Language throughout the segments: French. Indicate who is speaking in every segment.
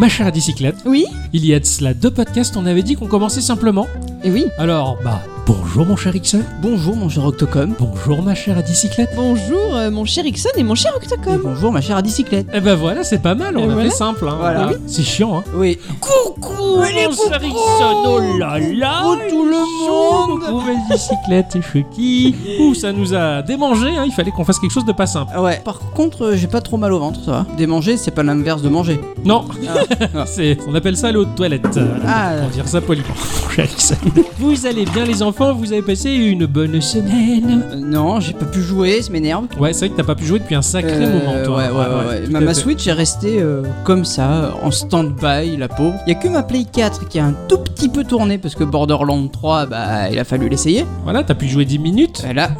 Speaker 1: Ma chère bicyclette,
Speaker 2: Oui
Speaker 1: il y a de cela deux podcasts, on avait dit qu'on commençait simplement.
Speaker 2: Et oui
Speaker 1: Alors, bah, bonjour mon cher Ixon,
Speaker 2: Bonjour mon cher Octocom.
Speaker 1: bonjour ma chère bicyclette.
Speaker 2: Bonjour euh, mon cher Ixon et mon cher
Speaker 3: Et
Speaker 2: Octocom.
Speaker 3: bonjour ma chère à bicyclette.
Speaker 1: Eh ben voilà, c'est pas mal, on
Speaker 2: Eh
Speaker 1: a
Speaker 2: ben voilà.
Speaker 1: fait simple. hein.
Speaker 3: Voilà.
Speaker 1: Ah oui, C'est chiant, hein.
Speaker 3: Oui.
Speaker 1: Coucou,
Speaker 3: Allez,
Speaker 1: mon
Speaker 3: coucou.
Speaker 1: cher Ixon, oh là là
Speaker 3: Coucou tout le monde.
Speaker 1: Coucou ma bicyclette, et Chucky Ouh, ça nous a démangé, hein, il fallait qu'on fasse quelque chose de pas simple.
Speaker 3: Ouais. Par contre, euh, j'ai pas trop mal au ventre, ça va. Démanger, c'est pas l'inverse de manger.
Speaker 1: Non,
Speaker 3: Ah.
Speaker 1: c'est, on appelle ça l'eau de toilette. euh,
Speaker 3: Ah.
Speaker 1: Pour dire ça poliment. E. vous allez bien les enfants, vous avez passé une bonne semaine.
Speaker 3: Euh, non, j'ai pas pu jouer, ça m'énerve.
Speaker 1: Ouais, c'est vrai que t'as pas pu jouer depuis un sacré
Speaker 3: Euh,
Speaker 1: moment, toi. Ah,
Speaker 3: Ouais, ouais, ouais. ouais.
Speaker 1: tout
Speaker 3: Ma,
Speaker 1: à
Speaker 3: ma
Speaker 1: fait.
Speaker 3: Switch est restée euh, comme ça, euh, en stand-by, la pauvre. Y a que ma Play 4 qui a un tout petit peu tourné parce que Borderlands 3, bah, il a fallu l'essayer.
Speaker 1: Voilà, t'as pu jouer 10 minutes.
Speaker 3: Bah, Là,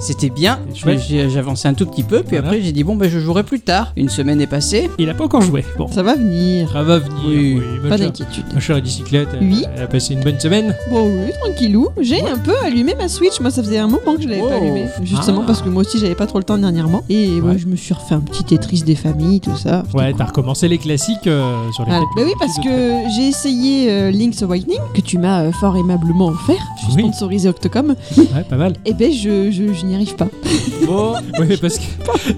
Speaker 3: c'était bien.
Speaker 1: C'est chouette.
Speaker 3: J'ai- J'ai avancé un tout petit peu, puis
Speaker 1: Voilà.
Speaker 3: après j'ai dit bon, bah, je jouerai plus tard. Une semaine est passée.
Speaker 1: Il a pas encore joué. Bon,
Speaker 2: Ça va venir.
Speaker 1: ça va venir.
Speaker 3: Oui,
Speaker 1: ma
Speaker 2: Pas
Speaker 1: chère-
Speaker 2: d'inquiétude.
Speaker 1: Ma chère bicyclette, elle-
Speaker 2: Oui.
Speaker 1: elle a passé une bonne semaine.
Speaker 2: Bon oui, tranquillou. J'ai un peu allumé ma Switch. Moi ça faisait un moment que je l'avais pas
Speaker 3: Oh.
Speaker 2: allumée. Justement
Speaker 1: Ah.
Speaker 2: parce que moi aussi j'avais pas trop le temps dernièrement. Et moi
Speaker 1: Ouais. Ah,
Speaker 2: je me suis refait un petit Tetris des familles, tout ça. C'était
Speaker 1: Ouais,
Speaker 2: cool.
Speaker 1: t'as recommencé les classiques euh, sur les
Speaker 2: Ah,
Speaker 1: tapis.
Speaker 2: bah oui, parce que j'ai essayé euh, Link's Awakening, que tu m'as euh, fort aimablement offert. Je suis
Speaker 1: Oui.
Speaker 2: sponsorisé Octocom.
Speaker 1: Ouais, pas mal.
Speaker 2: Et ben, je, je, je n'y arrive pas.
Speaker 3: Bon,
Speaker 1: Ouais, mais parce que,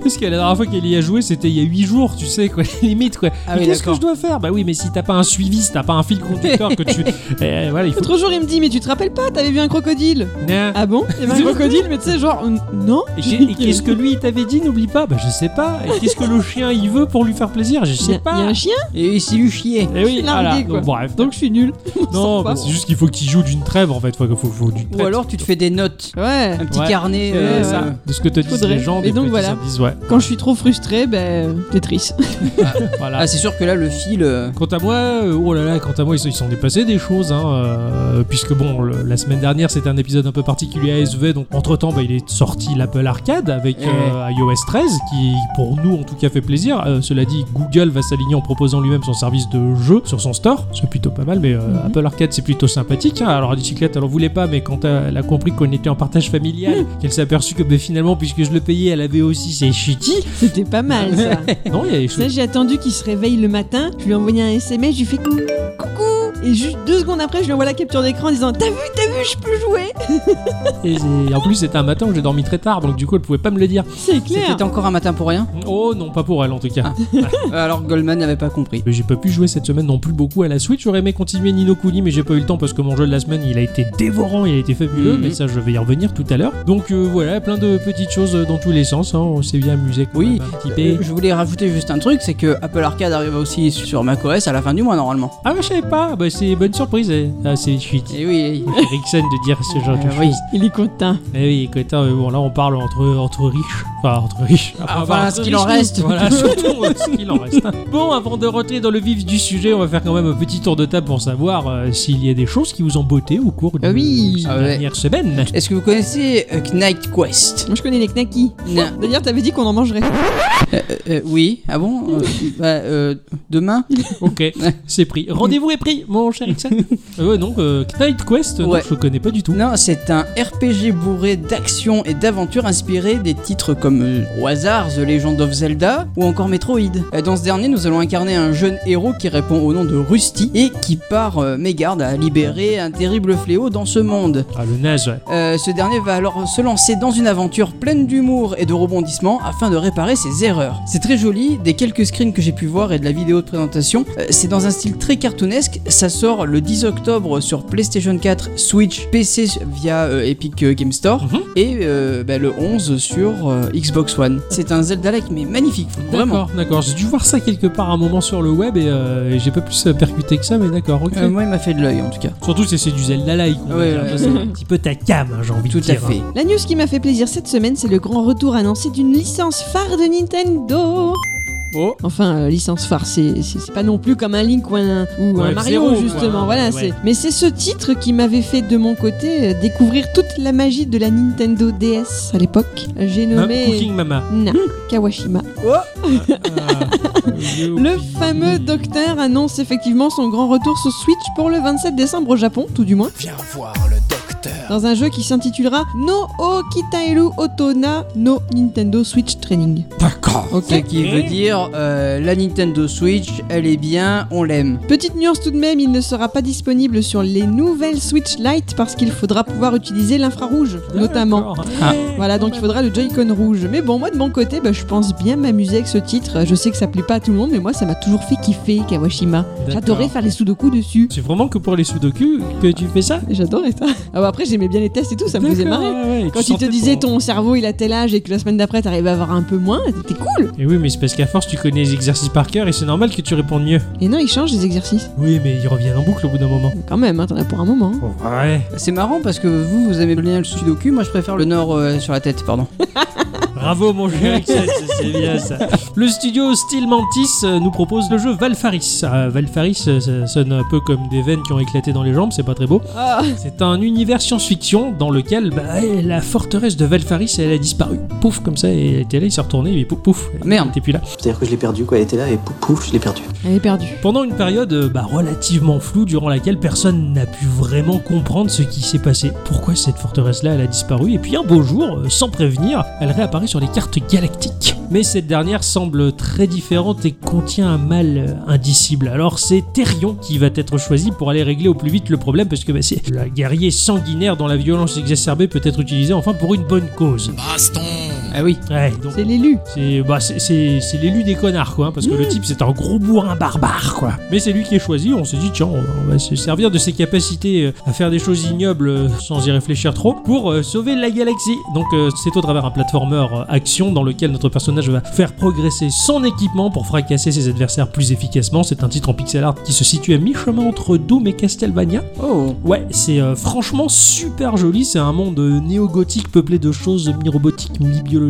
Speaker 1: parce que la dernière fois qu'elle y a joué, c'était il y a 8 jours, tu sais, quoi, limite, quoi.
Speaker 3: Ah
Speaker 1: Mais
Speaker 3: oui,
Speaker 1: qu'est-ce que
Speaker 3: d'accord.
Speaker 1: je dois faire Bah oui, mais si t'as pas un suivi, si t'as pas un fil conducteur que tu. Eh, voilà, il faut.
Speaker 2: L'autre jour, il me dit Mais tu te rappelles pas, t'avais vu un crocodile
Speaker 1: Nah.
Speaker 2: Ah bon Il y avait un crocodile, mais tu sais, genre, euh, non
Speaker 1: Et qu'est- et qu'est-ce que lui il t'avait dit N'oublie pas. Bah je sais pas. Et qu'est-ce que le chien il veut pour lui faire plaisir Je
Speaker 2: Il y,
Speaker 1: sais
Speaker 2: a- il y a
Speaker 1: pas.
Speaker 2: un chien,
Speaker 3: et s'il lui chier.
Speaker 1: Et Eh oui,
Speaker 2: il a
Speaker 1: voilà.
Speaker 2: largué, quoi.
Speaker 1: Donc, bref.
Speaker 2: donc je suis nul.
Speaker 1: non,
Speaker 2: sens pas.
Speaker 1: bah, c'est juste qu'il faut que tu joues d'une trêve en fait. Faut, faut, faut d'une
Speaker 3: Ou
Speaker 1: traite.
Speaker 3: alors tu te fais des notes,
Speaker 2: Ouais.
Speaker 3: un petit
Speaker 1: Ouais.
Speaker 3: carnet.
Speaker 1: Euh,
Speaker 3: euh,
Speaker 1: ça, de ce que te disent
Speaker 2: faudrait.
Speaker 1: les gens,
Speaker 2: Et
Speaker 1: des
Speaker 2: donc,
Speaker 1: petits
Speaker 2: voilà.
Speaker 1: indices, ouais.
Speaker 2: Quand je suis trop frustré, ben, Tetris.
Speaker 1: Voilà.
Speaker 3: Ah, c'est sûr que là, le fil. euh,
Speaker 1: Quant à moi, euh, oh là là, quant à moi, ils se ils sont dépassés des choses, hein, euh, puisque bon, le- la semaine dernière, c'était un épisode un peu particulier à SV, donc entre temps, il est sorti l'Apple Arcade avec
Speaker 3: Eh
Speaker 1: euh, iOS 13, qui pour nous, en tout cas, fait plaisir. Euh, cela dit, Google va s'aligner en proposant lui-même son service de jeu sur son store, c'est plutôt pas mal, mais euh,
Speaker 2: Mhm.
Speaker 1: Apple Arcade, c'est plutôt sympathique. hein. Alors, la bicyclette, elle en voulait pas, mais quand euh, elle a compris qu'on était en partage familial, qu'elle s'est aperçue que ben, finalement, puisque je le payais, elle avait aussi ses shitty.
Speaker 2: C'était pas mal, ça.
Speaker 1: Non, il y a des
Speaker 2: ça,
Speaker 1: choses.
Speaker 2: j'ai attendu qu'il se réveille le matin. Je lui ai envoyé un SMS, je lui ai fait cou- coucou. Et juste deux secondes après, je lui envoie la capture d'écran en disant T'as vu, t'as vu, je peux jouer.
Speaker 1: Et j'ai- en plus, c'était un matin où j'ai dormi très tard, donc du coup, elle pouvait pas me le dire.
Speaker 2: C'est clair.
Speaker 3: C'était encore un matin pour rien.
Speaker 1: Oh non, pas pour elle en tout cas.
Speaker 3: Alors que Goldman n'avait pas compris.
Speaker 1: J'ai pas pu jouer cette semaine non plus beaucoup à la Switch. J'aurais aimé continuer Nino Kuni, mais j'ai pas eu le temps parce que mon jeu de la semaine il a été dévorant, il a été fabuleux.
Speaker 3: Mhm.
Speaker 1: Mais ça, je vais y revenir tout à l'heure. Donc euh, voilà, plein de petites choses dans tous les sens. hein. On s'est bien amusé quand
Speaker 3: Oui,
Speaker 1: même un petit
Speaker 3: Euh,
Speaker 1: peu.
Speaker 3: je voulais rajouter juste un truc, c'est que Apple Arcade arrive aussi sur macOS à la fin du mois normalement.
Speaker 1: Ah, bah, je savais pas. Bah, c'est bonne surprise. eh. Ah, c'est chouette.
Speaker 3: Et oui,
Speaker 1: Ericsson de dire ce genre de
Speaker 3: euh, oui.
Speaker 1: choses.
Speaker 2: Il est content.
Speaker 1: Mais oui, écoute, hein, bon, là on parle entre, entre riches. Enfin, entre riches. Après
Speaker 3: Enfin,
Speaker 1: avoir-
Speaker 3: ce qu'il en
Speaker 1: riches, nous.
Speaker 3: reste.
Speaker 1: Voilà, surtout euh, ce qu'il en reste. Bon, avant de rentrer dans le vif du sujet, on va faire quand même un petit tour de table pour savoir euh, s'il y a des choses qui vous ont botté au cours de
Speaker 2: Ah oui.
Speaker 1: ces
Speaker 3: Ah ouais.
Speaker 1: dernières semaines.
Speaker 3: Est-ce que vous connaissez euh, Knight Quest
Speaker 2: Moi, je connais les knackis.
Speaker 3: Non.
Speaker 2: D'ailleurs, t'avais dit qu'on en mangerait.
Speaker 3: Euh, euh, oui, ah bon Euh, bah, euh, Demain
Speaker 1: Ok, c'est pris. Rendez-vous est pris, mon cher Ixon. euh, non, euh, Knight Quest, non,
Speaker 3: Ouais.
Speaker 1: je connais pas du tout.
Speaker 3: Non, c'est un RPG bourré d'action et d'aventure inspiré des titres comme euh, au hasard The Legend of Zelda ou encore Metroid. Euh, Dans ce dernier, nous allons incarner un jeune héros qui répond au nom de Rusty et qui part euh, mégarde à libérer un terrible fléau dans ce monde.
Speaker 1: Ah, le naze, ouais.
Speaker 3: Euh, ce dernier va alors se lancer dans une aventure pleine d'humour et de rebondissements afin de réparer ses erreurs. C'est très joli, des quelques screens que j'ai pu voir et de la vidéo de présentation, euh, c'est dans un style très cartoonesque, ça sort le 10 octobre sur PlayStation 4, Switch, PC via euh, Epic euh, Game Store
Speaker 1: Mhm.
Speaker 3: et euh, bah, le 11 sur euh, Xbox One. C'est un Zelda-like mais magnifique, vraiment.
Speaker 1: D'accord, d'accord. J'ai dû voir ça quelque part un moment sur le web et euh, j'ai pas plus euh, percuté que ça, mais d'accord, ok.
Speaker 3: Euh, moi il m'a fait de l'œil en tout cas.
Speaker 1: Surtout si c'est du Zelda-like, on va
Speaker 3: Ouais,
Speaker 1: dire.
Speaker 3: ouais.
Speaker 1: c'est un petit peu ta cam, hein, j'ai envie
Speaker 3: Tout
Speaker 1: de
Speaker 3: à
Speaker 1: dire. hein.
Speaker 3: fait.
Speaker 2: La news qui m'a fait plaisir cette semaine, c'est le grand retour annoncé d'une licence phare de Nintendo.
Speaker 3: Oh.
Speaker 2: Enfin, euh, licence phare, c'est c'est- c'est pas non plus comme un Link ou un, ou un
Speaker 1: Ouais,
Speaker 2: Mario,
Speaker 1: zéro,
Speaker 2: justement.
Speaker 1: quoi.
Speaker 2: Voilà,
Speaker 1: Ouais.
Speaker 2: c'est. Mais c'est ce titre qui m'avait fait, de mon côté, euh, découvrir toute la magie de la Nintendo DS à l'époque. J'ai
Speaker 1: Ma-
Speaker 2: nommé.
Speaker 1: Hein, Bah, Cooking Mama. Euh,
Speaker 2: Na Kawashima.
Speaker 3: Oh.
Speaker 2: Le fameux docteur annonce effectivement son grand retour sur Switch pour le 27 décembre au Japon, tout du moins.
Speaker 4: Viens voir le docteur.
Speaker 2: dans un jeu qui s'intitulera No Okitaeru Otona no Nintendo Switch Training.
Speaker 1: D'accord.
Speaker 3: Ok, qui veut dire euh, la Nintendo Switch, elle est bien, on l'aime.
Speaker 2: Petite nuance tout de même, il ne sera pas disponible sur les nouvelles Switch Lite parce qu'il faudra pouvoir utiliser l'infrarouge, notamment.
Speaker 1: D'accord. bah,
Speaker 2: Voilà, donc il faudra le Joy-Con rouge. Mais bon, moi de mon côté, bah, je pense bien m'amuser avec ce titre. Je sais que ça plaît pas à tout le monde, mais moi ça m'a toujours fait kiffer Kawashima.
Speaker 1: D'accord.
Speaker 2: J'adorais faire les sudoku dessus.
Speaker 1: C'est vraiment que pour les sudoku que tu fais ça
Speaker 2: J'adorais ça. Ah bah après, j'aimais bien les tests et tout, ça me faisait
Speaker 1: D'accord,
Speaker 2: marrer.
Speaker 1: ouais, ouais, et
Speaker 2: Quand
Speaker 1: tu
Speaker 2: ils te
Speaker 1: sentais
Speaker 2: disaient
Speaker 1: ton-
Speaker 2: ton cerveau il a tel âge et que la semaine d'après t'arrives à avoir un peu moins, t'es cool.
Speaker 1: Et Eh oui, mais c'est parce qu'à force, tu connais les exercices par cœur et c'est normal que tu répondes mieux.
Speaker 2: Et non, ils changent les exercices.
Speaker 1: Oui, mais ils reviennent en boucle au bout d'un moment.
Speaker 2: Quand même, hein, t'en as pour un moment. hein.
Speaker 1: Ouais.
Speaker 3: C'est marrant parce que vous, vous aimez bien le Sudoku, moi je préfère le Nord euh, sur la tête, pardon.
Speaker 1: Bravo, mon cher Axel, c'est- c'est bien ça. Le studio Steel Mantis euh, nous propose le jeu Valfaris. Euh, Valfaris, euh, ça sonne un peu comme des veines qui ont éclaté dans les jambes, c'est pas très beau.
Speaker 2: Ah,
Speaker 1: C'est un univers science-fiction dans lequel bah, eh, la forteresse de Valfaris, elle a disparu. Pouf, comme ça, elle était là, il s'est retourné, et pouf, pouf.
Speaker 3: Ah, Merde.
Speaker 1: Elle était plus là.
Speaker 5: C'est-à-dire que je l'ai perdu, quoi. Elle était là et pouf, pouf, je l'ai perdu.
Speaker 2: elle est perdue.
Speaker 1: Pendant une période euh, bah, relativement floue durant laquelle personne n'a pu vraiment comprendre ce qui s'est passé, pourquoi cette forteresse-là elle a disparu, et puis un beau jour, euh, sans prévenir, elle réapparaît sur les cartes galactiques. Mais cette dernière semble très différente et contient un mal euh, indicible. Alors c'est Therion qui va être choisi pour aller régler au plus vite le problème, parce que bah, c'est le guerrier sanguinaire dont la violence exacerbée peut être utilisée enfin pour une bonne cause.
Speaker 3: Ah oui.
Speaker 1: Ouais, donc
Speaker 2: C'est l'élu.
Speaker 1: c'est bah, c'est- c'est- c'est l'élu des connards, quoi, hein, parce que le type c'est un gros bourrin barbare, quoi. Mais c'est lui qui est choisi, on s'est dit, tiens, on, on va se servir de ses capacités euh, à faire des choses ignobles euh, sans y réfléchir trop pour euh, sauver la galaxie. Donc euh, c'est au travers un platformer euh, action dans lequel notre personnage va faire progresser son équipement pour fracasser ses adversaires plus efficacement. C'est un titre en pixel art qui se situe à mi-chemin entre Doom et Castlevania.
Speaker 3: Oh.
Speaker 1: Ouais, c'est euh, franchement super joli. C'est un monde euh, néo-gothique peuplé de choses mi-robotiques, mi-biologiques.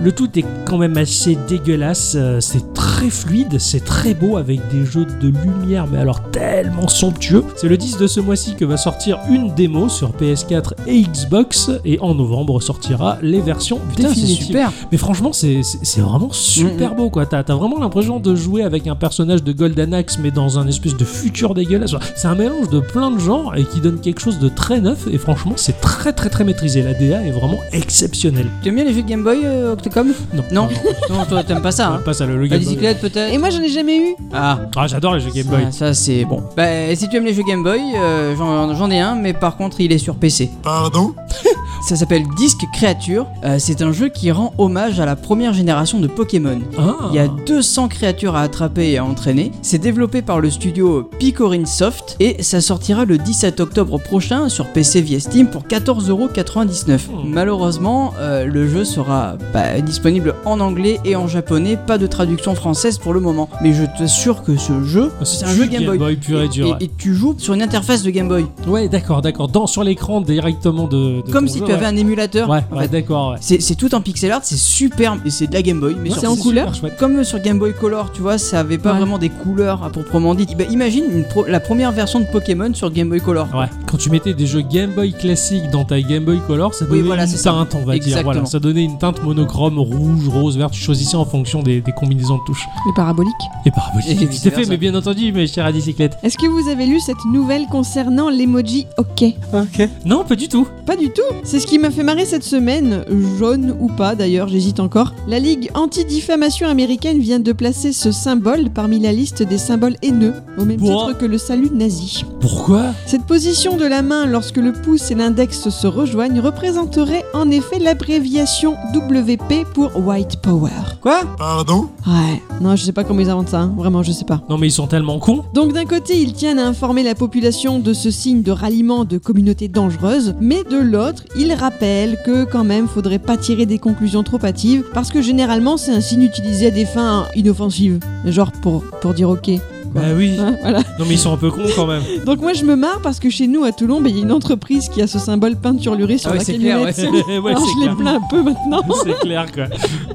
Speaker 1: Le tout est quand même assez dégueulasse. euh, c'est très fluide, c'est très beau avec des jeux de lumière, mais alors tellement somptueux. C'est le 10 de ce mois-ci que va sortir une démo sur PS4 et Xbox. Et en novembre sortira les versions
Speaker 3: Putain, c'est
Speaker 1: définitives.
Speaker 3: super.
Speaker 1: Mais franchement, c'est c'est- c'est vraiment super beau, quoi. T'as t'as vraiment l'impression de jouer avec un personnage de Golden Axe, mais dans un espèce de futur dégueulasse. Enfin, C'est un mélange de plein de genres et qui donne quelque chose de très neuf. Et franchement, c'est très, très, très maîtrisé. La DA est vraiment exceptionnelle.
Speaker 3: T'aimes bien les jeux de Game Boy, euh, Octocom
Speaker 1: Non.
Speaker 3: Non, non, toi t'aimes pas ça.
Speaker 1: Ah,
Speaker 3: Hein.
Speaker 1: Pas ça, le, le
Speaker 3: La
Speaker 1: Game Boy.
Speaker 3: bicyclette peut-être
Speaker 2: Et moi j'en ai jamais eu.
Speaker 3: Ah.
Speaker 1: Ah, j'adore les jeux Game Boy.
Speaker 3: Ça, ça, c'est bon. Bah, si tu aimes les jeux Game Boy, euh, j'en j'en ai un, mais par contre, il est sur PC.
Speaker 5: Pardon
Speaker 3: Ça s'appelle Disque Créature. Euh, c'est un jeu qui rend hommage à la première génération de Pokémon.
Speaker 1: Ah.
Speaker 3: Il y a 200 créatures à attraper et à entraîner. C'est développé par le studio Picorin Soft et ça sortira le 17 octobre prochain sur PC via Steam pour 14,99€.
Speaker 1: Hmm.
Speaker 3: Malheureusement, euh, le jeu sera bah, disponible en anglais et en japonais, pas de traduction française pour le moment. Mais je t'assure que ce jeu,
Speaker 1: Ah,
Speaker 3: c'est un jeu Game Boy.
Speaker 1: pur et dur. ouais.
Speaker 3: Et, et tu joues sur une interface de Game Boy,
Speaker 1: Ouais, d'accord, d'accord. Dans sur l'écran directement de. de
Speaker 3: comme
Speaker 1: ton
Speaker 3: si
Speaker 1: jeu,
Speaker 3: tu avais un émulateur.
Speaker 1: Ouais,
Speaker 3: en
Speaker 1: ouais, ouais,
Speaker 3: fait.
Speaker 1: d'accord. Ouais.
Speaker 3: C'est c'est tout en pixel art, c'est superbe et c'est de la Game Boy. Mais
Speaker 1: Ouais,
Speaker 3: sur-
Speaker 2: c'est en couleur
Speaker 1: super chouette.
Speaker 3: Comme euh, sur Game Boy Color, tu vois, ça avait pas
Speaker 2: Ouais.
Speaker 3: vraiment des couleurs à proprement dit. Bah, imagine une pro- la première version de Pokémon sur Game Boy Color.
Speaker 1: Ouais. Quand tu mettais des jeux Game Boy classiques dans ta Game Boy Color, ça
Speaker 3: Oui,
Speaker 1: donnait
Speaker 3: voilà,
Speaker 1: une
Speaker 3: c'est ça.
Speaker 1: teinte, on va dire.
Speaker 3: Exactement.
Speaker 1: Voilà, ça donnait une teinte monochrome, rouge, rose, vert. Tu choisissais en fonction des, des combinaisons de touches.
Speaker 2: Les paraboliques.
Speaker 1: Et parabolique.
Speaker 3: Et
Speaker 1: Tout à fait,
Speaker 3: vice-versa.
Speaker 1: mais bien entendu, mes chers à bicyclette.
Speaker 2: Est-ce que vous avez lu cette nouvelle concernant l'emoji OK
Speaker 5: Ok.
Speaker 1: Non, pas du tout.
Speaker 2: Pas du tout C'est ce qui m'a fait marrer cette semaine, jaune ou pas d'ailleurs, j'hésite encore. La Ligue anti-diffamation américaine vient de placer ce symbole parmi la liste des symboles haineux, au même
Speaker 1: Bon.
Speaker 2: titre que le salut nazi.
Speaker 1: Pourquoi
Speaker 2: Cette position de la main lorsque le pouce et l'index se rejoignent représenterait en effet l'abréviation WP pour White Power.
Speaker 3: Quoi
Speaker 5: Pardon
Speaker 2: Ouais, non, je sais pas comment ils inventent ça, hein. vraiment, je sais pas.
Speaker 1: Non, mais ils sont tellement cons.
Speaker 2: Donc d'un côté, ils tiennent à informer la population de ce signe de ralliement de communautés dangereuses, mais de l'autre, ils rappellent que quand même, faudrait pas tirer des conclusions trop hâtives, parce que généralement, c'est un signe utilisé à des fins inoffensives, genre pour, pour dire ok.
Speaker 1: Bah oui.
Speaker 2: Hein, voilà.
Speaker 1: Non, mais ils sont un peu cons quand même.
Speaker 2: Donc moi, je me marre parce que chez nous, à Toulon, ben, il y a une entreprise qui a ce symbole peinturluré sur
Speaker 3: Ah oui,
Speaker 2: la
Speaker 3: c'est clair,
Speaker 2: camionnette.
Speaker 1: ouais,
Speaker 2: Alors
Speaker 1: c'est
Speaker 2: je les
Speaker 1: clair.
Speaker 2: plains un peu maintenant.
Speaker 1: C'est clair quoi.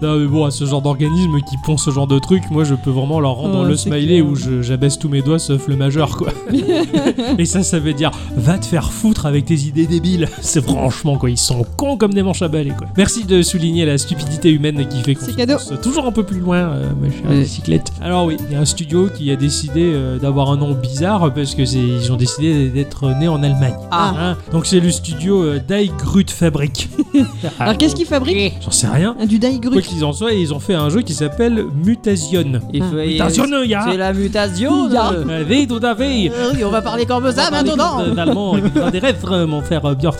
Speaker 1: Non mais bon, à ce genre d'organisme qui pond ce genre de truc, moi je peux vraiment leur rendre
Speaker 2: Ouais,
Speaker 1: le
Speaker 2: c'est
Speaker 1: smiley
Speaker 2: clair.
Speaker 1: où je- j'abaisse tous mes doigts sauf le majeur quoi. Et ça, ça veut dire va te faire foutre avec tes idées débiles. C'est franchement quoi, ils sont cons comme des manches à balai quoi. Merci de souligner la stupidité humaine qui fait qu'on
Speaker 2: C'est
Speaker 1: se
Speaker 2: cadeau.
Speaker 1: pousse toujours un peu plus loin, euh, ma chère
Speaker 3: Ouais.
Speaker 1: bicyclette. Alors oui, il y a un studio qui a décidé décidé euh, d'avoir un nom bizarre parce que c'est- ils ont décidé d'être nés en Allemagne.
Speaker 6: Ah.
Speaker 1: Hein. Donc c'est le studio euh, Die Grut Fabrik.
Speaker 2: Alors qu'est-ce qu'ils fabriquent
Speaker 1: J'en sais rien.
Speaker 2: Du Die
Speaker 1: Quoi
Speaker 2: Grut.
Speaker 1: qu'ils en soient, ils ont fait un jeu qui s'appelle Mutation.
Speaker 3: Il faut- il-
Speaker 1: Mutation,
Speaker 3: euh, C'est
Speaker 1: ya
Speaker 3: la mutation.
Speaker 2: Ya.
Speaker 3: euh.
Speaker 1: Euh, Oui, tout à fait
Speaker 3: Euh, On va parler comme ça maintenant.
Speaker 1: Allemand, des rêves, euh, mon frère euh, Björk.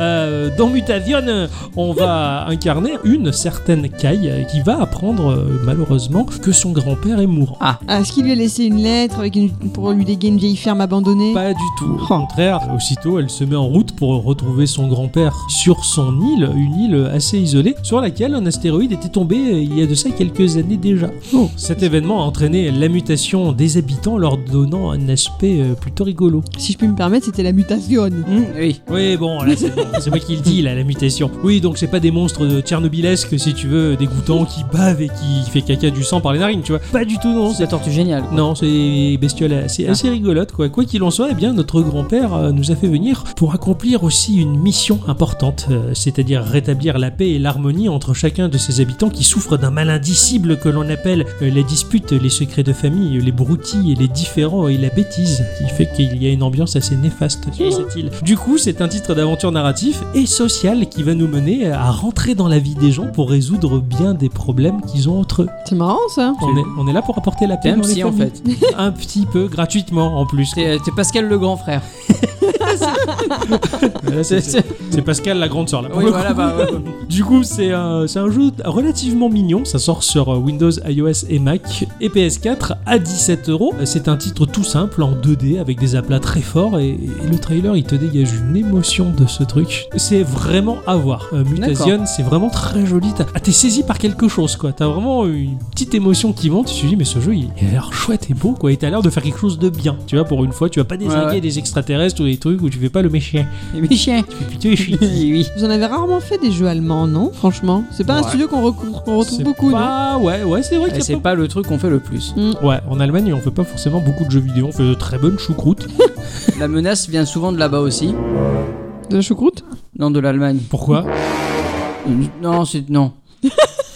Speaker 1: Euh, dans Mutavion, euh, on va incarner une certaine Kai euh, qui va apprendre, euh, malheureusement, que son grand-père est mourant.
Speaker 2: Ah, Est-ce qu'il lui a laissé une lettre avec une- pour lui léguer une vieille ferme abandonnée
Speaker 1: Pas du tout. Au
Speaker 2: Oh.
Speaker 1: contraire, aussitôt, elle se met en route pour retrouver son grand-père sur son île, une île assez isolée, sur laquelle un astéroïde était tombé euh, il y a de ça quelques années déjà. Cet événement a entraîné la mutation des habitants, leur donnant un aspect euh, plutôt rigolo.
Speaker 2: Si je puis me permettre, c'était la mutation.
Speaker 6: Hum, oui.
Speaker 1: Oui, bon, là, c'est bon, c'est moi qui le dis, là, la mutation. Oui, donc c'est pas des monstres de tchernobylesques, si tu veux, dégoûtants, qui bavent et qui fait caca du sang par les narines, tu vois. Pas du tout, non.
Speaker 3: C'est la
Speaker 1: c'est-
Speaker 3: tortue géniale. quoi.
Speaker 1: Non, c'est bestiole
Speaker 3: Ah.
Speaker 1: assez, assez rigolote, quoi. Quoi qu'il en soit, eh bien, notre grand-père euh, nous a fait venir pour accomplir aussi une mission importante, euh, c'est-à-dire rétablir la paix et l'harmonie entre chacun de ses habitants qui souffrent d'un mal indicible que l'on appelle euh, les disputes, les secrets de famille, les broutilles, et les différends et la bêtise, qui fait qu'il y a une ambiance assez néfaste sur cette île. Du coup, c'est un titre d'aventure narratif et social qui va nous mener à rentrer dans la vie des gens pour résoudre bien des problèmes qu'ils ont entre eux.
Speaker 2: C'est marrant ça.
Speaker 1: On est, on est là pour apporter la paix
Speaker 3: T'es un
Speaker 1: dans les
Speaker 3: psy en
Speaker 1: familles
Speaker 3: fait.
Speaker 1: un petit peu gratuitement en plus.
Speaker 3: T'es t'es Pascal le grand frère.
Speaker 1: Là,
Speaker 3: C'est-
Speaker 1: C'est c'est- c'est Pascal la grande sœur là.
Speaker 3: Oui, voilà, bah, ouais.
Speaker 1: Du coup, c'est un, c'est un jeu relativement mignon. Ça sort sur euh, Windows, iOS et Mac et PS4 à 17 euros. C'est un titre tout simple en 2D avec des aplats très forts et, et le trailer il te dégage une émotion de ce truc. C'est vraiment à voir. Euh, Mutation, c'est vraiment très joli. T'as- ah, T'es saisi par quelque chose quoi. T'as vraiment une petite émotion qui monte. Tu te dis mais ce jeu il, il a l'air chouette et beau quoi. Et t'as l'air de faire quelque chose de bien. Tu vois pour une fois tu vas pas désinguer
Speaker 3: ouais.
Speaker 1: des extraterrestres ou des trucs où tu fais pas le méchant.
Speaker 3: Mes chiens.
Speaker 1: Tu fais plutôt les chiens.
Speaker 3: Oui.
Speaker 2: Vous en avez rarement fait des jeux allemands, non Franchement, c'est pas un
Speaker 3: Ouais.
Speaker 2: studio qu'on recouvre- qu'on retrouve
Speaker 1: C'est
Speaker 2: beaucoup, non
Speaker 1: pas- Ouais, ouais, c'est vrai
Speaker 3: Et
Speaker 1: qu'il y
Speaker 3: Eh, C'est
Speaker 1: a pas...
Speaker 3: pas le truc qu'on fait le plus.
Speaker 1: Ouais, en Allemagne, on fait pas forcément beaucoup de jeux vidéo, on fait de très bonnes choucroutes.
Speaker 3: La menace vient souvent de là-bas aussi.
Speaker 2: De la choucroute
Speaker 3: Non, de l'Allemagne. Euh,
Speaker 1: Pourquoi
Speaker 3: Non, c'est. Non.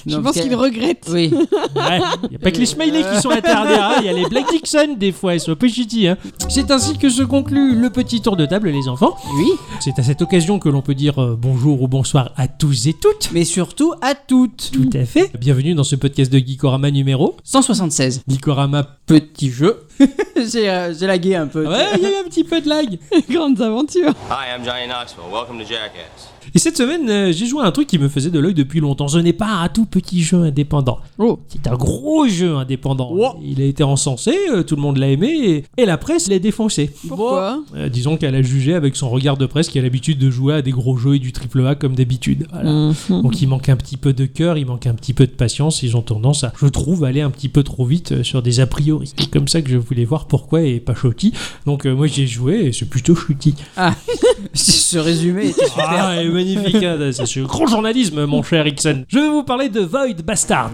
Speaker 2: Je
Speaker 3: Non,
Speaker 2: pense
Speaker 3: parce
Speaker 2: qu'il
Speaker 3: que-
Speaker 2: regrette.
Speaker 3: Oui.
Speaker 1: Ouais, y a pas que les Smiley qui sont interdits, hein, y a les Black Dixon des fois, ils sont un peu shitty, hein. C'est ainsi que se conclut le petit tour de table, les enfants.
Speaker 3: Oui.
Speaker 1: C'est à cette occasion que l'on peut dire euh, bonjour ou bonsoir à tous et toutes.
Speaker 3: Mais surtout à toutes.
Speaker 1: Tout à fait. Bienvenue dans ce podcast de Geekorama numéro.
Speaker 3: 176.
Speaker 1: Geekorama. Ah
Speaker 3: Petit jeu. J'ai euh, j'ai lagué un peu.
Speaker 1: Ouais, il y a eu un petit peu de lag.
Speaker 2: Grandes aventures.
Speaker 7: Hi, I'm Johnny Knoxville. Welcome to Jackass.
Speaker 1: Et cette semaine, euh, j'ai joué à un truc qui me faisait de l'œil depuis longtemps. Ce n'est pas un tout petit jeu indépendant.
Speaker 2: Oh.
Speaker 1: C'est un gros jeu indépendant.
Speaker 3: Wow.
Speaker 1: Il a été encensé, euh, tout le monde l'a aimé, et, et la presse l'a défoncé.
Speaker 2: Pourquoi
Speaker 1: Euh, disons qu'elle a jugé avec son regard de presse qui a l'habitude de jouer à des gros jeux et du triple A comme d'habitude. Voilà.
Speaker 2: Mhm.
Speaker 1: Donc il manque un petit peu de cœur, il manque un petit peu de patience, ils ont tendance à, je trouve, aller un petit peu trop vite euh, sur des a priori. C'est comme ça que je voulais voir pourquoi et pas Shotty. Donc euh, moi j'ai joué et c'est plutôt Shotty.
Speaker 3: Ce résumé était super.
Speaker 1: Ah, elle est magnifique, hein, c'est ce gros journalisme mon cher Ixon. Je vais vous parler de Void Bastards.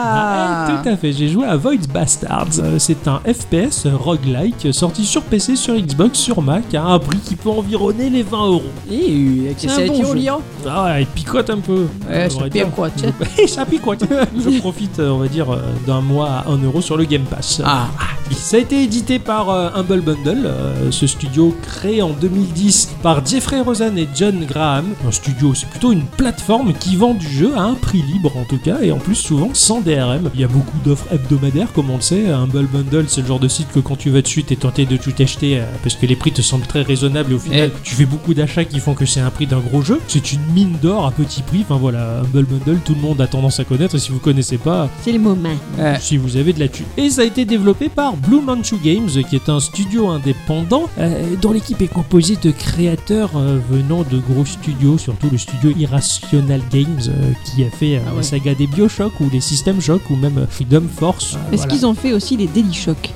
Speaker 1: Ah, tout à fait, j'ai joué à Void Bastards. Euh, C'est un FPS roguelike euh, sorti sur PC, sur Xbox, sur Mac à un prix qui peut environner les 20 euros.
Speaker 3: Et
Speaker 2: C'est un
Speaker 3: c'est
Speaker 2: bon
Speaker 3: qui
Speaker 2: jeu.
Speaker 3: on liant
Speaker 1: Ah, ouais, il picote un peu.
Speaker 3: Ouais,
Speaker 1: On
Speaker 3: ça
Speaker 1: va
Speaker 3: pire
Speaker 1: dire.
Speaker 3: quoi, tiens.
Speaker 1: ça picote. Je profite, euh, on va dire, euh, d'un mois à 1 euro sur le Game Pass.
Speaker 3: Ah,
Speaker 1: Ça a été édité par euh, Humble Bundle, euh, ce studio créé en 2010 par Jeffrey Rosen et John Graham. Un studio, c'est plutôt une plateforme qui vend du jeu à un prix libre en tout cas, et en plus souvent sans DRM. Il y a beaucoup d'offres hebdomadaires, comme on le sait. Humble Bundle, c'est le genre de site que quand tu vas dessus, t'es tenté de tout acheter euh, parce que les prix te semblent très raisonnables et au
Speaker 3: eh.
Speaker 1: final, tu fais beaucoup d'achats qui font que c'est un prix d'un gros jeu. C'est une mine d'or à petit prix. Enfin voilà, Humble Bundle, tout le monde a tendance à connaître, et si vous connaissez pas,
Speaker 2: C'est le moment.
Speaker 3: Ouais.
Speaker 1: si vous avez de la thune. Et ça a été développé par Blue Manchu Games, qui est un studio indépendant euh, dont l'équipe est composée de créateurs euh, venant de gros studios, surtout le studio Irrational Games, euh, qui a fait euh,
Speaker 3: Ah ouais.
Speaker 1: la saga
Speaker 3: Ah,
Speaker 1: des Bioshock ou les System Shock ou même euh, Freedom Force.
Speaker 2: Est-ce qu'ils ont fait aussi les Daily Shock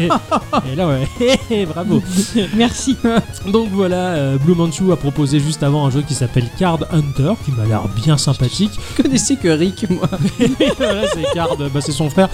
Speaker 1: et, et là, ouais, hé, hé, bravo.
Speaker 2: Merci.
Speaker 1: Donc voilà, euh, Blue Manchu a proposé juste avant un jeu qui s'appelle Card Hunter, qui m'a l'air bien sympathique.
Speaker 3: Je connaissais que Rick, moi.
Speaker 1: voilà, c'est Card, bah, c'est son frère.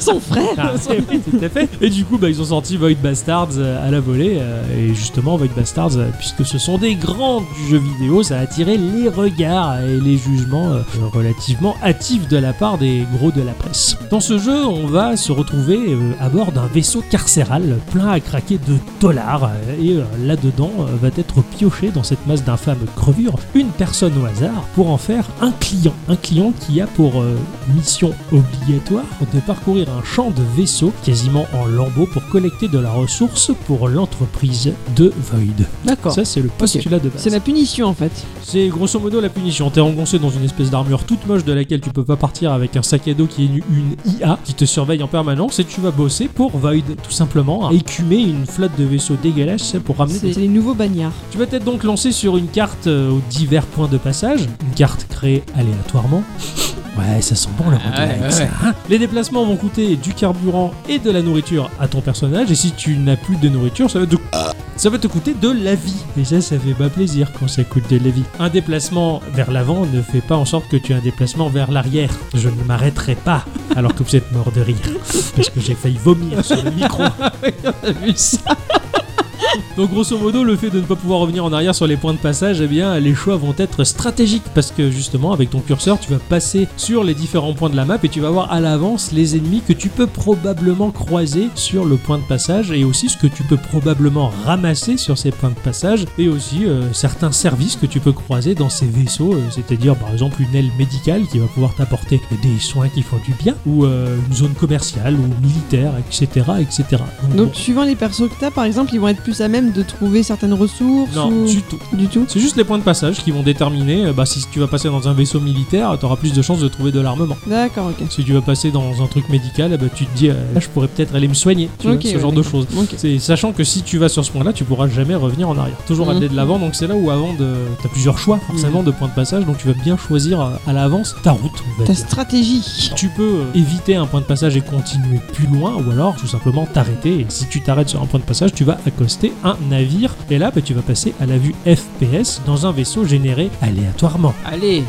Speaker 2: Son frère.
Speaker 1: Ah, oui, oui, tout à fait. Et du coup, bah, ils ont sorti Void Bastards euh, à la volée. euh, et justement, Void Bastards, euh, puisque ce sont des grands du jeu vidéo, ça a attiré les regards et les jugements euh, relativement hâtifs de la part des gros de la presse. Dans ce jeu, on va se retrouver euh, à bord d'un vaisseau carcéral plein à craquer de dollars. euh, Et euh, là-dedans, euh, va être pioché dans cette masse d'infâmes crevures une personne au hasard pour en faire un client. Un client qui a pour euh, mission obligatoire de parcourir un champ de vaisseaux quasiment en lambeaux pour collecter de la ressource pour l'entreprise de Void.
Speaker 3: D'accord.
Speaker 1: Ça, c'est le postulat de
Speaker 2: C'est
Speaker 1: base.
Speaker 2: la punition en fait.
Speaker 1: C'est grosso modo la punition. T'es engoncé dans une espèce d'armure toute moche de laquelle tu peux pas partir avec un sac à dos qui est une, une IA qui te surveille en permanence et tu vas bosser pour Void, tout simplement, à écumer une flotte de vaisseaux dégueulasses pour ramener des
Speaker 2: C'est les nouveaux bagnards.
Speaker 1: tu vas être donc lancé sur une carte euh, aux divers points de passage, une carte créée aléatoirement. Ouais, ça sent bon le
Speaker 3: Ah
Speaker 1: roguelike, ça, hein. Les déplacements vont coûter du carburant et de la nourriture à ton personnage, et si tu n'as plus de nourriture, ça va te... ça va te coûter de la vie. Et ça, ça fait pas plaisir quand ça coûte de la vie. Un déplacement vers l'avant ne fait pas en sorte que tu aies un déplacement vers l'arrière. Je ne m'arrêterai pas alors que vous êtes mort de rire, parce que j'ai failli vomir sur le micro. Donc grosso modo, le fait de ne pas pouvoir revenir en arrière sur les points de passage, eh bien les choix vont être stratégiques parce que justement avec ton curseur, tu vas passer sur les différents points de la map et tu vas voir à l'avance les ennemis que tu peux probablement croiser sur le point de passage et aussi ce que tu peux probablement ramasser sur ces points de passage et aussi euh, certains services que tu peux croiser dans ces vaisseaux, euh, c'est-à-dire par exemple une aile médicale qui va pouvoir t'apporter des soins qui font du bien ou euh, une zone commerciale ou militaire, etc., etc. Donc,
Speaker 2: Donc
Speaker 1: bon,
Speaker 2: suivant les persos que t'as par exemple, ils vont être plus à même de trouver certaines ressources.
Speaker 1: non,
Speaker 2: ou...
Speaker 1: du tout.
Speaker 2: du tout.
Speaker 1: C'est juste les points de passage qui vont déterminer euh, bah, si tu vas passer dans un vaisseau militaire, t'auras plus de chances de trouver de l'armement.
Speaker 2: D'accord, ok.
Speaker 1: Si tu vas passer dans un truc médical, eh ben, tu te dis, euh, là, je pourrais peut-être aller me soigner. Tu vois,
Speaker 2: Ok,
Speaker 1: ce
Speaker 2: ouais,
Speaker 1: genre de
Speaker 2: d'accord.
Speaker 1: choses.
Speaker 2: Ok.
Speaker 1: C'est sachant que si tu vas sur ce point-là, tu pourras jamais revenir en arrière. Toujours
Speaker 2: Mhm.
Speaker 1: aller de l'avant, donc c'est là où avant de, t'as plusieurs choix forcément de points de passage, donc tu vas bien choisir euh, à l'avance ta route. on va
Speaker 2: Ta
Speaker 1: dire.
Speaker 2: stratégie.
Speaker 1: Tu peux euh, éviter un point de passage et continuer plus loin, ou alors tout simplement t'arrêter. Et si tu t'arrêtes sur un point de passage, tu vas accoster un navire. Et là, bah, tu vas passer à la vue FPS dans un vaisseau généré aléatoirement.
Speaker 3: Allez,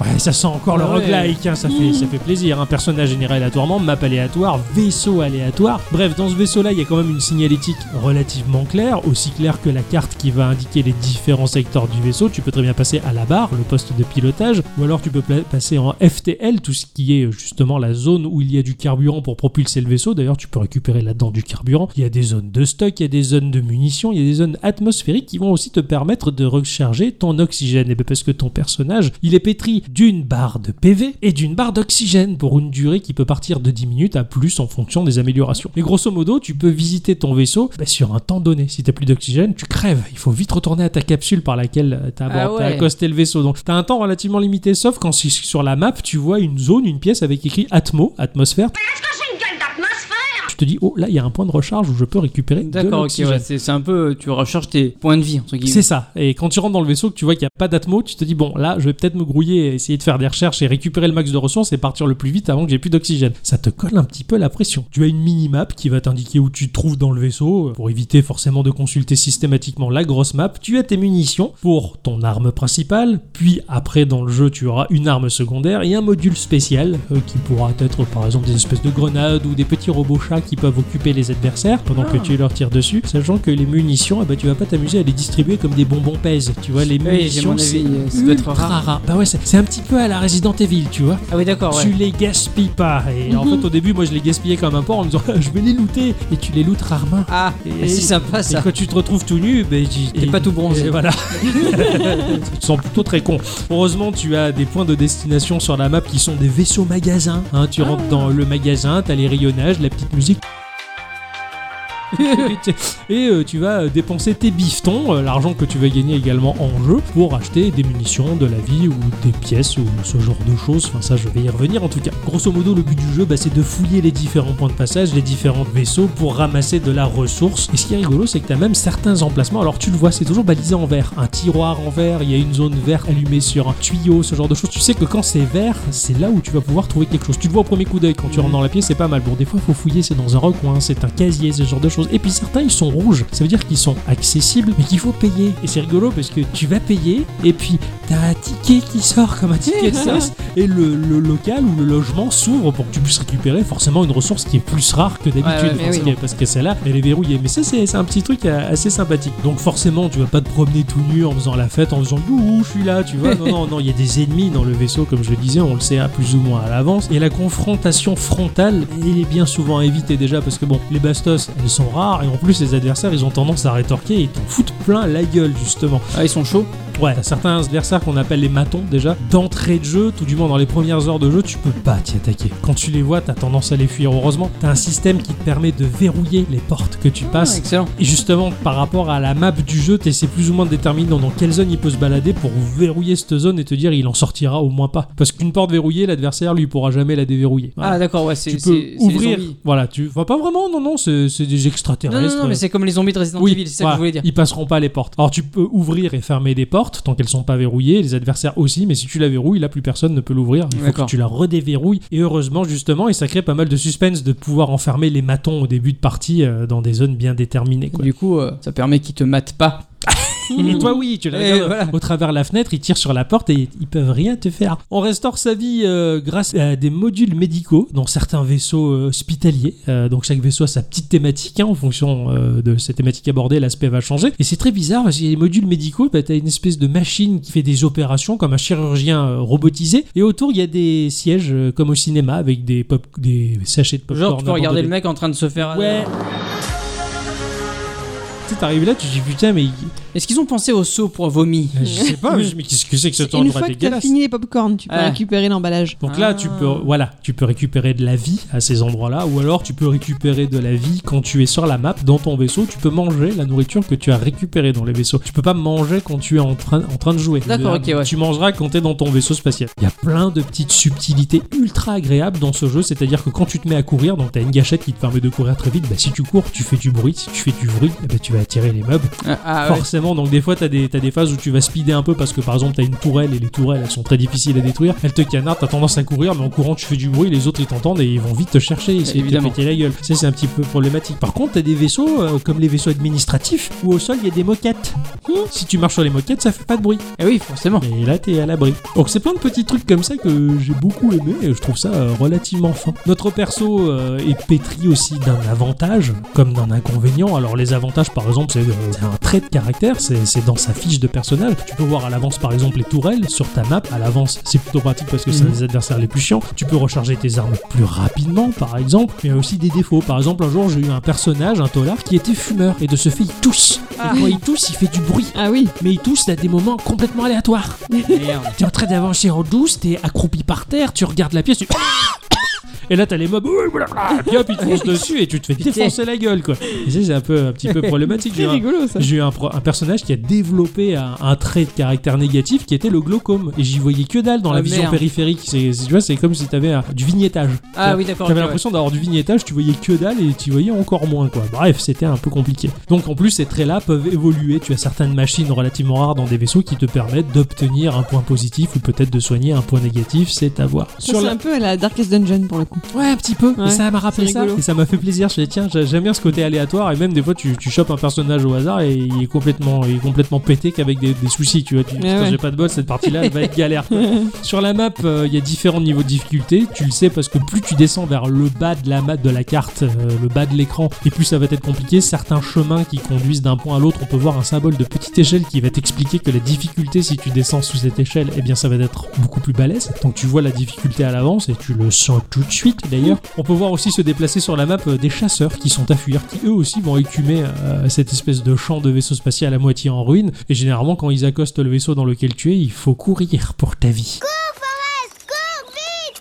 Speaker 1: Ouais, ça sent encore le
Speaker 3: Ah ouais.
Speaker 1: roguelike, hein, ça, fait, ça fait plaisir. Un personnage généré aléatoirement, map aléatoire, vaisseau aléatoire. Bref, dans ce vaisseau-là, il y a quand même une signalétique relativement claire, aussi claire que la carte qui va indiquer les différents secteurs du vaisseau. Tu peux très bien passer à la barre, le poste de pilotage, ou alors tu peux pla- passer en FTL, tout ce qui est euh, justement la zone où il y a du carburant pour propulser le vaisseau. D'ailleurs, tu peux récupérer là-dedans du carburant. Il y a des zones de stock, il y a des zones de munitions, il y a des zones atmosphériques qui vont aussi te permettre de recharger ton oxygène. Et bien parce que ton personnage, il est pétri d'une barre de PV et d'une barre d'oxygène pour une durée qui peut partir de 10 minutes à plus en fonction des améliorations. Et grosso modo, tu peux visiter ton vaisseau bah, sur un temps donné. Si t'as plus d'oxygène, tu crèves. Il faut vite retourner à ta capsule par laquelle euh, t'as
Speaker 3: Ah
Speaker 1: abordé- t'as
Speaker 3: ouais.
Speaker 1: accosté le vaisseau. Donc t'as un temps relativement limité, sauf quand si- sur la map, tu vois une zone, une pièce avec écrit Atmo, atmosphère. Tu te dis, oh là, il y a un point de recharge où je peux récupérer de
Speaker 3: d'accord, ok,
Speaker 1: l'oxygène.
Speaker 3: ouais, c'est c'est un peu. Tu recharges tes points de vie, entre guillemets.
Speaker 1: C'est ça. Et quand tu rentres dans le vaisseau, que tu vois qu'il n'y a pas d'atmo, tu te dis bon, là, je vais peut-être me grouiller et essayer de faire des recherches et récupérer le max de ressources et partir le plus vite avant que j'ai plus d'oxygène. Ça te colle un petit peu la pression. Tu as une mini-map qui va t'indiquer où tu te trouves dans le vaisseau euh, pour éviter forcément de consulter systématiquement la grosse map. Tu as tes munitions pour ton arme principale, puis après dans le jeu, tu auras une arme secondaire et un module spécial euh, qui pourra être par exemple des espèces de grenades ou des petits robots chats qui peuvent occuper les adversaires pendant que
Speaker 3: Ah.
Speaker 1: tu leur tires dessus, sachant que les munitions, eh ben, tu vas pas t'amuser à les distribuer comme des bonbons pèse. Tu vois, les
Speaker 3: Oui, j'ai
Speaker 1: munitions,
Speaker 3: mon avis,
Speaker 1: c'est
Speaker 3: euh, ça doit être
Speaker 1: ultra
Speaker 3: rare.
Speaker 1: rare. Bah ouais, c'est c'est un petit peu à la Resident Evil, tu vois.
Speaker 3: Ah oui, d'accord, ouais. Mhm.
Speaker 1: Tu les gaspilles pas. Et en fait, au début, moi, je les gaspillais comme un porc en me disant, je vais les looter. Et tu les lootes rarement.
Speaker 3: Ah,
Speaker 1: Et-
Speaker 3: c'est sympa
Speaker 1: Et
Speaker 3: ça.
Speaker 1: quand tu te retrouves tout nu, ben, tu-
Speaker 3: T'es
Speaker 1: et-
Speaker 3: pas tout bronzé.
Speaker 1: et Voilà. tu te sens plutôt très con. Heureusement, tu as des points de destination sur la map qui sont des vaisseaux
Speaker 3: Ah.
Speaker 1: magasins. hein. tu rentres dans le magasin, t'as les rayonnages, la petite musique. et tu- et euh, tu vas dépenser tes bifetons, euh, l'argent que tu vas gagner également en jeu, pour acheter des munitions, de la vie ou des pièces ou ce genre de choses. Enfin, ça, je vais y revenir en tout cas. Grosso modo, le but du jeu, bah, c'est de fouiller les différents points de passage, les différents vaisseaux pour ramasser de la ressource. Et ce qui est rigolo, c'est que tu as même certains emplacements. Alors, tu le vois, c'est toujours balisé en vert. Un tiroir en vert, il y a une zone verte allumée sur un tuyau, ce genre de choses. Tu sais que quand c'est vert, c'est là où tu vas pouvoir trouver quelque chose. Tu le vois au premier coup d'œil quand tu rentres dans la pièce, c'est pas mal. Bon, des fois, faut fouiller, c'est dans un recoin, c'est un casier, ce genre de choses. Et puis certains, ils sont rouges. Ça veut dire qu'ils sont accessibles, mais qu'il faut payer. Et c'est rigolo parce que tu vas payer, et puis t'as un ticket qui sort comme un ticket de sauce, et le, le local ou le logement s'ouvre pour que tu puisses récupérer forcément une ressource qui est plus rare que d'habitude.
Speaker 3: Ouais, ouais,
Speaker 1: parce,
Speaker 3: mais
Speaker 1: que, parce que celle-là, elle est verrouillée. Mais ça, c'est c'est un petit truc euh, assez sympathique. Donc forcément, tu vas pas te promener tout nu en faisant la fête, en faisant Youhou, je suis là, tu vois. Non, non, non, il y a des ennemis dans le vaisseau, comme je le disais, on le sait à plus ou moins à l'avance. Et la confrontation frontale, elle est bien souvent à éviter déjà, parce que bon, les bastos, elles sont rares, et en plus, les adversaires, ils ont tendance à rétorquer et ils t'en foutent plein la gueule, justement.
Speaker 3: Ah, ils sont chauds.
Speaker 1: Ouais, t'as certains adversaires qu'on appelle les matons déjà. D'entrée de jeu, tout du moins dans les premières heures de jeu, tu peux pas t'y attaquer. Quand tu les vois, t'as tendance à les fuir. Heureusement, t'as un système qui te permet de verrouiller les portes que tu
Speaker 3: Ah,
Speaker 1: passes.
Speaker 3: excellent.
Speaker 1: Et justement, par rapport à la map du jeu, t'essaies plus ou moins de déterminer dans quelle zone il peut se balader pour verrouiller cette zone et te dire il en sortira au moins pas. Parce qu'une porte verrouillée, l'adversaire lui pourra jamais la déverrouiller. Voilà.
Speaker 3: Ah, d'accord, ouais, c'est
Speaker 1: tu
Speaker 3: c'est-
Speaker 1: peux
Speaker 3: c'est les
Speaker 1: ouvrir.
Speaker 3: zombies. euh,
Speaker 1: Voilà, tu. Enfin, pas vraiment, non, non, c'est c'est des
Speaker 3: Non,
Speaker 1: extraterrestres.
Speaker 3: non, non, mais c'est comme les zombies de Resident Evil, c'est ça que
Speaker 1: voilà,
Speaker 3: je voulais dire.
Speaker 1: Ils passeront pas les portes. Alors tu peux ouvrir et fermer des portes tant qu'elles sont pas verrouillées, les adversaires aussi, mais si tu la verrouilles, là plus personne ne peut l'ouvrir. Il faut que
Speaker 3: D'accord.
Speaker 1: tu la redéverrouilles. Et heureusement justement, et ça crée pas mal de suspense de pouvoir enfermer les matons au début de partie euh, dans des zones bien déterminées. Quoi.
Speaker 3: Du coup, euh, ça permet qu'ils te matent pas.
Speaker 1: Et toi, oui, tu la
Speaker 3: Mmh. Et
Speaker 1: regardes euh,
Speaker 3: voilà.
Speaker 1: au travers de la fenêtre, ils tirent sur la porte et ils peuvent rien te faire. On restaure sa vie euh, grâce à des modules médicaux dans certains vaisseaux euh, hospitaliers. Euh, donc chaque vaisseau a sa petite thématique. hein, en fonction euh, de cette thématique abordée, l'aspect va changer. Et c'est très bizarre parce que les modules médicaux, bah, t'as une espèce de machine qui fait des opérations comme un chirurgien euh, robotisé. Et autour, il y a des sièges euh, comme au cinéma avec des, pop des sachets de popcorn.
Speaker 3: Genre, tu peux regarder
Speaker 1: abandonnés.
Speaker 3: le mec euh, en train de se faire.
Speaker 1: Ouais. Tu sais, t'arrives là, tu te dis putain, mais
Speaker 3: Est-ce qu'ils ont pensé au saut pour vomi
Speaker 1: je sais pas, mais je- mais qu'est-ce que c'est que ce
Speaker 2: Une
Speaker 1: endroit
Speaker 2: fois que t'as
Speaker 1: dégueulasse
Speaker 2: fini les popcorns, tu peux
Speaker 3: Ah.
Speaker 2: récupérer l'emballage.
Speaker 1: donc là, tu peux,
Speaker 3: Ah.
Speaker 1: voilà, tu peux récupérer de la vie à ces endroits-là, ou alors tu peux récupérer de la vie quand tu es sur la map dans ton vaisseau. Tu peux manger la nourriture que tu as récupérée dans les vaisseaux. Tu peux pas manger quand tu es en train, en train de jouer. Euh,
Speaker 3: D'accord, ok, ouais.
Speaker 1: Tu mangeras quand t'es dans ton vaisseau spatial. Il y a plein de petites subtilités ultra agréables dans ce jeu, c'est-à-dire que quand tu te mets à courir, donc t'as une gâchette qui te permet de courir très vite. Bah si tu cours, tu fais du bruit. Si tu fais du bruit, eh ben, tu vas attirer les meubles.
Speaker 3: Ah, ah, ouais.
Speaker 1: Forcément, donc des fois, t'as des, t'as des phases où tu vas speeder un peu parce que par exemple, t'as une tourelle et les tourelles elles sont très difficiles à détruire. Elles te canardent, t'as tendance à courir, mais en courant, tu fais du bruit, les autres ils t'entendent et ils vont vite te chercher, ils essayer de te
Speaker 3: Évidemment.
Speaker 1: péter la gueule. Ça, c'est un petit peu problématique. Par contre, t'as des vaisseaux euh, comme les vaisseaux administratifs où au sol il y a des moquettes.
Speaker 3: Hmm.
Speaker 1: Si tu marches sur les moquettes, ça fait pas de bruit.
Speaker 3: Eh oui, forcément.
Speaker 1: Et là, t'es à l'abri. Donc, c'est plein de petits trucs comme ça que j'ai beaucoup aimé et je trouve ça euh, relativement fin. Notre perso euh, est pétri aussi d'un avantage comme d'un inconvénient. Alors, les avantages, par exemple, c'est euh, c'est un trait de caractère, c'est c'est dans sa fiche de personnage. Tu peux voir à l'avance, par exemple, les tourelles sur ta map. À l'avance, c'est plutôt pratique parce que c'est
Speaker 3: Mhm.
Speaker 1: les adversaires les plus chiants. Tu peux recharger tes armes plus rapidement, par exemple. Mais il y a aussi des défauts. Par exemple, un jour, j'ai eu un personnage, un tolard, qui était fumeur et de ce fait, il tousse.
Speaker 3: Ah.
Speaker 1: Et quand il tousse, il fait du bruit
Speaker 2: Ah oui,
Speaker 1: mais ils toussent à des moments complètement aléatoires.
Speaker 3: Merde.
Speaker 1: T'es en train d'avancer en douce, t'es accroupi par terre, tu regardes la pièce, tu... Et là, t'as les mobs, ouh, blablabla, et puis hop, ils te foncent dessus et tu te fais défoncer la gueule, quoi. Et ça, c'est un peu, un petit peu problématique.
Speaker 2: c'est
Speaker 1: J'ai un-
Speaker 2: rigolo ça.
Speaker 1: J'ai eu un, pro- un personnage qui a développé un, un trait de caractère négatif qui était le glaucome. Et j'y voyais que dalle dans la
Speaker 3: Ah,
Speaker 1: vision
Speaker 3: merde.
Speaker 1: périphérique. C'est, c'est- tu vois, c'est comme si t'avais euh, du vignettage.
Speaker 3: Ah oui, d'accord.
Speaker 1: J'avais
Speaker 3: ok, ouais.
Speaker 1: l'impression d'avoir du vignettage, tu voyais que dalle et tu voyais encore moins quoi. Bref, c'était un peu compliqué. Donc en plus, ces traits-là peuvent évoluer. Tu as certaines machines relativement rares dans des vaisseaux qui te permettent d'obtenir un point positif ou peut-être de soigner un point négatif, c'est à voir.
Speaker 2: Ça, C'est un peu à la Darkest Dungeon pour le coup.
Speaker 1: Ouais, un petit peu.
Speaker 2: Ouais,
Speaker 1: et ça m'a rappelé
Speaker 2: c'est
Speaker 1: ça.
Speaker 2: rigolo.
Speaker 1: Et ça m'a fait plaisir. Je me suis dit, tiens, j'a- j'aime bien ce côté aléatoire. Et même des fois, tu, tu chopes un personnage au hasard et il est complètement, il est complètement pété qu'avec des, des soucis. Tu vois, tu,
Speaker 2: Ouais,
Speaker 1: putain,
Speaker 2: ouais.
Speaker 1: j'ai pas de bol, cette partie-là, elle va être galère. Sur la map, euh, il y a différents niveaux de difficulté. Tu le sais parce que plus tu descends vers le bas de la map, de la carte, euh, le bas de l'écran, et plus ça va être compliqué. Certains chemins qui conduisent d'un point à l'autre, on peut voir un symbole de petite échelle qui va t'expliquer que la difficulté, si tu descends sous cette échelle, eh bien ça va être beaucoup plus balèze. Donc tu vois la difficulté à l'avance et tu le sens tout de suite. D'ailleurs, on peut voir aussi se déplacer sur la map euh, des chasseurs qui sont à fuir, qui eux aussi vont écumer euh, cette espèce de champ de vaisseau spatial à moitié en ruine. Et généralement, quand ils accostent le vaisseau dans lequel tu es, il faut courir pour ta vie.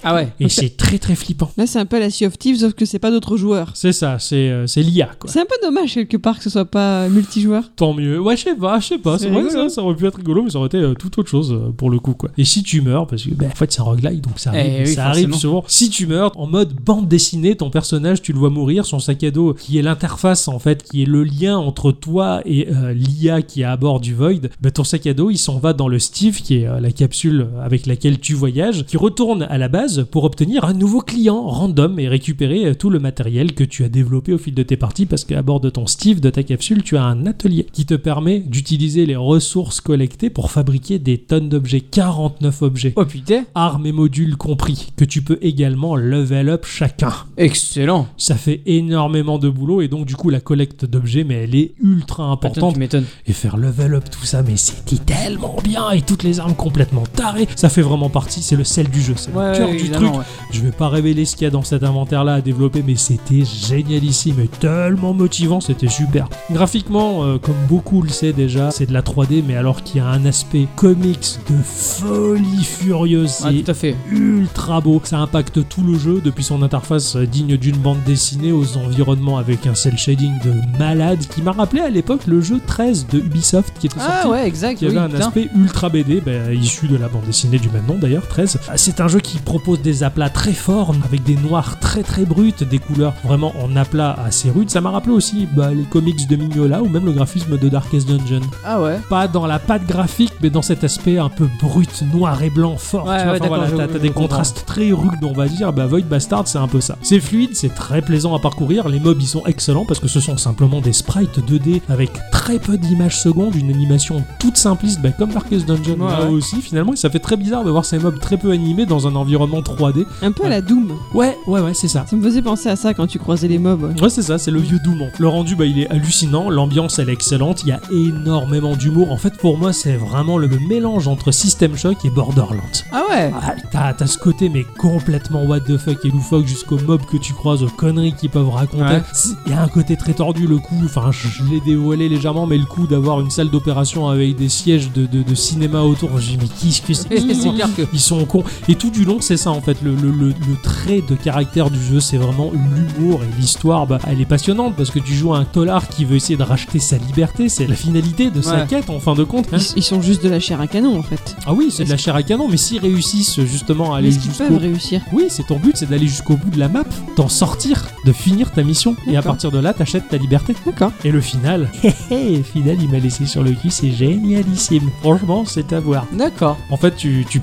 Speaker 3: Ah ouais.
Speaker 1: Et c'est très très flippant.
Speaker 2: Là, c'est un peu la Sea of Thieves, sauf que c'est pas d'autres joueurs.
Speaker 1: C'est ça, c'est euh, c'est l'IA quoi.
Speaker 2: C'est un peu dommage quelque part que ce soit pas multijoueur.
Speaker 1: Tant mieux. Ouais, je sais pas, je sais pas.
Speaker 2: C'est
Speaker 1: C'est vrai que ça,
Speaker 2: rigolo.
Speaker 1: ça aurait pu être rigolo, mais ça aurait été euh, tout autre chose euh, pour le coup, quoi. Et si tu meurs, parce que ben, en fait, c'est un roguelike, donc ça arrive,
Speaker 3: Eh oui,
Speaker 1: ça arrive
Speaker 3: forcément.
Speaker 1: souvent. Si tu meurs en mode bande dessinée, ton personnage, tu le vois mourir, son sac à dos, qui est l'interface en fait, qui est le lien entre toi et euh, l'IA qui est à bord du Void, ben, ton sac à dos, il s'en va dans le Steve, qui est euh, la capsule avec laquelle tu voyages, qui retourne à la base pour obtenir un nouveau client random et récupérer euh, tout le matériel que tu as développé au fil de tes parties, parce qu'à bord de ton Steve, de ta capsule, tu as un atelier qui te permet d'utiliser les ressources collectées pour fabriquer des tonnes d'objets, 49 objets
Speaker 3: Oh putain.
Speaker 1: armes et modules compris, que tu peux également level up chacun.
Speaker 3: Excellent.
Speaker 1: Ça fait énormément de boulot et donc du coup la collecte d'objets, mais elle est ultra
Speaker 3: Attends,
Speaker 1: importante.
Speaker 3: tu m'étonnes.
Speaker 1: Et faire level up tout ça, mais c'était tellement bien et toutes les armes complètement tarées, ça fait vraiment partie, c'est le sel du jeu, c'est le cœur du truc.
Speaker 3: évidemment, ouais.
Speaker 1: Je vais pas révéler ce qu'il y a dans cet inventaire-là à développer, mais c'était génialissime et tellement motivant, c'était super. Graphiquement, euh, comme beaucoup le sait déjà, c'est de la 3D, mais alors qu'il y a un aspect comics de folie furieuse,
Speaker 3: Ah,
Speaker 1: c'est
Speaker 3: tout à fait.
Speaker 1: ultra beau. Ça impacte tout le jeu, depuis son interface euh, digne d'une bande dessinée aux environnements avec un cel shading de malade qui m'a rappelé à l'époque le jeu 13 de Ubisoft qui était
Speaker 3: Ah
Speaker 1: sorti.
Speaker 3: ouais, exact.
Speaker 1: Qui avait
Speaker 3: oui,
Speaker 1: un
Speaker 3: putain.
Speaker 1: aspect ultra BD, ben, issu de la bande dessinée du même nom d'ailleurs, 13. Ah, C'est un jeu qui propose des aplats très forts, avec des noirs très très bruts, des couleurs vraiment en aplats assez rudes. Ça m'a rappelé aussi bah, les comics de Mignola ou même le graphisme de Darkest Dungeon
Speaker 3: Ah ouais.
Speaker 1: pas dans la patte graphique, mais dans cet aspect un peu brut, noir et blanc fort.
Speaker 3: Ouais,
Speaker 1: tu vois,
Speaker 3: ouais,
Speaker 1: Enfin,
Speaker 3: d'accord,
Speaker 1: voilà,
Speaker 3: je-
Speaker 1: t'as-
Speaker 3: je
Speaker 1: t'as des
Speaker 3: comprends.
Speaker 1: contrastes très rudes, on va dire. Bah, Void Bastard, c'est un peu ça. C'est fluide, c'est très plaisant à parcourir. Les mobs, ils sont excellents parce que ce sont simplement des sprites 2D avec très peu d'images secondes, une animation toute simpliste, bah, comme Darkest Dungeon
Speaker 3: Ouais,
Speaker 1: là
Speaker 3: ouais.
Speaker 1: aussi, finalement. Et ça fait très bizarre de voir ces mobs très peu animés dans un environnement 3D.
Speaker 2: Un peu à la Doom.
Speaker 1: Ouais, ouais, ouais, c'est ça.
Speaker 2: Ça me faisait penser à ça quand tu croisais les mobs. ouais.
Speaker 1: Ouais, c'est ça, c'est le vieux Doom. Le rendu, bah, il est hallucinant, l'ambiance, elle est excellente, il y a énormément d'humour. En fait, pour moi, c'est vraiment le mélange entre System Shock et Borderlands.
Speaker 3: Ah ouais.
Speaker 1: Ah, t'as, t'as ce côté, mais complètement what the fuck et loufoque jusqu'aux mobs que tu croises, aux conneries qu'ils peuvent raconter.
Speaker 3: Ouais.
Speaker 1: C'est- Il y a un côté très tordu, le coup, enfin, je je l'ai dévoilé légèrement, mais le coup d'avoir une salle d'opération avec des sièges de, de- de cinéma autour, j'ai dit, mais qu'est-ce que c'est que ce
Speaker 3: c'est clair que.
Speaker 1: ils sont cons. Et tout du long, c'est ça en fait. Le, le- le- le trait de caractère du jeu, c'est vraiment l'humour et l'histoire. Bah, elle est passionnante parce que tu joues à un tolard qui veut essayer de racheter sa liberté. C'est la finalité de sa
Speaker 3: Ouais.
Speaker 1: quête en fin de compte.
Speaker 2: Ils, ils sont juste de la chair à canon en fait.
Speaker 1: Ah oui, c'est de la chair à canon, mais s'ils réussissent justement à aller
Speaker 2: Est-ce qu'ils
Speaker 1: jusqu'au
Speaker 2: peuvent réussir
Speaker 1: oui, c'est ton but, c'est d'aller jusqu'au bout de la map, d'en sortir, de finir ta mission. Et à
Speaker 2: D'accord.
Speaker 1: partir de là, t'achètes ta liberté.
Speaker 2: D'accord.
Speaker 1: Et le final, hé final, il m'a laissé sur le cul, c'est génialissime. Franchement, c'est à voir.
Speaker 3: D'accord.
Speaker 1: En fait, tu, tu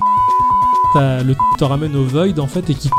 Speaker 1: t'as- le te ramène au void en fait et qui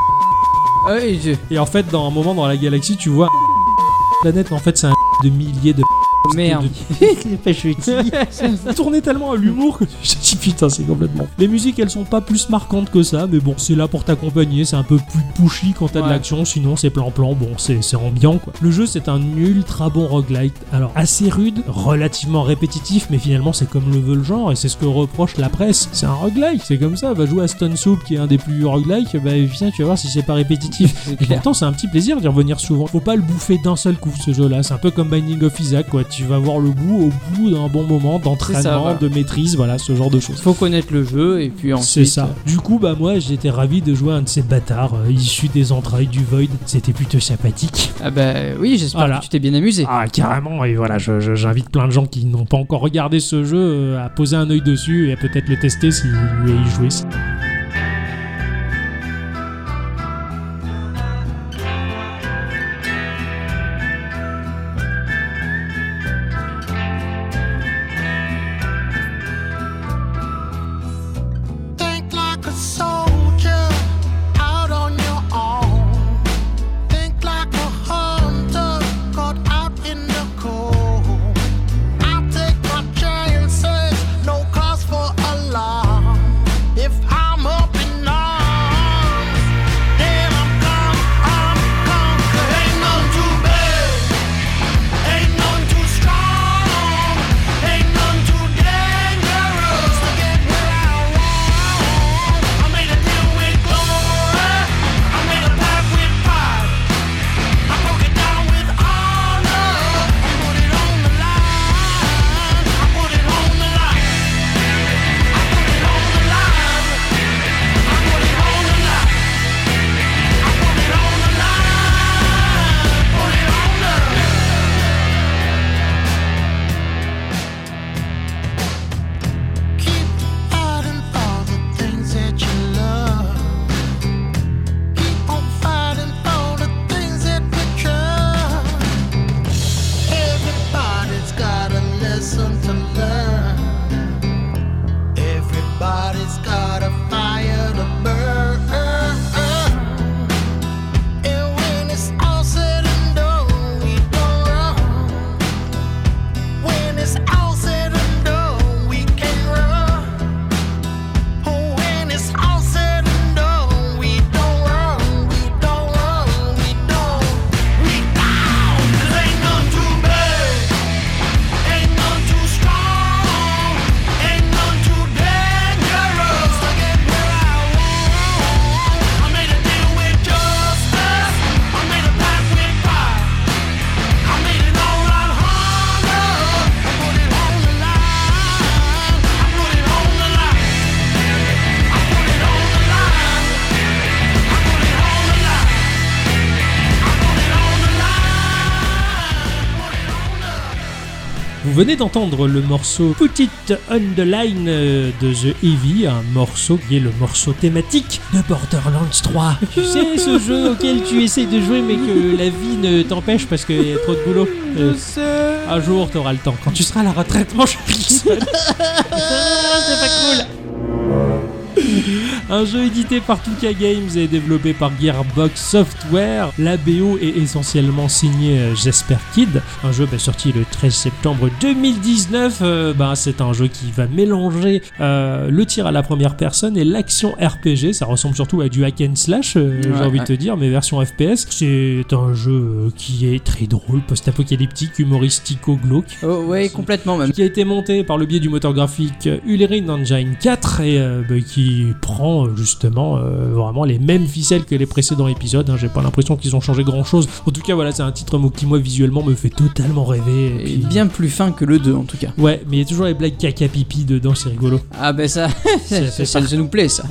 Speaker 3: Ah oui, je-
Speaker 1: Et en fait, dans un moment dans la galaxie, tu vois un planète, mais en fait, c'est un de milliers de.
Speaker 3: Merde.
Speaker 1: de... pas Tourné tellement à l'humour que je dis putain, c'est complètement. Les musiques, elles sont pas plus marquantes que ça, mais bon, c'est là pour t'accompagner. C'est un peu plus pushy quand t'as de
Speaker 3: Ouais.
Speaker 1: l'action, sinon c'est plan-plan. Bon, c'est c'est ambiant quoi. Le jeu, c'est un ultra bon roguelite. Alors assez rude, relativement répétitif, mais finalement c'est comme le veut le genre et c'est ce que reproche la presse. C'est un roguelike, c'est comme ça. Va jouer à Stone Soup qui est un des plus roguelike, bah viens, tu vas voir si c'est pas répétitif.
Speaker 3: C'est
Speaker 1: Et
Speaker 3: clair.
Speaker 1: pourtant, c'est un petit plaisir d'y revenir souvent. Faut pas le bouffer d'un seul coup, ce jeu-là. C'est un peu comme Binding of Isaac, quoi. Tu vas voir le bout au bout d'un bon moment d'entraînement,
Speaker 3: C'est ça, voilà.
Speaker 1: de maîtrise, voilà, ce genre de choses.
Speaker 3: Faut connaître le jeu et puis ensuite. euh,
Speaker 1: C'est ça. Du coup, bah moi, j'étais ravi de jouer à un de ces bâtards euh, issus des entrailles du Void. C'était plutôt sympathique.
Speaker 3: Ah bah oui, j'espère
Speaker 1: Voilà.
Speaker 3: que tu t'es bien amusé.
Speaker 1: Ah, carrément. Et voilà, je- je- j'invite plein de gens qui n'ont pas encore regardé ce jeu euh, à poser un œil dessus et à peut-être le tester si et y jouer.
Speaker 8: Think like a soldier out on your own. Think like a hunter caught out in the cold. I take my chances, no cause for alarm. If I'm
Speaker 1: Vous venez d'entendre le morceau Put It On The Line euh, de The Heavy, un morceau qui est le morceau thématique de Borderlands 3. Tu sais, ce jeu auquel tu essaies de jouer mais que la vie ne t'empêche parce qu'il y a trop de boulot. Euh, un jour, t'auras le temps. Quand tu seras à la retraite, mon cher Wilson. C'est pas cool un jeu édité par Tuka Games et développé par Gearbox Software. La BO est essentiellement signée euh, Jasper Kidd. Un jeu bah, sorti le 13 septembre 2019. Euh, bah, c'est un jeu qui va mélanger euh, le tir à la première personne et l'action RPG. Ça ressemble surtout à du hack and slash, euh, j'ai
Speaker 3: Ouais,
Speaker 1: envie de
Speaker 3: ouais.
Speaker 1: te dire, mais version FPS. C'est un jeu euh, qui est très drôle, post-apocalyptique, humoristico-glauque
Speaker 3: Oh, ouais, complètement même.
Speaker 1: qui a été monté par le biais du moteur graphique Ullerin Engine 4 et euh, bah, qui prend euh, justement euh, vraiment les mêmes ficelles que les précédents épisodes. hein. J'ai pas l'impression qu'ils ont changé grand chose. En tout cas, voilà, c'est un titre moi, qui, moi, visuellement, me fait totalement rêver.
Speaker 3: Et
Speaker 1: puis-
Speaker 3: bien plus fin que le 2 en tout cas.
Speaker 1: Ouais, mais il y a toujours les blagues caca pipi dedans, c'est rigolo.
Speaker 3: Ah ben ça,
Speaker 1: bah Ça
Speaker 3: ça,
Speaker 1: fait
Speaker 3: ça- ça nous plaît ça.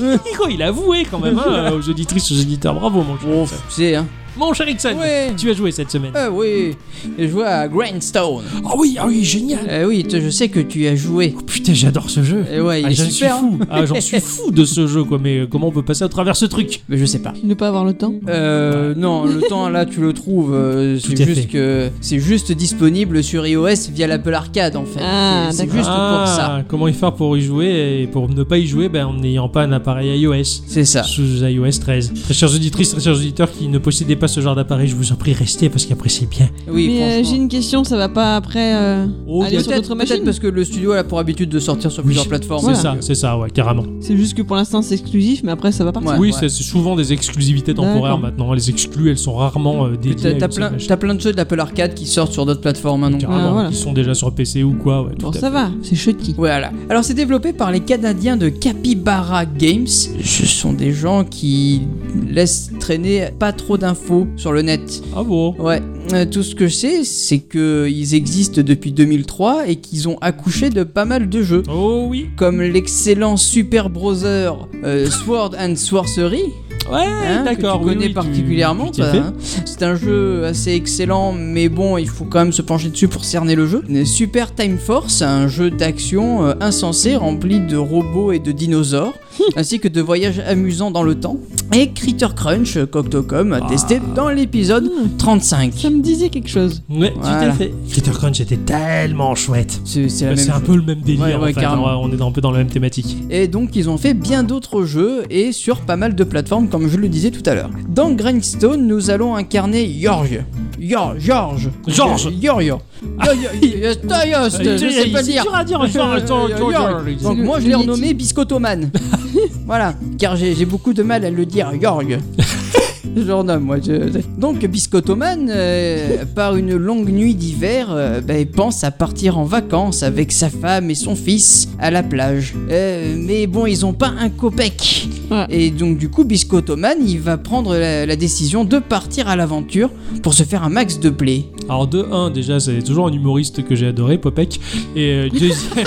Speaker 1: Nico, il a avoué quand même hein, aux auditrices, aux auditeurs. Bravo, mon cher.
Speaker 3: Bon, tu sais hein.
Speaker 1: Mon cher Ixon,
Speaker 3: Ouais.
Speaker 1: tu as joué cette semaine.
Speaker 3: Ah oui. Et je vois à Grindstone.
Speaker 1: Ah oui, ah oui, génial.
Speaker 2: Eh
Speaker 3: Ah oui, toi, je sais que tu y as joué.
Speaker 1: Putain, j'adore ce jeu.
Speaker 3: Et Eh ouais, il
Speaker 1: Ah,
Speaker 3: est
Speaker 1: j'en suis
Speaker 3: super.
Speaker 1: fou.
Speaker 3: hein.
Speaker 1: Ah, j'en suis fou de ce jeu, quoi. Mais euh, comment on peut passer à travers ce truc
Speaker 3: Mais je sais pas.
Speaker 2: Ne pas avoir le temps.
Speaker 3: Euh, non, le temps là tu le trouves. euh, c'est
Speaker 1: Tout à fait.
Speaker 3: juste que c'est juste disponible sur iOS via l'Apple Arcade en fait.
Speaker 2: Ah,
Speaker 3: C'est- c'est
Speaker 2: d'accord.
Speaker 3: juste pour ça.
Speaker 1: Ah, Comment y faire pour y jouer et pour ne pas y jouer ben, en n'ayant pas un appareil iOS
Speaker 3: C'est ça.
Speaker 1: sous iOS 13. Très chères auditrices, très chers auditeurs qui ne possédaient pas ce genre d'appareil, je vous en prie, restez parce qu'après c'est bien.
Speaker 3: Oui,
Speaker 2: mais euh, j'ai
Speaker 3: franchement.
Speaker 2: une question, ça va pas après euh,
Speaker 1: Oh,
Speaker 2: aller
Speaker 1: il y a-
Speaker 3: Peut-être
Speaker 2: sur d'autres
Speaker 3: peut-être
Speaker 2: machines
Speaker 3: parce que le studio a pour habitude de sortir sur
Speaker 1: Oui,
Speaker 3: plusieurs
Speaker 1: c'est
Speaker 3: plateformes.
Speaker 1: C'est
Speaker 2: Voilà.
Speaker 1: ça, c'est ça, ouais, carrément.
Speaker 2: C'est juste que pour l'instant c'est exclusif, mais après ça va partir.
Speaker 3: Ouais,
Speaker 1: oui,
Speaker 3: ouais.
Speaker 1: c'est c'est souvent des exclusivités temporaires
Speaker 2: D'accord.
Speaker 1: maintenant. hein. Les exclus, elles sont rarement euh,
Speaker 3: Puis
Speaker 1: dédiées. à
Speaker 3: T'as t'as
Speaker 1: une seule
Speaker 3: plein,
Speaker 1: machine.
Speaker 3: t'as plein de jeux de l'Apple Arcade qui sortent sur d'autres plateformes hein, non
Speaker 1: Carrément,
Speaker 2: Ah, voilà.
Speaker 1: qui sont déjà sur PC ou quoi. Ouais, tout
Speaker 2: Bon,
Speaker 1: à
Speaker 2: ça
Speaker 1: fait.
Speaker 2: va, c'est chutty.
Speaker 3: Voilà. Alors c'est développé par les Canadiens de Capybara Games. Ce sont des gens qui laissent traîner pas trop d'infos sur le net.
Speaker 1: Ah bon
Speaker 3: Ouais, euh, tout ce que je sais, c'est qu'ils existent depuis 2003 et qu'ils ont accouché de pas mal de jeux.
Speaker 1: Oh oui
Speaker 3: Comme l'excellent Super Browser euh, Sword and Sorcery,
Speaker 1: Ouais,
Speaker 3: hein, que tu
Speaker 1: Eh, d'accord. oui,
Speaker 3: connais
Speaker 1: oui, tu-
Speaker 3: particulièrement.
Speaker 1: tu t'y
Speaker 3: toi,
Speaker 1: fais.
Speaker 3: hein. C'est un jeu assez excellent, mais bon, il faut quand même se pencher dessus pour cerner le jeu. Super Time Force, un jeu d'action euh, insensé rempli de robots et de dinosaures, ainsi que de voyages amusants dans le temps. Et Critter Crunch, euh, Cocteau.com,
Speaker 1: Ah.
Speaker 3: testé dans l'épisode
Speaker 1: Hmm.
Speaker 3: 35.
Speaker 2: Ça me disait quelque chose.
Speaker 1: Ouais, tout à
Speaker 3: Voilà.
Speaker 1: fait. Peter Crunch était tellement chouette.
Speaker 3: C'est c'est la
Speaker 1: Bah,
Speaker 3: même
Speaker 1: C'est un
Speaker 3: chose.
Speaker 1: peu le même délire
Speaker 3: Ouais, ouais,
Speaker 1: en fait,
Speaker 3: carrément.
Speaker 1: hein, on est un peu dans la même thématique.
Speaker 3: Et donc ils ont fait bien d'autres jeux et sur pas mal de plateformes comme je le disais tout à l'heure. Dans Grindstone, nous allons incarner George. George, George.
Speaker 1: George.
Speaker 3: George. Yo, yo, yo, Toyost, je sais pas
Speaker 1: C'est
Speaker 3: dire.
Speaker 1: dur à dire.
Speaker 3: George, George. Donc moi je l'ai renommé Biscottoman. voilà, car j'ai j'ai beaucoup de mal à le dire George. Je le renomme, moi. je- Donc, Biscottoman, euh, par une longue nuit d'hiver, euh, bah, il pense à partir en vacances avec sa femme et son fils à la plage. Euh, mais bon, ils ont pas un copec.
Speaker 2: Ouais.
Speaker 3: Et donc, du coup, Biscottoman, il va prendre la, la décision de partir à l'aventure pour se faire un max de blé.
Speaker 1: Alors de 1 déjà c'est toujours un humoriste que j'ai adoré Popek et euh, deuxième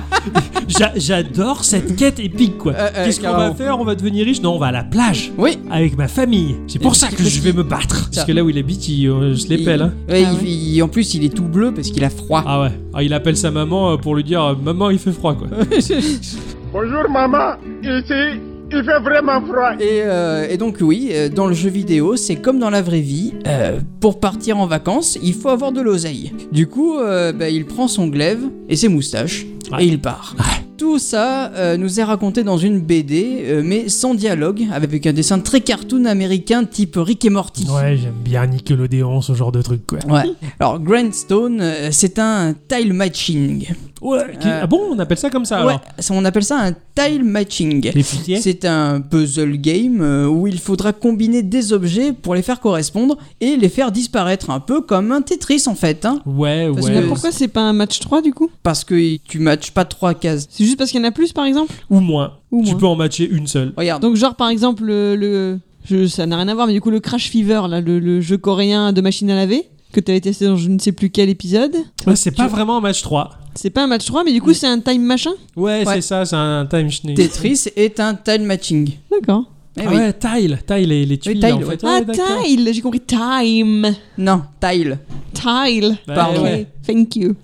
Speaker 1: j'a- j'adore cette quête épique quoi.
Speaker 3: Euh, euh,
Speaker 1: Qu'est-ce qu'on va
Speaker 3: carrément.
Speaker 1: faire On va devenir riche Non, on va à la plage
Speaker 3: Oui,
Speaker 1: avec ma famille. C'est pour ça que je vais me battre. Parce que là où il habite, il, euh, je
Speaker 3: il-
Speaker 1: l'épelle. Hein.
Speaker 3: ouais,
Speaker 2: Ah
Speaker 3: il-
Speaker 2: ouais.
Speaker 3: il- en plus, il est tout bleu parce qu'il a froid.
Speaker 1: Ah ouais. Ah, il appelle sa maman euh, pour lui dire euh, maman il fait froid quoi.
Speaker 9: Bonjour maman, ici il fait vraiment froid.
Speaker 3: Et, euh, et donc oui, euh, dans le jeu vidéo, c'est comme dans la vraie vie. euh, pour partir en vacances, il faut avoir de l'oseille. Du coup, euh, bah, il prend son glaive et ses moustaches
Speaker 1: Ouais.
Speaker 3: et il part. Tout ça euh, nous est raconté dans une BD, euh, mais sans dialogue, avec un dessin très cartoon américain type Rick et Morty.
Speaker 1: Ouais j'aime bien Nickelodeon ce genre de truc quoi.
Speaker 3: Ouais. Alors, Grindstone, euh, c'est un tile matching.
Speaker 1: Ouais. qui-
Speaker 3: Euh,
Speaker 1: Ah bon on appelle ça comme ça
Speaker 3: Ouais,
Speaker 1: alors.
Speaker 3: ça- on appelle ça un tile matching.
Speaker 1: Les fusillés
Speaker 3: C'est un puzzle game euh, où il faudra combiner des objets pour les faire correspondre et les faire disparaître, un peu comme un Tetris en fait, hein,
Speaker 1: Ouais
Speaker 3: Parce
Speaker 1: ouais.
Speaker 2: Mais pourquoi c'est pas un match 3 du coup
Speaker 3: parce que tu matches pas trois cases.
Speaker 2: C'est juste parce qu'il y en a plus par exemple
Speaker 1: Ou moins.
Speaker 2: Ou
Speaker 1: Tu
Speaker 2: moins.
Speaker 1: peux en matcher une seule.
Speaker 3: Regarde,
Speaker 2: Donc genre par exemple le, le- je, ça n'a rien à voir mais du coup le Crash Fever là le, le jeu coréen de machine à laver que tu avais testé dans je ne sais plus quel épisode.
Speaker 1: Ouais, c'est pas vraiment un match 3.
Speaker 2: C'est pas un match 3 mais du coup c'est un time machin
Speaker 1: Ouais,
Speaker 3: Ouais.
Speaker 1: c'est ça, c'est un time schne-
Speaker 3: Tetris est un tile matching.
Speaker 2: D'accord.
Speaker 3: Eh
Speaker 1: Ah
Speaker 3: oui.
Speaker 1: ouais, tile, tile les, les tuiles
Speaker 3: tile,
Speaker 1: en
Speaker 3: ouais.
Speaker 1: fait. Ouais,
Speaker 2: Ah
Speaker 1: d'accord.
Speaker 2: tile, j'ai compris time.
Speaker 3: Non, tile.
Speaker 2: Tile. Tile.
Speaker 1: Bah,
Speaker 3: Pardon.
Speaker 1: ouais.
Speaker 2: Thank you.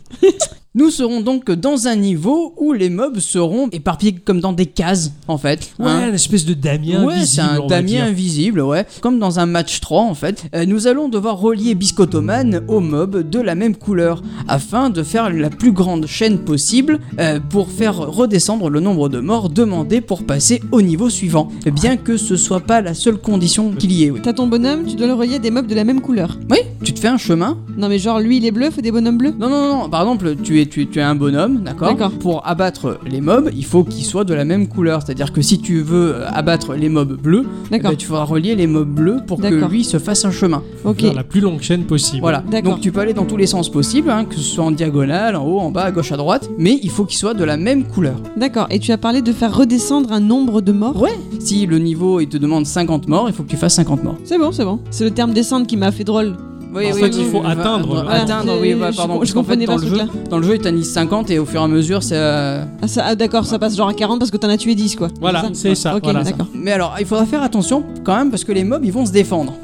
Speaker 3: Nous serons donc dans un niveau où les mobs seront éparpillés comme dans des cases, en fait.
Speaker 1: Ouais,
Speaker 3: hein.
Speaker 1: une espèce de Damien
Speaker 3: Ouais,
Speaker 1: invisible,
Speaker 3: c'est un
Speaker 1: on va
Speaker 3: damier
Speaker 1: dire.
Speaker 3: invisible, ouais. Comme dans un match 3, en fait. Euh, nous allons devoir relier Biscotoman aux mobs de la même couleur, afin de faire la plus grande chaîne possible euh, pour faire redescendre le nombre de morts demandés pour passer au niveau suivant. Bien que ce soit pas la seule condition qu'il y ait, oui.
Speaker 2: T'as ton bonhomme, tu dois le relier à des meubles de la même couleur.
Speaker 3: Oui, tu te fais un chemin.
Speaker 2: Non mais genre lui il est bleu, faut des bonhommes bleus.
Speaker 3: Non, non, non, non, par exemple, tu es, tu, es- tu es un bonhomme, d'accord
Speaker 2: D'accord.
Speaker 3: Pour abattre les mobs, il faut qu'ils soient de la même couleur. C'est-à-dire que si tu veux euh, abattre les mobs bleus,
Speaker 2: D'accord.
Speaker 3: bah,
Speaker 1: Eh
Speaker 3: tu feras relier les mobs bleus pour que
Speaker 2: D'accord.
Speaker 3: lui se fasse un chemin.
Speaker 1: ben,
Speaker 2: ok.
Speaker 1: Faire la plus longue chaîne possible.
Speaker 3: Voilà,
Speaker 2: D'accord.
Speaker 3: donc tu peux aller dans tous les sens possibles, hein, que ce soit en diagonale, en haut, en bas, à gauche, à droite, mais il faut qu'ils soient de la même couleur.
Speaker 2: D'accord. Et tu as parlé de faire redescendre un nombre de morts.
Speaker 3: Ouais, si le niveau il te demande 50 morts, il faut que tu fasses 50 morts.
Speaker 2: C'est bon, c'est bon. C'est le terme descendre qui m'a fait drôle.
Speaker 3: Oui,
Speaker 1: En oui, fait, oui, il faut oui, atteindre.
Speaker 3: Atteindre,
Speaker 1: Voilà,
Speaker 3: oui,
Speaker 2: je-
Speaker 3: bah,
Speaker 2: je-
Speaker 3: pardon,
Speaker 2: je
Speaker 3: parce qu'en fait,
Speaker 2: comprenais
Speaker 3: dans
Speaker 2: pas
Speaker 3: le,
Speaker 2: ce
Speaker 3: jeu,
Speaker 2: truc-là.
Speaker 3: dans le jeu, il t'a mis 50 et au fur et à mesure, c'est. euh,
Speaker 2: Ah, ça- ah, d'accord, ça passe genre à 40 parce que t'en as tué 10 quoi.
Speaker 1: Voilà, c'est ça,
Speaker 2: Ok,
Speaker 1: voilà.
Speaker 2: d'accord.
Speaker 3: Mais alors, il faudra faire attention quand même parce que les mobs ils vont se défendre.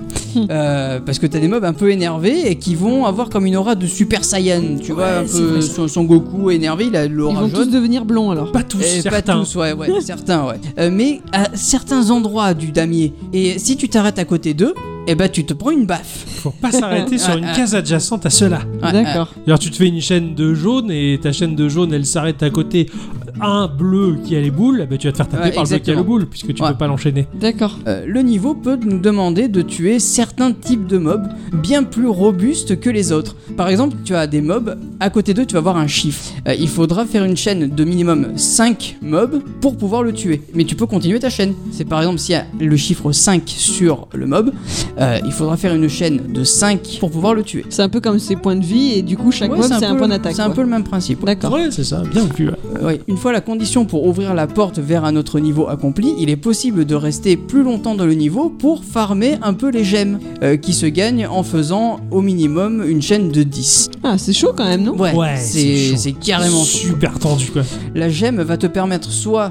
Speaker 3: Euh, parce que t'as des mobs un peu énervés et qui vont avoir comme une aura de Super Saiyan. Tu vois, un
Speaker 2: c'est
Speaker 3: peu
Speaker 2: vrai, ça.
Speaker 3: son, son Goku énervé, il a
Speaker 2: Ils
Speaker 3: l'aura
Speaker 2: vont
Speaker 3: jaune.
Speaker 2: tous devenir blonds alors.
Speaker 1: Pas tous,
Speaker 3: Eh, pas
Speaker 1: certains.
Speaker 3: tous, ouais, ouais, certains, ouais. Euh, mais à certains endroits du damier. Et si tu t'arrêtes à côté d'eux, eh ben tu te prends une baffe.
Speaker 1: Faut pas s'arrêter sur une
Speaker 3: Ouais,
Speaker 1: case adjacente à cela.
Speaker 3: Ouais, euh,
Speaker 2: D'accord.
Speaker 1: Alors tu te fais une chaîne de jaune et ta chaîne de jaune elle s'arrête à côté un bleu qui a les boules, eh ben, tu vas te faire taper
Speaker 3: Ouais,
Speaker 1: par le bleu qui a
Speaker 3: exactement.
Speaker 1: le boule puisque tu
Speaker 3: Ouais.
Speaker 1: peux pas l'enchaîner.
Speaker 2: D'accord.
Speaker 3: Euh, le niveau peut nous demander de tuer certains types de mobs bien plus robustes que les autres. Par exemple, tu as des mobs, à côté d'eux, tu vas voir un chiffre. Euh, il faudra faire une chaîne de minimum 5 mobs pour pouvoir le tuer. Mais tu peux continuer ta chaîne. C'est par exemple, s'il y a le chiffre 5 sur le mob, euh, il faudra faire une chaîne de 5 pour pouvoir le tuer.
Speaker 2: C'est un peu comme ses points de vie et du coup chaque
Speaker 3: Ouais,
Speaker 2: mob c'est un,
Speaker 3: peu
Speaker 2: point
Speaker 3: le-
Speaker 2: d'attaque.
Speaker 3: C'est un
Speaker 2: quoi.
Speaker 3: peu le même principe. ouais.
Speaker 2: D'accord.
Speaker 1: Ouais, c'est ça, bien vu. ouais.
Speaker 3: Euh, ouais. Une fois la condition pour ouvrir la porte vers un autre niveau accomplie, il est possible de rester plus longtemps dans le niveau pour farmer un peu les gemmes, euh, qui se gagnent en faisant au minimum une chaîne de 10.
Speaker 2: Ah, c'est chaud quand même, non
Speaker 3: Ouais,
Speaker 1: Ouais, c'est chaud.
Speaker 3: c'est c'est carrément chaud.
Speaker 1: super tendu quoi.
Speaker 3: La gemme va te permettre soit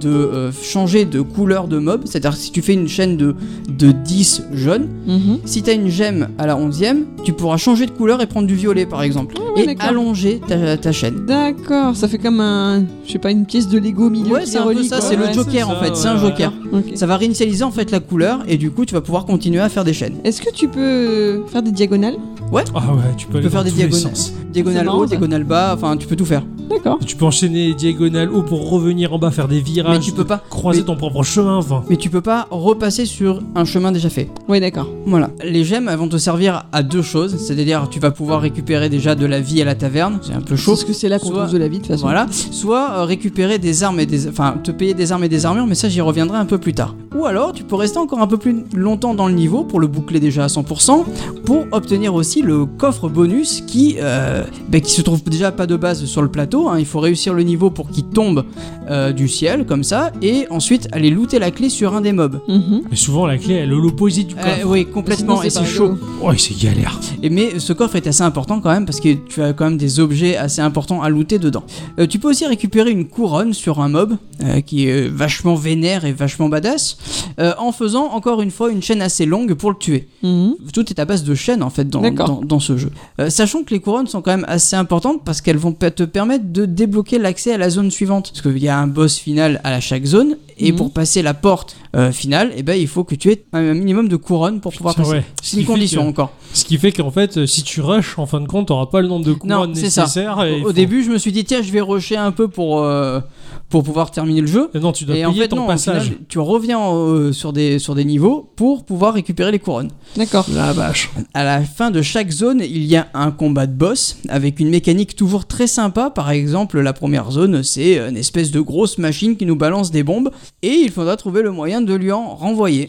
Speaker 3: de euh, changer de couleur de mob, c'est-à-dire que si tu fais une chaîne de, de 10 jaunes,
Speaker 2: Mhm.
Speaker 3: si t'as une gemme à la 11ème, tu pourras changer de couleur et prendre du violet par exemple,
Speaker 2: ouais,
Speaker 3: et
Speaker 2: d'accord.
Speaker 3: allonger ta, ta chaîne.
Speaker 2: D'accord, ça fait comme un, je sais pas, une pièce de Lego au milieu.
Speaker 3: Ouais,
Speaker 2: qui
Speaker 3: c'est un peu
Speaker 2: relie,
Speaker 3: ça,
Speaker 2: quoi.
Speaker 3: c'est le
Speaker 2: Ouais,
Speaker 3: joker
Speaker 1: c'est
Speaker 3: en
Speaker 1: ça,
Speaker 3: fait, c'est un
Speaker 1: ouais.
Speaker 3: joker.
Speaker 2: ok.
Speaker 3: Ça va réinitialiser en fait la couleur et du coup tu vas pouvoir continuer à faire des chaînes.
Speaker 2: Est-ce que tu peux faire des diagonales
Speaker 1: Ah ouais, tu peux,
Speaker 3: Tu
Speaker 1: aller
Speaker 3: peux faire
Speaker 1: dans
Speaker 3: des
Speaker 1: tous les
Speaker 3: diagonales.
Speaker 1: sens.
Speaker 3: Diagonale
Speaker 2: C'est marrant,
Speaker 3: haut,
Speaker 2: ça.
Speaker 3: diagonale bas, enfin tu peux tout faire.
Speaker 2: D'accord.
Speaker 1: Tu peux enchaîner diagonale haut pour revenir en bas, faire des virages,
Speaker 3: Mais tu peux pas.
Speaker 1: croiser
Speaker 3: mais-
Speaker 1: ton propre chemin, enfin.
Speaker 3: Mais tu peux pas repasser sur un chemin déjà fait.
Speaker 2: Ouais, d'accord.
Speaker 3: Voilà. Les gemmes elles vont te servir à deux choses, c'est-à-dire tu vas pouvoir récupérer déjà de la vie à la taverne, c'est un peu chaud.
Speaker 2: Parce que c'est là qu'on
Speaker 3: Soit-
Speaker 2: trouve de la vie de toute façon.
Speaker 3: Voilà, soit euh, récupérer des armes et des. Enfin, te payer des armes et des armures, mais ça j'y reviendrai un peu plus tard. Ou alors, tu peux rester encore un peu plus longtemps dans le niveau pour le boucler déjà à 100%, pour obtenir aussi le coffre bonus qui, euh, bah, qui se trouve déjà pas de base sur le plateau. hein. Il faut réussir le niveau pour qu'il tombe euh, du ciel, comme ça, et ensuite aller looter la clé sur un des mobs.
Speaker 2: Mhm.
Speaker 1: Mais souvent la clé elle est à l'opposé du
Speaker 3: Euh,
Speaker 1: coffre.
Speaker 3: oui, complètement,
Speaker 2: Sinon,
Speaker 3: et c'est
Speaker 2: pas
Speaker 3: chaud.
Speaker 2: rigolo.
Speaker 1: Ouais, c'est galère.
Speaker 3: Et mais ce coffre est assez important quand même parce que tu as quand même des objets assez importants à looter dedans. Euh, tu peux aussi récupérer une couronne sur un mob euh, qui est euh, vachement vénère et vachement badass euh, en faisant encore une fois une chaîne assez longue pour le tuer.
Speaker 2: Mhm.
Speaker 3: Tout est à base de chaînes en fait dans, dans,
Speaker 2: D'accord.
Speaker 3: dans ce jeu. Euh, sachant que les couronnes sont quand même assez importantes parce qu'elles vont pe- te permettre de débloquer l'accès à la zone suivante. Parce qu'il y a un boss final à chaque zone et
Speaker 2: Mhm.
Speaker 3: pour passer la porte euh, finale, eh ben, il faut que tu aies un minimum de couronnes pour pouvoir
Speaker 1: Putain,
Speaker 3: passer.
Speaker 1: ouais. Ce
Speaker 3: C'est une
Speaker 1: qui fait
Speaker 3: condition
Speaker 1: que-
Speaker 3: encore.
Speaker 1: Ce qui fait qu'en fait, euh, si tu rushes, en fin de compte, t'auras pas le nombre de
Speaker 3: Non,
Speaker 1: couronnes
Speaker 3: c'est ça.
Speaker 1: nécessaires. et
Speaker 3: Au
Speaker 1: faut-
Speaker 3: début, je me suis dit, tiens, je vais rusher un peu pour, euh, pour pouvoir terminer le jeu.
Speaker 1: Et non, tu dois
Speaker 3: Et
Speaker 1: payer
Speaker 3: en fait,
Speaker 1: ton
Speaker 3: non, au
Speaker 1: passage.
Speaker 3: final, tu reviens euh, sur, des, sur des niveaux pour pouvoir récupérer les couronnes.
Speaker 2: D'accord.
Speaker 1: La vache.
Speaker 3: À la fin de chaque zone, il y a un combat de boss avec une mécanique toujours très sympa. Par exemple, la première zone, c'est une espèce de grosse machine qui nous balance des bombes et il faudra trouver le moyen de lui en renvoyer.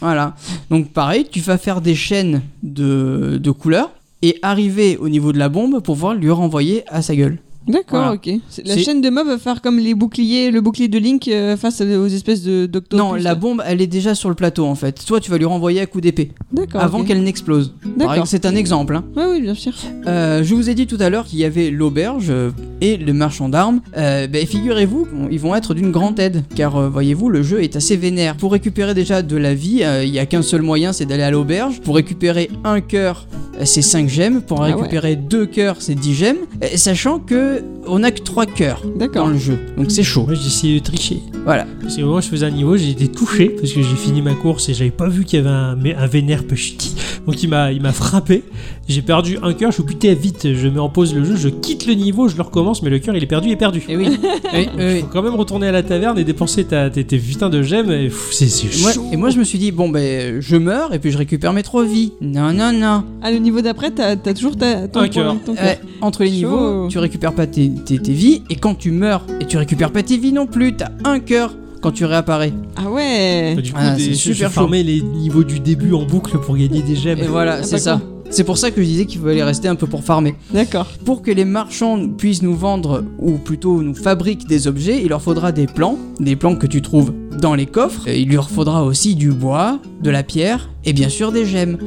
Speaker 3: voilà. Donc, pareil, tu vas faire des chaînes de, de couleurs et arriver au niveau de la bombe pour pouvoir lui renvoyer à sa gueule.
Speaker 2: D'accord,
Speaker 3: Voilà.
Speaker 2: ok. C'est- La
Speaker 3: C'est-
Speaker 2: chaîne de mobs va faire comme les boucliers, le bouclier de Link euh, face aux espèces de d'octopus.
Speaker 3: Non, la bombe, elle est déjà sur le plateau en fait. Toi, tu vas lui renvoyer à coup d'épée
Speaker 2: D'accord.
Speaker 3: avant
Speaker 2: ok.
Speaker 3: qu'elle n'explose. Pareil,
Speaker 2: D'accord.
Speaker 3: C'est un exemple. hein.
Speaker 2: Ouais, oui, bien sûr.
Speaker 3: Euh, je vous ai dit tout à l'heure qu'il y avait l'auberge euh, et le marchand d'armes. Euh, ben, Figurez-vous qu'ils vont être d'une grande aide, car euh, voyez-vous, le jeu est assez vénère. Pour récupérer déjà de la vie, euh, il n'y a qu'un seul moyen, c'est d'aller à l'auberge. Pour récupérer un cœur, c'est 5 gemmes. Pour en
Speaker 2: Ah ouais.
Speaker 3: récupérer 2 cœurs, c'est 10 gemmes. Euh, Sachant que on n'a que 3 cœurs dans
Speaker 2: D'accord.
Speaker 3: le jeu. Donc c'est chaud.
Speaker 1: Moi, j'ai essayé de tricher.
Speaker 3: Voilà.
Speaker 1: Parce que moi, je faisais un niveau, j'ai été touché parce que j'ai fini ma course et j'avais pas vu qu'il y avait un, mais un vénère petit. Donc il m'a, il m'a frappé. J'ai perdu un cœur. Je suis putain vite. Je mets en pause le jeu. Je quitte le niveau. Je le recommence. Mais le cœur, il est perdu. Il est perdu.
Speaker 2: Eh
Speaker 3: Et oui. Et-
Speaker 1: Donc,
Speaker 3: et-
Speaker 1: faut quand même retourner à la taverne et dépenser ta, tes, tes putains de gemmes. Et, pff, c'est, c'est
Speaker 3: et moi,
Speaker 1: chaud.
Speaker 3: et moi, je me suis dit, bon, ben, je meurs et puis je récupère mes 3 vies. Non, non, non.
Speaker 2: Ah, le niveau d'après, t'as t'as toujours ta, ton
Speaker 1: Un cœur.
Speaker 2: ton
Speaker 3: Ouais, entre les
Speaker 2: Chaud.
Speaker 3: niveaux, tu récupères pas tes, tes- tes vies, et quand tu meurs, et tu récupères pas tes vies non plus, t'as un cœur quand tu réapparais.
Speaker 2: Ah ouais.
Speaker 1: Bah, du coup,
Speaker 3: Ah,
Speaker 1: des-
Speaker 3: c'est
Speaker 1: je- je
Speaker 3: super chaud.
Speaker 1: farmais les niveaux du début en boucle pour gagner des gemmes.
Speaker 3: Et voilà, c'est ça. C'est pour ça que je disais qu'il fallait rester un peu pour farmer.
Speaker 2: D'accord.
Speaker 3: Pour que les marchands puissent nous vendre, ou plutôt nous fabriquent des objets, il leur faudra des plans, des plans que tu trouves dans les coffres, et il leur faudra aussi du bois, de la pierre, et bien sûr des gemmes,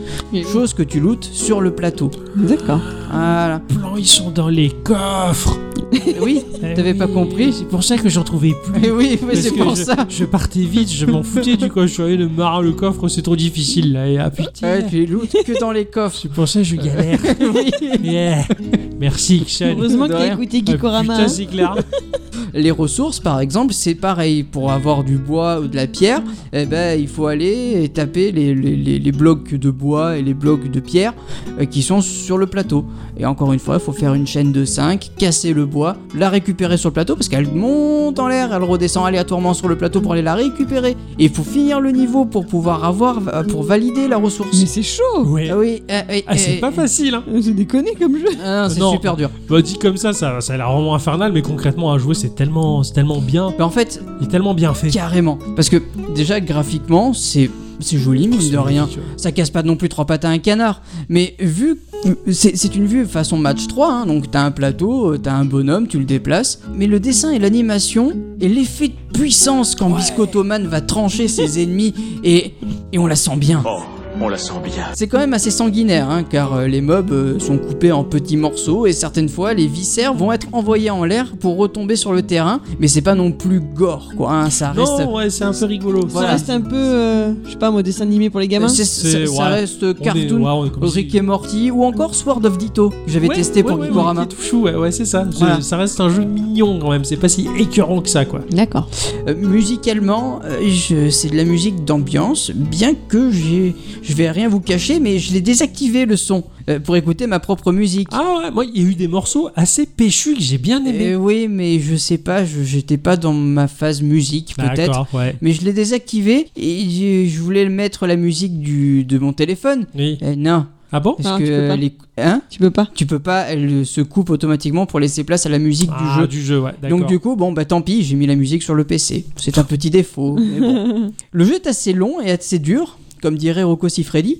Speaker 3: chose que tu lootes sur le plateau.
Speaker 2: D'accord.
Speaker 3: Voilà.
Speaker 1: Les plans, ils sont dans les coffres.
Speaker 3: Oui,
Speaker 1: Eh
Speaker 3: t'avais pas
Speaker 1: oui,
Speaker 3: compris
Speaker 1: C'est pour ça que j'en trouvais plus.
Speaker 3: Eh oui, mais
Speaker 1: Parce
Speaker 3: c'est
Speaker 1: que
Speaker 3: pour
Speaker 1: je,
Speaker 3: ça.
Speaker 1: Je partais vite, je m'en foutais du coffre. Je suis allé le marin, le coffre, c'est trop difficile là. Et ah putain.
Speaker 3: Ouais, tu les lootes que dans les coffres.
Speaker 1: C'est pour ça que je galère. Yeah. Merci, Ixon.
Speaker 2: Heureusement
Speaker 3: De
Speaker 2: qu'il a
Speaker 3: rien.
Speaker 2: écouté
Speaker 1: Ah,
Speaker 2: Gikorama.
Speaker 1: putain, c'est clair.
Speaker 3: Les ressources, par exemple, c'est pareil. Pour avoir du bois ou de la pierre, eh ben, il faut aller et taper les, les- les- les blocs de bois et les blocs de pierre euh, qui sont sur le plateau. Et encore une fois, il faut faire une chaîne de 5, casser le bois, la récupérer sur le plateau parce qu'elle monte en l'air, elle redescend aléatoirement sur le plateau pour aller la récupérer. Et il faut finir le niveau pour pouvoir avoir, euh, pour valider la
Speaker 2: Mais
Speaker 3: ressource.
Speaker 2: c'est chaud.
Speaker 1: Ouais.
Speaker 3: Ah oui, euh, euh,
Speaker 1: Ah, c'est
Speaker 3: euh,
Speaker 1: pas facile, hein.
Speaker 2: J'ai déconné comme jeu.
Speaker 3: Ah non, c'est
Speaker 1: Non.
Speaker 3: super dur.
Speaker 1: Bah, dit comme ça, ça, ça a l'air vraiment infernal, mais concrètement, à jouer, c'est tellement, c'est tellement bien.
Speaker 3: Mais en fait,
Speaker 1: Il est tellement bien fait.
Speaker 3: Carrément. Parce que déjà graphiquement, c'est c'est joli mine de rien. Ça casse pas non plus trois pattes à un canard. Mais vu c'est c'est une vue façon match 3, hein, donc t'as un plateau, euh, t'as un bonhomme, tu le déplaces. Mais le dessin et l'animation et l'effet de puissance quand Biscottoman va trancher ses ennemis et, et on la sent bien.
Speaker 10: Oh, on la sent bien.
Speaker 3: C'est quand même assez sanguinaire, hein, car euh, les mobs euh, sont coupés en petits morceaux et certaines fois les viscères vont être envoyés en l'air pour retomber sur le terrain. Mais c'est pas non plus gore, quoi. hein, ça reste
Speaker 1: Non, ouais, c'est un peu rigolo.
Speaker 3: Voilà.
Speaker 2: Ça reste un peu, euh, je sais pas, moi, dessin animé pour les gamins.
Speaker 3: C'est-
Speaker 1: C'est-
Speaker 3: ça, ça
Speaker 1: ouais.
Speaker 3: reste
Speaker 1: On est- ouais,
Speaker 3: cartoon,
Speaker 1: on est comme
Speaker 3: Rick
Speaker 1: si-
Speaker 3: et Morty, ou encore Sword of Ditto, que j'avais
Speaker 1: Ouais,
Speaker 3: testé pour
Speaker 1: ouais, ouais,
Speaker 3: Gikorama.
Speaker 1: ouais, c'est tout chou, ouais, ouais, c'est ça. C'est-
Speaker 3: Voilà.
Speaker 1: Ça reste un jeu mignon quand même. C'est pas si écœurant que ça, quoi.
Speaker 2: D'accord.
Speaker 3: Euh, musicalement, euh, je- c'est de la musique d'ambiance, bien que j'ai, je vais rien vous cacher, mais je l'ai désactivé le son euh, pour écouter ma propre musique.
Speaker 1: Ah ouais, moi, il y a eu des morceaux assez péchus que j'ai bien
Speaker 3: Euh,
Speaker 1: aimé.
Speaker 3: oui, mais je sais pas, je- j'étais pas dans ma phase musique peut-être.
Speaker 1: D'accord, ouais.
Speaker 3: Mais je l'ai désactivé et je- je voulais le mettre la musique du, de mon téléphone.
Speaker 1: Oui.
Speaker 3: Euh, non,
Speaker 1: Ah bon
Speaker 3: parce
Speaker 2: Ah,
Speaker 3: que
Speaker 2: tu peux pas.
Speaker 3: les hein,
Speaker 2: Tu peux pas.
Speaker 3: tu peux pas, elle se coupe automatiquement pour laisser place à la musique
Speaker 1: Ah,
Speaker 3: du jeu.
Speaker 1: du jeu, ouais. d'accord.
Speaker 3: Donc du coup, bon bah tant pis, j'ai mis la musique sur le PC. C'est un petit défaut. mais bon. le jeu est assez long et assez dur. Comme dirait Rocco Siffredi,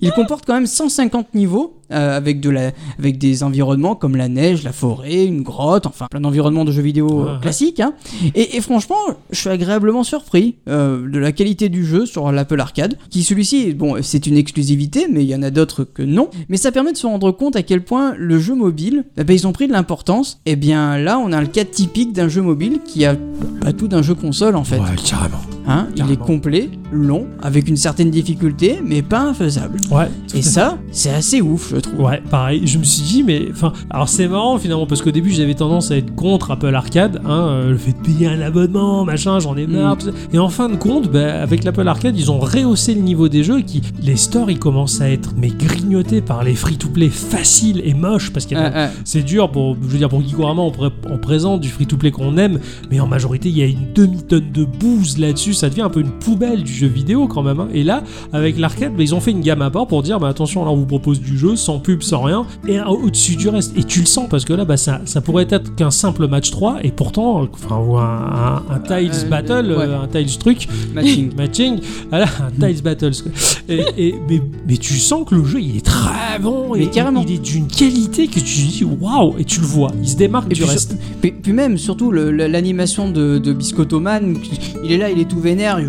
Speaker 3: il comporte quand même 150 niveaux euh, avec, de la, avec des environnements comme la neige, la forêt, une grotte, enfin plein d'environnements de jeux vidéo euh,
Speaker 1: Ouais.
Speaker 3: classiques. hein. Et, et franchement, je suis agréablement surpris euh, de la qualité du jeu sur l'Apple Arcade. Qui celui-ci, bon, c'est une exclusivité, mais il y en a d'autres que non. Mais ça permet de se rendre compte à quel point le jeu mobile, eh ben, ils ont pris de l'importance. Et bien là, on a le cas typique d'un jeu mobile qui a pas tout d'un jeu console en fait.
Speaker 1: Ouais, carrément.
Speaker 3: Hein, il est
Speaker 1: Carrément.
Speaker 3: complet, long, avec une certaine difficulté, mais pas infaisable.
Speaker 1: Ouais, tout à
Speaker 3: Et ça, c'est assez ouf, je trouve.
Speaker 1: Ouais, pareil, je me suis dit, mais enfin, alors c'est marrant finalement parce qu'au début j'avais tendance à être contre Apple Arcade, hein, euh, le fait de payer un abonnement, machin, j'en ai marre.
Speaker 3: Mm.
Speaker 1: tout ça. Et en fin de compte, bah, avec l'Apple Arcade, ils ont rehaussé le niveau des jeux qui, les stores, ils commencent à être mais grignotés par les free-to-play faciles et moches parce qu'il y a-
Speaker 3: Ah, ah.
Speaker 1: C'est dur pour, je veux dire, pour Gikorama, on, pré- on présente du free-to-play qu'on aime, mais en majorité, il y a une demi-tonne de bouse là-dessus. Ça devient un peu une poubelle du jeu vidéo quand même. hein. Et là, avec l'arcade, bah, ils ont fait une gamme à part pour dire, bah, attention, là, on vous propose du jeu sans pub, sans rien, et un au-dessus du reste. Et tu le sens parce que là, bah, ça, ça pourrait être qu'un simple match 3, et pourtant, euh, enfin, ou un, un- un Tiles
Speaker 3: Euh,
Speaker 1: Battle,
Speaker 3: ouais.
Speaker 1: euh, un Tiles truc,
Speaker 3: Matching.
Speaker 1: matching, voilà, un Tiles Battles. quoi. Et, et- mais, mais tu sens que le jeu, il est très bon.
Speaker 3: Mais
Speaker 1: et,
Speaker 3: carrément.
Speaker 1: Il est d'une qualité que tu te dis waouh, et tu le vois. Il se démarque
Speaker 3: Et
Speaker 1: du
Speaker 3: puis,
Speaker 1: reste.
Speaker 3: Puis, puis même, surtout, le- le- l'animation de, de Biscottoman, il est là, il est tout tout vénère. Il,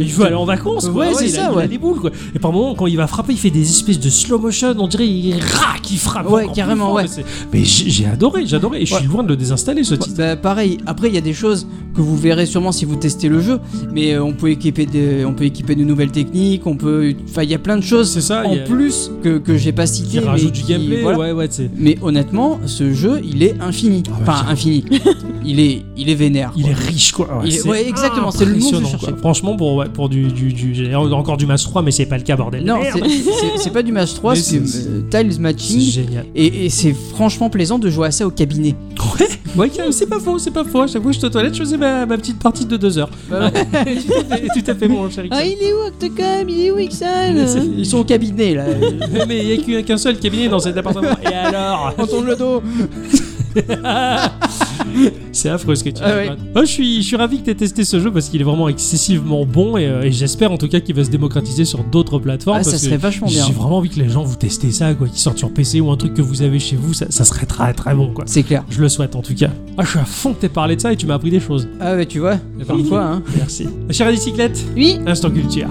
Speaker 1: Il veut aller en vacances, quoi.
Speaker 3: Ouais, c'est
Speaker 1: il a-
Speaker 3: ça,
Speaker 1: il a
Speaker 3: ouais.
Speaker 1: des boules, quoi. Et par moment, quand il va frapper, il fait des espèces de slow motion. On dirait il rac, il frappe.
Speaker 3: Ouais,
Speaker 1: encore
Speaker 3: carrément,
Speaker 1: plus fort,
Speaker 3: ouais.
Speaker 1: mais c'est- Mais j'ai j'ai adoré, j'ai adoré. Et je suis loin de le désinstaller, ce titre.
Speaker 3: Bah, pareil, après il y a des choses que vous verrez sûrement si vous testez le jeu, mais euh, on peut équiper de, on peut équiper de nouvelles techniques, on peut, enfin il y a plein de choses
Speaker 1: C'est ça,
Speaker 3: en
Speaker 1: il y a-
Speaker 3: plus que, que j'ai pas cité.
Speaker 1: Qui rajoute du
Speaker 3: mais qui-
Speaker 1: gameplay,
Speaker 3: voilà.
Speaker 1: ouais, Ah ouais, tu sais.
Speaker 3: Mais honnêtement, ce jeu il est infini, enfin infini, il est, il est vénère.
Speaker 1: Il
Speaker 3: quoi.
Speaker 1: est riche, quoi.
Speaker 3: Il est-
Speaker 1: c'est Ah,
Speaker 3: ouais, exactement, c'est le mot que je
Speaker 1: impressionnant,
Speaker 3: cherchais.
Speaker 1: quoi. Franchement, pour, ouais, pour du, du, du- j'ai encore du Mas 3, mais c'est pas le cas, bordel.
Speaker 3: Non,
Speaker 1: Merde.
Speaker 3: c'est- c'est c'est pas du match 3,
Speaker 1: Mais
Speaker 3: c'est
Speaker 1: c'est-
Speaker 3: euh, Tiles
Speaker 1: c'est
Speaker 3: Matching.
Speaker 1: génial.
Speaker 3: Et, et c'est franchement plaisant de jouer à ça au cabinet.
Speaker 1: Ouais, ouais, carrément, c'est pas faux, c'est pas faux. À chaque fois que je te toilette, je faisais ma, ma petite partie de 2 heures. tout à fait, mon cher Ixon.
Speaker 2: Ah, il est où, Octocom Il est où,
Speaker 1: C'est-
Speaker 2: Ixon
Speaker 3: Ils sont au cabinet là.
Speaker 1: Mais il n'y a qu'un seul cabinet dans cet appartement. Et alors
Speaker 3: On tourne le dos.
Speaker 1: C'est affreux ce que tu
Speaker 3: Ah
Speaker 1: racontes. Oh, je, suis, je suis ravi que tu aies testé ce jeu parce qu'il est vraiment excessivement bon et, euh, et j'espère en tout cas qu'il va se démocratiser sur d'autres plateformes.
Speaker 3: Ah, ça
Speaker 1: parce que
Speaker 3: serait vachement bien.
Speaker 1: J'ai vraiment envie que les gens vous testez ça, quoi, qu'ils sortent sur PC ou un truc que vous avez chez vous, ça, ça serait très très bon, quoi.
Speaker 3: C'est clair.
Speaker 1: Je le souhaite en tout cas. Ah, je suis à fond que t'aies parlé de ça et tu m'as appris des choses.
Speaker 3: Ah ouais, tu vois. Parfois, hein.
Speaker 1: Merci. Chère à bicyclette,
Speaker 2: Oui,
Speaker 1: instant culture.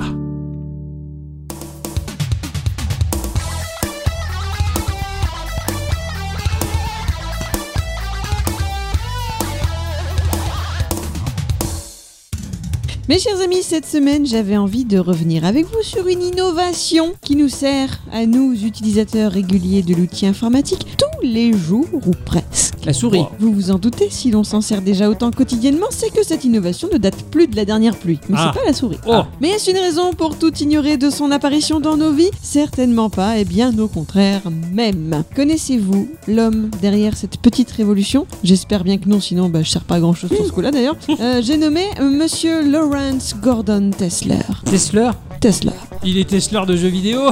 Speaker 2: Mes chers amis, cette semaine, j'avais envie de revenir avec vous sur une innovation qui nous sert à nous, utilisateurs réguliers de l'outil informatique, tous les jours ou presque.
Speaker 3: La souris.
Speaker 2: Vous vous en doutez, si l'on s'en sert déjà autant quotidiennement, c'est que cette innovation ne date plus de la dernière pluie. Mais
Speaker 1: Ah.
Speaker 2: c'est pas la souris.
Speaker 1: Oh.
Speaker 2: Mais est-ce une raison pour tout ignorer de son apparition dans nos vies Certainement pas, et bien au contraire même. Connaissez-vous l'homme derrière cette petite révolution J'espère bien que non, sinon bah, je sers pas à grand chose sur ce coup-là d'ailleurs. Euh, J'ai nommé euh, Monsieur Lawrence Gordon Tesler.
Speaker 3: Tesla.
Speaker 2: Tesla.
Speaker 1: Il est testeur de jeux vidéo.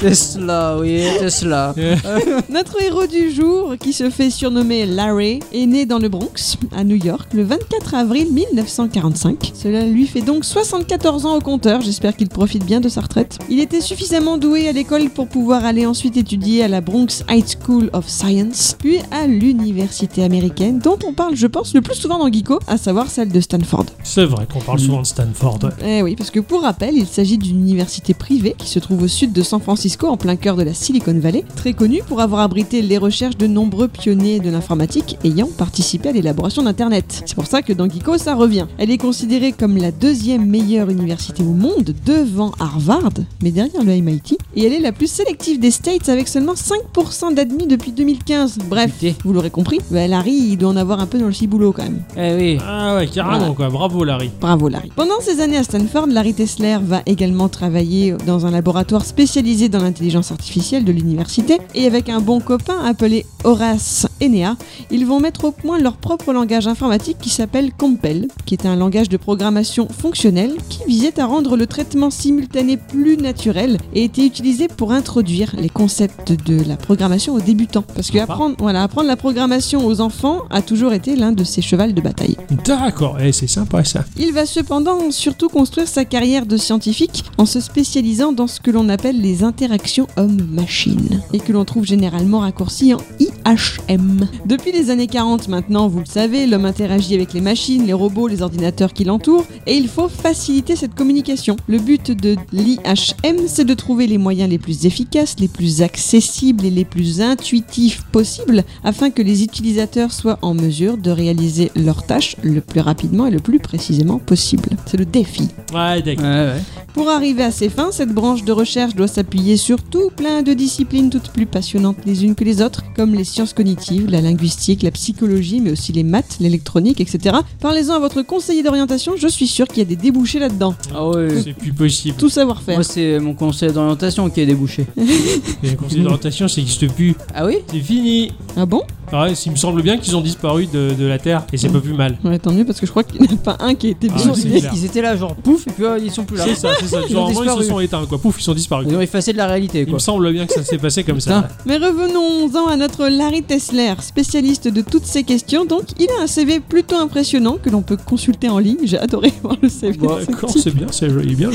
Speaker 3: Tesla, oui, Tesla.
Speaker 2: Notre héros du jour, qui se fait surnommer Larry, est né dans le Bronx, à New York, le 24 avril 1945. Cela lui fait donc 74 ans au compteur, j'espère qu'il profite bien de sa retraite. Il était suffisamment doué à l'école pour pouvoir aller ensuite étudier à la Bronx High School of Science, puis à l'université américaine, dont on parle, je pense, le plus souvent dans Geeko, à savoir celle de Stanford.
Speaker 1: C'est vrai qu'on parle souvent de Stanford. ouais.
Speaker 2: Eh oui, parce que pour rappel, il s'agit d'une université privée qui se trouve au sud de San Francisco, en plein cœur de la Silicon Valley, très connue pour avoir abrité les recherches de nombreux pionniers de l'informatique ayant participé à l'élaboration d'Internet. C'est pour ça que dans Geeko, ça revient. Elle est considérée comme la deuxième meilleure université au monde, devant Harvard, mais derrière le MIT, et elle est la plus sélective des States avec seulement 5% d'admis depuis 2015. Bref, vous l'aurez compris, bah Larry, il doit en avoir un peu dans le ciboulot quand même.
Speaker 3: Eh oui.
Speaker 1: Ah ouais, carrément quoi. Bravo Larry.
Speaker 2: Bravo Larry. Pendant ses années à Stanford, Larry Tesler va également travailler dans un laboratoire spécialisé dans l'intelligence artificielle de l'université et avec un bon copain appelé Horace Enea, ils vont mettre au point leur propre langage informatique qui s'appelle Compel, qui est un langage de programmation fonctionnelle qui visait à rendre le traitement simultané plus naturel et était utilisé pour introduire les concepts de la programmation aux débutants. Parce que
Speaker 1: Sympa.
Speaker 2: apprendre, voilà, apprendre la programmation aux enfants a toujours été l'un de ses chevals de bataille.
Speaker 1: D'accord, eh, c'est sympa ça.
Speaker 2: Il va cependant surtout construire sa carrière de scientifique en se spécialisant dans ce que l'on appelle les interactions homme-machine et que l'on trouve généralement raccourci en IHM. Depuis les années 40 maintenant, vous le savez, l'homme interagit avec les machines, les robots, les ordinateurs qui l'entourent et il faut faciliter cette communication. Le but de l'IHM, c'est de trouver les moyens les plus efficaces, les plus accessibles et les plus intuitifs possibles afin que les utilisateurs soient en mesure de réaliser leurs tâches le plus rapidement et le plus précisément possible. C'est le défi.
Speaker 1: Ouais, d'accord.
Speaker 3: Ouais, ouais.
Speaker 2: Pour arriver à ses fins, cette branche de recherche doit s'appuyer sur tout plein de disciplines toutes plus passionnantes les unes que les autres, comme les sciences cognitives, la linguistique, la psychologie, mais aussi les maths, l'électronique, etc. Parlez-en à votre conseiller d'orientation, je suis sûr qu'il y a des débouchés là-dedans.
Speaker 3: Ah ouais.
Speaker 1: C'est plus possible.
Speaker 2: Tout savoir faire.
Speaker 3: Moi, c'est mon conseil d'orientation qui est débouché.
Speaker 1: Les conseils d'orientation, ça n'existe plus.
Speaker 3: Ah oui
Speaker 1: C'est fini.
Speaker 2: Ah bon
Speaker 1: Ouais, il me semble bien qu'ils ont disparu de, de la Terre et c'est pas plus mal.
Speaker 2: Ouais, tant mieux parce que je crois qu'il n'y en a pas un qui a été
Speaker 1: Ah,
Speaker 2: bien.
Speaker 1: c'est
Speaker 3: ils,
Speaker 1: clair.
Speaker 3: ils étaient là, genre pouf, et puis ah, ils sont plus là.
Speaker 1: C'est ça, c'est c'est ça.
Speaker 6: Ils ont
Speaker 1: Genre, vraiment, ils se
Speaker 6: disparu.
Speaker 1: sont éteints, quoi. Pouf, ils sont disparus.
Speaker 6: Ils ont effacé de la réalité,
Speaker 1: Il me
Speaker 6: quoi.
Speaker 1: semble bien que ça s'est passé comme ça.
Speaker 6: Putain.
Speaker 2: Mais revenons-en à notre Larry Tessler, spécialiste de toutes ces questions. Donc, il a un CV plutôt impressionnant que l'on peut consulter en ligne. J'ai adoré voir le CV. de
Speaker 6: Bah,
Speaker 2: ce
Speaker 1: D'accord,
Speaker 2: type.
Speaker 1: c'est bien, c'est joli, bien.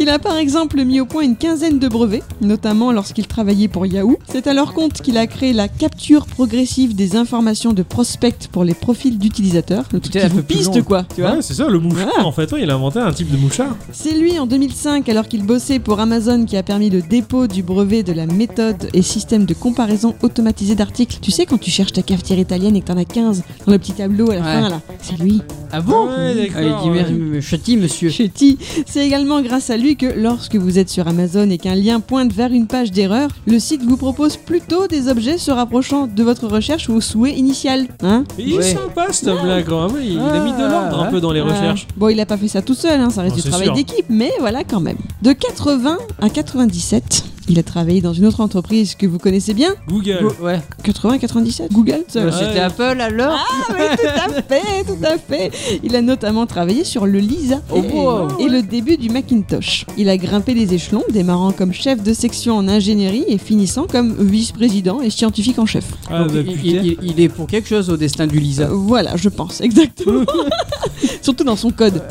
Speaker 2: Il a par exemple mis au point une quinzaine de brevets, notamment lorsqu'il travaillait pour Yahoo. C'est à leur compte qu'il a créé la capture progressive des informations de prospects pour les profils d'utilisateurs. Le truc
Speaker 6: Putain,
Speaker 2: qui
Speaker 6: un peu
Speaker 2: vous
Speaker 6: plus
Speaker 2: piste
Speaker 6: long.
Speaker 2: quoi, tu vois.
Speaker 1: Ouais, c'est ça, le mouchard,
Speaker 2: Voilà.
Speaker 1: en fait. Ouais, il a inventé un type de mouchard.
Speaker 2: C'est lui en 2005, alors qu'il bossait pour Amazon, qui a permis le dépôt du brevet de la méthode et système de comparaison automatisée d'articles. Tu sais, quand tu cherches ta cafetière italienne et que t'en as 15 dans le petit tableau à la
Speaker 6: Ouais.
Speaker 2: fin, là, c'est lui.
Speaker 6: Ah bon
Speaker 1: Ouais, d'accord,
Speaker 6: Ah, Il dit,
Speaker 1: ouais.
Speaker 6: merde, me châtie, monsieur.
Speaker 2: Chetty. C'est également grâce à lui que, lorsque vous êtes sur Amazon et qu'un lien pointe vers une page d'erreur, le site vous propose plutôt des objets se rapprochant de votre recherche ou au souhait initial. Hein
Speaker 1: Mais il est
Speaker 6: Ouais.
Speaker 1: sympa, cette blague. vraiment, Il, il a mis de l'ordre un peu dans les recherches.
Speaker 2: Ah, Bon, il a pas fait ça tout seul, hein, ça reste
Speaker 1: Non,
Speaker 2: du
Speaker 1: c'est
Speaker 2: travail
Speaker 1: sûr.
Speaker 2: d'équipe, mais voilà quand même. De 80 à 97, il a travaillé dans une autre entreprise que vous connaissez bien.
Speaker 1: Google.
Speaker 6: Go- Ouais,
Speaker 2: 80 97 Google ça,
Speaker 6: Euh,
Speaker 2: là.
Speaker 6: c'était Apple alors
Speaker 2: Ah, mais tout à fait, tout à fait. Il a notamment travaillé sur le Lisa
Speaker 6: Oh, wow.
Speaker 2: et le début du Macintosh. Il a grimpé les échelons, démarrant comme chef de section en ingénierie et finissant comme vice-président et scientifique en chef.
Speaker 1: Ah,
Speaker 6: Donc,
Speaker 1: bah,
Speaker 6: il,
Speaker 1: putain.
Speaker 6: il- il est pour quelque chose au destin du
Speaker 2: Euh,
Speaker 6: Lisa.
Speaker 2: Voilà, je pense, exactement. Surtout dans son code.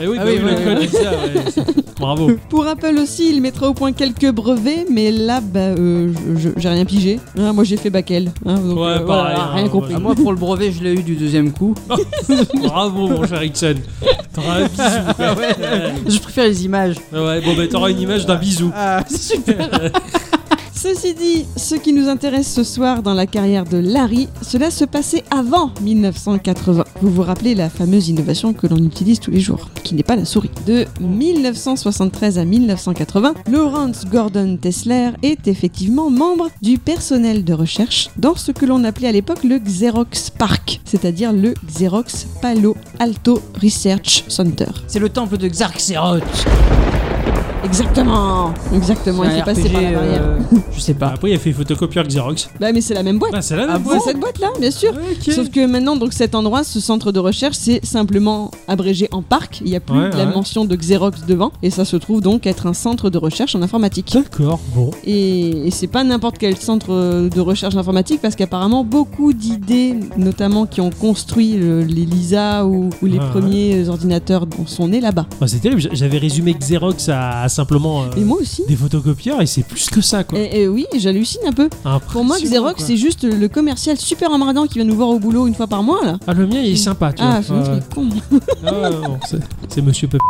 Speaker 1: Eh oui,
Speaker 6: Ah
Speaker 1: bah
Speaker 6: oui,
Speaker 1: oui,
Speaker 6: ouais,
Speaker 1: le code Lisa, ouais, c'est- Bravo.
Speaker 2: Pour Apple aussi, il mettra au point quelques brevets, mais là, bah, euh, je- je- j'ai rien pigé. Hein, moi, j'ai fait Bakel. hein, donc,
Speaker 1: Ouais,
Speaker 2: euh,
Speaker 1: pareil,
Speaker 2: voilà,
Speaker 1: hein,
Speaker 2: rien compris.
Speaker 6: Ah, moi, pour le brevet, je l'ai eu du deuxième coup.
Speaker 1: Bravo, mon cher Ixon. T'auras un bisou. quoi. Ouais.
Speaker 6: Je préfère les images.
Speaker 1: Ouais, bon, bah, t'auras une image d'un bisou.
Speaker 6: Ah, c'est super.
Speaker 2: Ceci dit, ce qui nous intéresse ce soir dans la carrière de Larry, cela se passait avant 1980. Vous vous rappelez la fameuse innovation que l'on utilise tous les jours, qui n'est pas la souris. De 1973 à 1980, Lawrence Gordon Tesler est effectivement membre du personnel de recherche dans ce que l'on appelait à l'époque le Xerox Park, c'est-à-dire le Xerox Palo Alto Research Center.
Speaker 6: C'est le temple de Xarxeroth.
Speaker 2: Exactement Exactement, il
Speaker 6: C'est
Speaker 2: faut
Speaker 6: un
Speaker 2: passer
Speaker 6: RPG,
Speaker 2: par la barrière.
Speaker 6: euh, je sais
Speaker 1: Bah,
Speaker 6: pas.
Speaker 1: après, il a fait photocopieur Xerox.
Speaker 2: Bah mais c'est la même boîte
Speaker 1: Ah, c'est là,
Speaker 6: Ah
Speaker 1: même
Speaker 6: bon
Speaker 2: C'est cette boîte là, bien sûr
Speaker 1: Ok.
Speaker 2: Sauf que maintenant, donc cet endroit, ce centre de recherche, c'est simplement abrégé en parc. Il n'y a plus
Speaker 1: Ouais,
Speaker 2: la
Speaker 1: ouais.
Speaker 2: mention de Xerox devant, et ça se trouve donc être un centre de recherche en informatique.
Speaker 1: D'accord, bon.
Speaker 2: Et, et c'est pas n'importe quel centre euh, de recherche informatique parce qu'apparemment beaucoup d'idées, notamment qui ont construit le- les Lisa ou, ou les
Speaker 1: Ouais, ouais.
Speaker 2: premiers euh, ordinateurs, sont nés là-bas.
Speaker 1: Bah, c'est terrible, j'a- j'avais résumé Xerox à, à simplement euh,
Speaker 2: Et moi aussi.
Speaker 1: des photocopieurs et c'est plus que ça, quoi.
Speaker 2: Et, et oui, j'hallucine un peu. Pour
Speaker 1: Impressionnant,
Speaker 2: moi, Xerox,
Speaker 1: quoi.
Speaker 2: c'est juste le commercial super emmerdant qui vient nous voir au boulot une fois par mois là.
Speaker 1: Ah, le mien, il est sympa, tu
Speaker 2: Ah, c'est
Speaker 1: vois. Ouais.
Speaker 2: con.
Speaker 1: Ah, ouais, non, c'est- c'est monsieur Pep,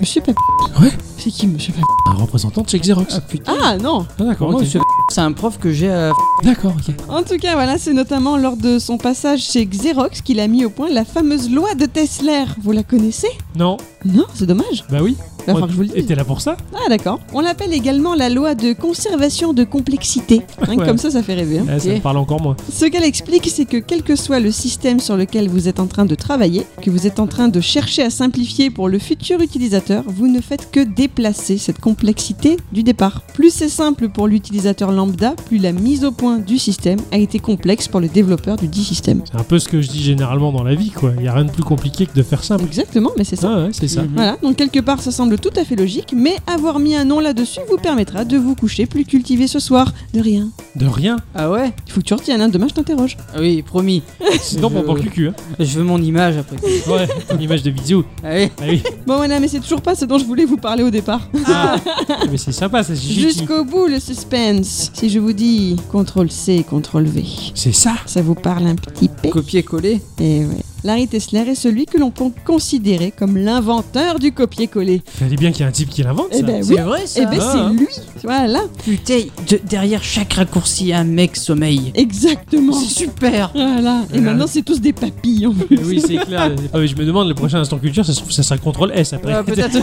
Speaker 2: Monsieur Pep.
Speaker 1: Ouais.
Speaker 2: C'est qui Monsieur Pep
Speaker 1: un représentant de chez Xerox.
Speaker 2: Ah non
Speaker 1: Ah, d'accord,
Speaker 6: Comment
Speaker 1: ok.
Speaker 6: ce- C'est un prof que j'ai à.
Speaker 1: D'accord, ok.
Speaker 2: En tout cas, voilà, c'est notamment lors de son passage chez Xerox qu'il a mis au point la fameuse loi de Tesler. Vous la connaissez
Speaker 1: Non,
Speaker 2: Non, c'est dommage.
Speaker 1: bah oui.
Speaker 2: Il va falloir que je vous le
Speaker 1: Et
Speaker 2: dise.
Speaker 1: t'es là pour ça
Speaker 2: Ah, d'accord. On l'appelle également la loi de conservation de complexité. Hein,
Speaker 1: Ouais.
Speaker 2: Comme ça, ça fait rêver. hein.
Speaker 1: Ah, Ça
Speaker 6: Ok.
Speaker 1: me parle encore moins.
Speaker 2: Ce qu'elle explique, c'est que quel que soit le système sur lequel vous êtes en train de travailler, que vous êtes en train de chercher à simplifier pour le futur utilisateur, vous ne faites que déplacer cette complexité du départ. Plus c'est simple pour l'utilisateur lambda, plus la mise au point du système a été complexe pour le développeur du dit système.
Speaker 1: C'est un peu ce que je dis généralement dans la vie, quoi. Il y a rien de plus compliqué que de faire simple.
Speaker 2: Exactement, mais c'est ça.
Speaker 1: Ah ouais, c'est ça.
Speaker 6: Mhm.
Speaker 2: Voilà, donc quelque part ça semble tout à fait logique, mais avoir mis un nom là-dessus vous permettra de vous coucher plus cultivé ce soir. De rien.
Speaker 1: De rien.
Speaker 6: Ah ouais
Speaker 2: Il faut que tu retiennes, hein, demain je t'interroge.
Speaker 6: Ah Oui, promis.
Speaker 1: Sinon,
Speaker 6: Je-
Speaker 1: mon banque cul. Hein.
Speaker 6: Je veux mon image après.
Speaker 1: Ouais, une image de bisous.
Speaker 6: Allez.
Speaker 1: Ah oui.
Speaker 2: Bon voilà, mais c'est toujours pas ce dont je voulais vous parler au départ.
Speaker 1: Ah, mais c'est sympa, ça, c'est Gigi.
Speaker 2: Jusqu'au bout le suspense. Si je vous dis CTRL C, CTRL V,
Speaker 1: C'est ça
Speaker 2: ça vous parle un petit peu
Speaker 6: Copier-coller.
Speaker 2: Et ouais. Larry Tesler est celui que l'on peut considérer comme l'inventeur du copier-coller.
Speaker 1: Fallait bien qu'il y ait un type qui l'invente,
Speaker 2: Eh
Speaker 1: ça.
Speaker 2: ben
Speaker 6: C'est
Speaker 2: oui,
Speaker 6: vrai ça
Speaker 2: eh ben
Speaker 1: va,
Speaker 2: c'est
Speaker 1: hein.
Speaker 2: lui. Voilà,
Speaker 6: Putain, de- derrière chaque raccourci, un mec sommeille.
Speaker 2: exactement.
Speaker 6: C'est super
Speaker 2: Voilà. Et maintenant c'est tous des papillons.
Speaker 1: Eh Oui, c'est clair. Ah, mais je me demande, le prochain instant culture, ça se trouve, ça sera contrôle S après.
Speaker 6: Ouais, Ah, Peut-être.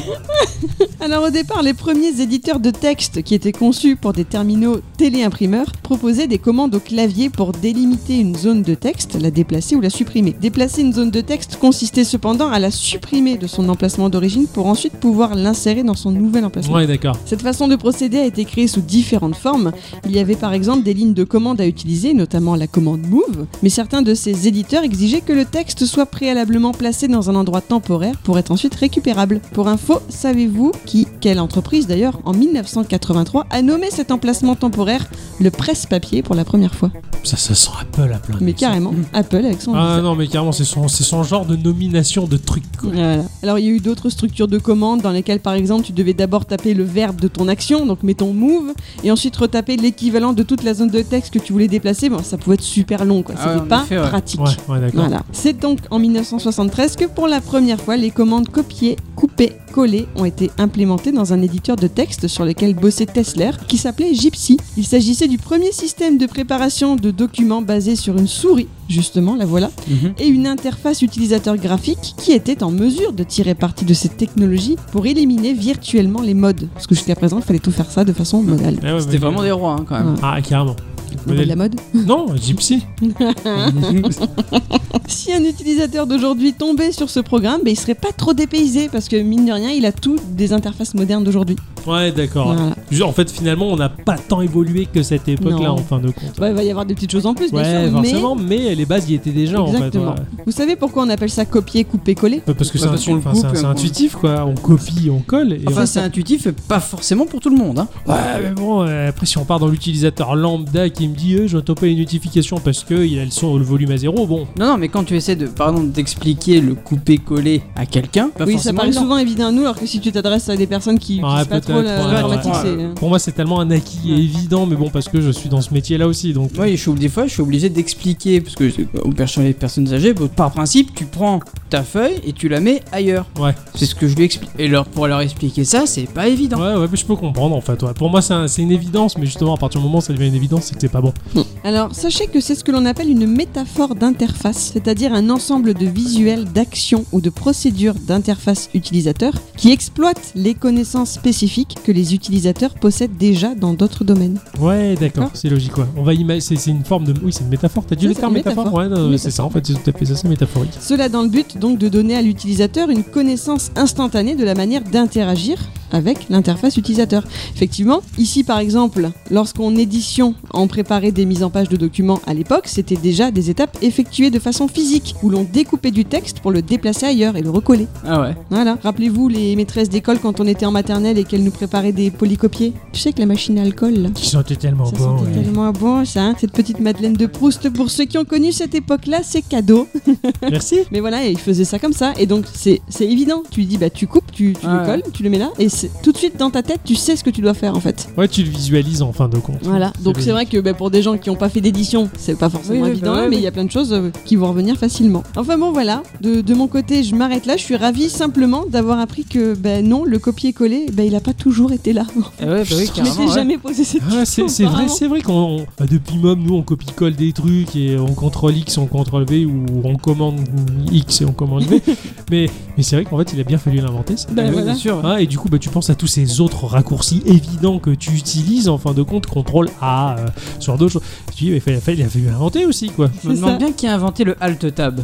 Speaker 2: Alors au départ, les premiers éditeurs de texte qui étaient conçus pour des terminaux téléimprimeurs proposaient des commandes au clavier pour délimiter une zone de texte, la déplacer ou la supprimer. Déplacer une zone de texte consistait cependant à la supprimer de son emplacement d'origine pour ensuite pouvoir l'insérer dans son nouvel emplacement.
Speaker 1: Ouais, d'accord.
Speaker 2: Cette façon de procéder a été créée sous différentes formes. Il y avait par exemple des lignes de commande à utiliser, notamment la commande move, mais certains de ces éditeurs exigeaient que le texte soit préalablement placé dans un endroit temporaire pour être ensuite récupérable. Pour info, savez-vous qui, quelle entreprise d'ailleurs, en 1983 a nommé cet emplacement temporaire le presse-papier pour la première fois
Speaker 1: Ça, ça sent Apple à plein.
Speaker 2: Mais
Speaker 1: nez, ça.
Speaker 2: carrément, Apple avec son
Speaker 1: Ah non, mais carrément, c'est son, c'est son genre de nomination de truc. quoi.
Speaker 2: Voilà. Euh, Alors il y a eu d'autres structures de commandes dans lesquelles par exemple tu devais d'abord taper le verbe de ton action, donc mettons move, et ensuite retaper l'équivalent de toute la zone de texte que tu voulais déplacer. Bon, ça pouvait être super long, quoi.
Speaker 6: Ah
Speaker 2: C'était
Speaker 6: ouais, en
Speaker 2: pas
Speaker 6: effet, ouais.
Speaker 2: pratique.
Speaker 1: Ouais, ouais, d'accord.
Speaker 2: Voilà. C'est donc en 1973 que pour la première fois, les commandes copier, couper, coller ont été implémentées dans un éditeur de texte sur lequel bossait Tesler, qui s'appelait Gypsy. Il s'agissait du premier système de préparation de documents basé sur une souris, justement, la voilà,
Speaker 6: Mhm.
Speaker 2: et une interface utilisateur graphique qui était en mesure de tirer parti de cette technologie pour éliminer virtuellement les modes. Parce que jusqu'à présent, il fallait tout faire ça de façon modale.
Speaker 1: Ah ouais,
Speaker 6: C'était
Speaker 1: mais-
Speaker 6: vraiment des rois hein, quand même.
Speaker 2: Ouais.
Speaker 1: Ah, carrément.
Speaker 2: Le mode de la mode
Speaker 1: Non, Gypsy.
Speaker 2: Si un utilisateur d'aujourd'hui tombait sur ce programme, ben, il serait pas trop dépaysé parce que mine de rien, il a tout des interfaces modernes d'aujourd'hui.
Speaker 1: Ouais, d'accord.
Speaker 2: Voilà.
Speaker 1: Je- En fait, finalement, on n'a pas tant évolué que cette époque-là,
Speaker 2: Non.
Speaker 1: en fin de compte.
Speaker 2: Ouais, il va y avoir des petites choses en plus, bien
Speaker 1: Ouais,
Speaker 2: sûr,
Speaker 1: forcément, mais les bases y étaient
Speaker 2: mais
Speaker 1: déjà,
Speaker 2: exactement.
Speaker 1: en fait. ouais.
Speaker 2: Vous savez pourquoi on appelle ça copier, couper, coller
Speaker 1: Ouais, Parce que
Speaker 6: Ouais,
Speaker 1: c'est
Speaker 6: parce
Speaker 1: intu-
Speaker 6: qu'on le
Speaker 1: enfin, c'est-
Speaker 6: coupe,
Speaker 1: c'est
Speaker 6: hein,
Speaker 1: intuitif, quoi. On copie, on colle. Et
Speaker 6: Enfin, c'est intuitif, et pas forcément pour tout le monde. hein.
Speaker 1: on- Ouais, mais bon, euh, après, si on part dans l'utilisateur lambda qui me dit, euh, je dois taper les notifications parce qu'il a le son le volume à zéro, bon.
Speaker 6: Non, non, mais quand tu essaies de, par exemple, d'expliquer le couper-coller à quelqu'un, pas
Speaker 2: Oui, ça
Speaker 6: forcément
Speaker 2: paraît
Speaker 6: évident.
Speaker 2: souvent évident à nous, alors que si tu t'adresses à des personnes qui ne
Speaker 1: Ouais,
Speaker 2: pas trop
Speaker 1: peut-être,
Speaker 2: la-
Speaker 1: ouais,
Speaker 2: l'informatique,
Speaker 6: ouais.
Speaker 2: c'est. hein.
Speaker 1: Pour moi, c'est tellement un acquis
Speaker 2: Ouais.
Speaker 1: évident, mais bon, parce que je suis dans ce métier-là aussi, donc.
Speaker 6: Moi, je suis, des fois, je suis obligé d'expliquer, parce que je- aux personnes, les personnes âgées, bah, par principe, tu prends ta feuille et tu la mets ailleurs.
Speaker 1: Ouais.
Speaker 6: C'est ce que je lui explique. Et leur, pour leur expliquer ça, c'est pas évident.
Speaker 1: Ouais, ouais, mais je peux comprendre en fait. ouais. Pour moi, c'est un- c'est une évidence, mais justement, à partir du moment où ça devient une évidence, c'est que c'est pas bon.
Speaker 2: Alors, sachez que c'est ce que l'on appelle une métaphore d'interface, c'est-à-dire un ensemble de visuels, d'actions ou de procédures d'interface utilisateur qui exploitent les connaissances spécifiques que les utilisateurs possèdent déjà dans d'autres domaines.
Speaker 1: Ouais, d'accord,
Speaker 2: D'accord.
Speaker 1: c'est logique, ouais. On va imaginer, c'est c'est une forme de. Oui, c'est une métaphore, t'as dit
Speaker 2: Ouais,
Speaker 1: le
Speaker 2: Hein c'est
Speaker 1: terme
Speaker 2: une
Speaker 1: métaphore,
Speaker 2: métaphore.
Speaker 1: Ouais, non,
Speaker 2: Une
Speaker 1: mais c'est ça, en fait, c'est tout à fait ça, c'est métaphorique.
Speaker 2: Cela dans le but donc de donner à l'utilisateur une connaissance instantanée de la manière d'interagir avec l'interface utilisateur. Effectivement, ici par exemple, lorsqu'on édition, on préparait des mises en page de documents à l'époque, c'était déjà des étapes effectuées de façon physique, où l'on découpait du texte pour le déplacer ailleurs et le recoller.
Speaker 6: Ah ouais.
Speaker 2: Voilà. Rappelez-vous les maîtresses d'école quand on était en maternelle et qu'elles nous préparaient des polycopiers. Tu sais que la machine à alcool, là,
Speaker 1: Qui sentait tellement
Speaker 2: ça
Speaker 1: bon.
Speaker 2: sentait
Speaker 1: ouais.
Speaker 2: tellement bon, ça. hein. Cette petite Madeleine de Proust, pour ceux qui ont connu cette époque-là, c'est cadeau.
Speaker 1: Merci.
Speaker 2: Mais voilà, il faisait ça comme ça. Et donc, c'est c'est évident. Tu lui dis, bah, tu coupes, tu, tu
Speaker 6: Ah
Speaker 2: le
Speaker 6: ouais.
Speaker 2: colles, tu le mets là. Et c'est- tout de suite, dans ta tête, tu sais ce que tu dois faire, en fait.
Speaker 1: Ouais, tu le visualises en fin de compte.
Speaker 2: Voilà. Donc,
Speaker 1: logique.
Speaker 2: c'est vrai que bah, pour des gens qui n'ont pas fait d'édition, c'est pas forcément
Speaker 6: Oui, oui,
Speaker 2: évident,
Speaker 6: bah ouais,
Speaker 2: mais
Speaker 6: oui.
Speaker 2: il y a plein de choses euh, qui vont revenir facilement. Enfin, bon, voilà. De, de mon côté, je m'arrête là. Je suis ravie simplement d'avoir appris que, ben non, le copier-coller, ben il a pas toujours été là.
Speaker 6: Ah ouais, bah oui,
Speaker 2: je m'étais
Speaker 6: carrément. ouais.
Speaker 2: jamais posé cette
Speaker 1: Ah,
Speaker 2: question.
Speaker 1: c'est c'est vrai,
Speaker 2: vraiment.
Speaker 1: c'est vrai qu'on on- bah, depuis Mom, nous on copie-colle des trucs et on contrôle X, on contrôle V ou on commande X et on commande V. mais mais c'est vrai qu'en fait il a bien fallu l'inventer. ça.
Speaker 2: Ben
Speaker 6: Ah oui,
Speaker 2: voilà.
Speaker 6: bien sûr.
Speaker 1: Ah, et du coup, bah, tu penses à tous ces autres raccourcis évidents que tu utilises en fin de compte, contrôle A, euh, sur d'autres choses. Tu dis, mais il fallait- fallait- il a fallu inventer aussi, quoi.
Speaker 6: Je me
Speaker 2: C'est ça.
Speaker 6: demande bien qui a inventé le Alt Tab.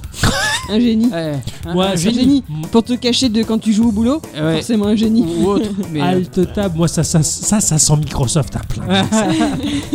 Speaker 2: Un génie.
Speaker 6: Ouais,
Speaker 3: Hein,
Speaker 6: un-
Speaker 1: Moi,
Speaker 6: un
Speaker 1: ça-
Speaker 6: génie.
Speaker 1: Mm,
Speaker 2: Pour te cacher de quand tu joues au boulot,
Speaker 6: Ouais.
Speaker 2: forcément un génie.
Speaker 6: Ou autre.
Speaker 3: euh,
Speaker 6: Mais
Speaker 1: Alt Tab, moi, ça, ça, ça, ça sent Microsoft à
Speaker 6: euh,
Speaker 1: plein.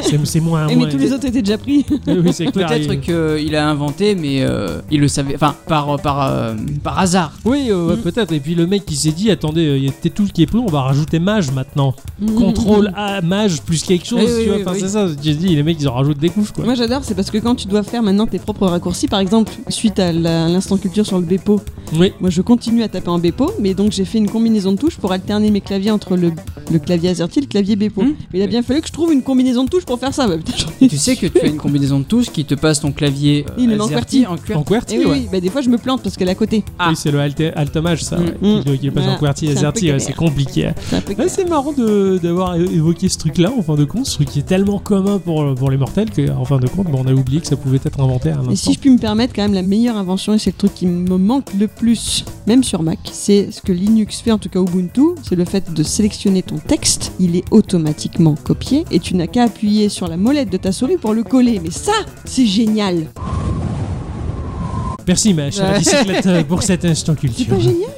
Speaker 1: c'est c'est moins.
Speaker 2: Eh, mais
Speaker 1: moins-
Speaker 2: tous les autres étaient déjà pris.
Speaker 1: Oui, c'est clair.
Speaker 6: Peut-être
Speaker 1: il-
Speaker 6: qu'il a inventé, mais euh, il le savait. Enfin, par, par, euh, par hasard.
Speaker 1: Oui, euh, ouais, peut-être. Et puis le mec, il s'est dit, attendez, euh, il y a peut-être tout qui est plus, on va rajouter mage maintenant.
Speaker 2: Mm,
Speaker 1: Contrôle A, mage plus quelque chose.
Speaker 6: Oui,
Speaker 1: tu
Speaker 6: oui,
Speaker 1: vois.
Speaker 6: oui,
Speaker 1: Enfin,
Speaker 6: oui.
Speaker 1: c'est ça. J'ai dit, les mecs, ils en rajoutent des couches, quoi.
Speaker 2: Moi j'adore, c'est parce que quand tu dois faire maintenant tes propres raccourcis, par exemple, suite à la- l'instant culture sur le Bepo,
Speaker 1: Oui.
Speaker 2: moi je continue à taper en Bepo, mais donc j'ai fait une combinaison de touches pour alterner mes claviers entre le, le clavier AZERTY et le clavier Bepo.
Speaker 6: Hum.
Speaker 2: Mais il a bien fallu que je trouve une combinaison de touches pour faire ça. Bah, putain, j'en ai-
Speaker 6: Tu sais que tu as une combinaison de touches qui te passe ton clavier euh,
Speaker 2: Il est en
Speaker 6: AZERTY
Speaker 2: QWERTY.
Speaker 6: en QWERTY.
Speaker 1: En QWERTY,
Speaker 2: Eh oui,
Speaker 1: ouais.
Speaker 2: oui, bah, des fois je me plante parce qu'elle est à côté.
Speaker 6: Ah.
Speaker 1: Oui, c'est le alt, altomage, ça.
Speaker 6: Mm.
Speaker 1: ouais. Il doit- Il est pas en
Speaker 2: Voilà.
Speaker 1: QWERTY,
Speaker 2: C'est un peu
Speaker 1: AZERTY, ouais,
Speaker 2: galère.
Speaker 1: c'est compliqué.
Speaker 2: C'est un peu
Speaker 1: Ouais, c'est marrant de- d'avoir é- évoqué ce truc-là, en fin de compte, ce truc qui est tellement commun pour, pour les mortels que, en fin de compte, bon, on a oublié que ça pouvait être inventé à un
Speaker 2: Et
Speaker 1: instant.
Speaker 2: si je puis me permettre, quand même, la meilleure invention, et c'est le truc qui me manque le plus, même sur Mac, c'est ce que Linux fait, en tout cas Ubuntu, c'est le fait de sélectionner ton texte, il est automatiquement copié, et tu n'as qu'à appuyer sur la molette de ta souris pour le coller. Mais ça, c'est génial
Speaker 1: Merci ma chère
Speaker 3: Ouais.
Speaker 1: bicyclette euh, pour cet instant
Speaker 2: C'est
Speaker 1: culture.
Speaker 2: pas génial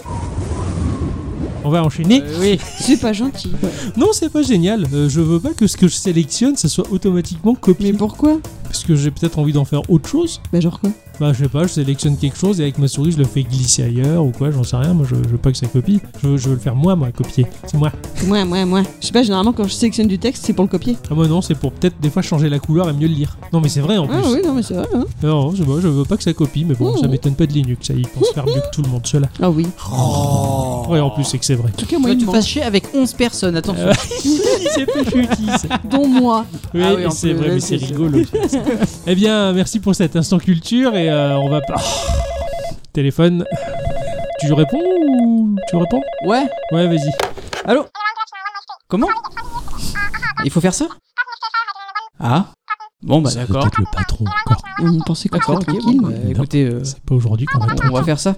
Speaker 1: On va enchaîner.
Speaker 3: Euh, oui.
Speaker 2: C'est pas gentil.
Speaker 1: Non, c'est pas génial. Euh, je veux pas que ce que je sélectionne, ça soit automatiquement copié.
Speaker 2: Mais pourquoi
Speaker 1: Parce que j'ai peut-être envie d'en faire autre chose.
Speaker 2: Bah genre quoi
Speaker 1: Bah, je sais pas, je sélectionne quelque chose et avec ma souris, je le fais glisser ailleurs ou quoi, j'en sais rien. Moi, je, je veux pas que ça copie. Je, veux- je veux le faire moi, moi, copier. C'est moi.
Speaker 2: Moi, moi, moi. Je sais pas, généralement quand je sélectionne du texte, c'est pour le copier.
Speaker 1: Ah, moi, non, c'est pour peut-être des fois changer la couleur et mieux le lire. Non, mais c'est vrai en
Speaker 2: Ah
Speaker 1: plus.
Speaker 2: oui, non mais c'est vrai. Hein
Speaker 1: Non, je, moi, je veux pas que ça copie, mais bon,
Speaker 2: Mmh.
Speaker 1: ça m'étonne pas de Linux. Ça, ils pensent faire mieux que tout le monde, ceux-là.
Speaker 2: ah oui. Oh.
Speaker 1: Ouais, en plus, c'est que c'est vrai.
Speaker 2: En tout cas,
Speaker 3: Toi,
Speaker 2: moi, il
Speaker 3: tu
Speaker 2: me
Speaker 3: vas chier avec 11 personnes, attention.
Speaker 1: Euh, c'est pas gentil, ça.
Speaker 2: manque, dont moi.
Speaker 1: Oui,
Speaker 3: Ah oui, en
Speaker 1: c'est
Speaker 3: plus,
Speaker 1: vrai,
Speaker 3: là,
Speaker 1: mais c'est
Speaker 3: c'est-
Speaker 1: rigolo. eh bien, merci pour cet instant culture et euh, on va pas. Oh, Téléphone. Tu réponds ou tu réponds
Speaker 3: Ouais.
Speaker 1: Ouais, vas-y.
Speaker 3: Allô Comment Il faut faire ça Ah Bon, bah
Speaker 1: C'est
Speaker 3: d'accord.
Speaker 1: peut-être le patron encore.
Speaker 2: On pensait qu'on
Speaker 3: D'accord,
Speaker 2: serait
Speaker 3: ok,
Speaker 2: tranquille.
Speaker 3: bon, bah,
Speaker 1: Non.
Speaker 3: écoutez, euh,
Speaker 1: C'est pas aujourd'hui qu'on répond.
Speaker 3: on va faire ça.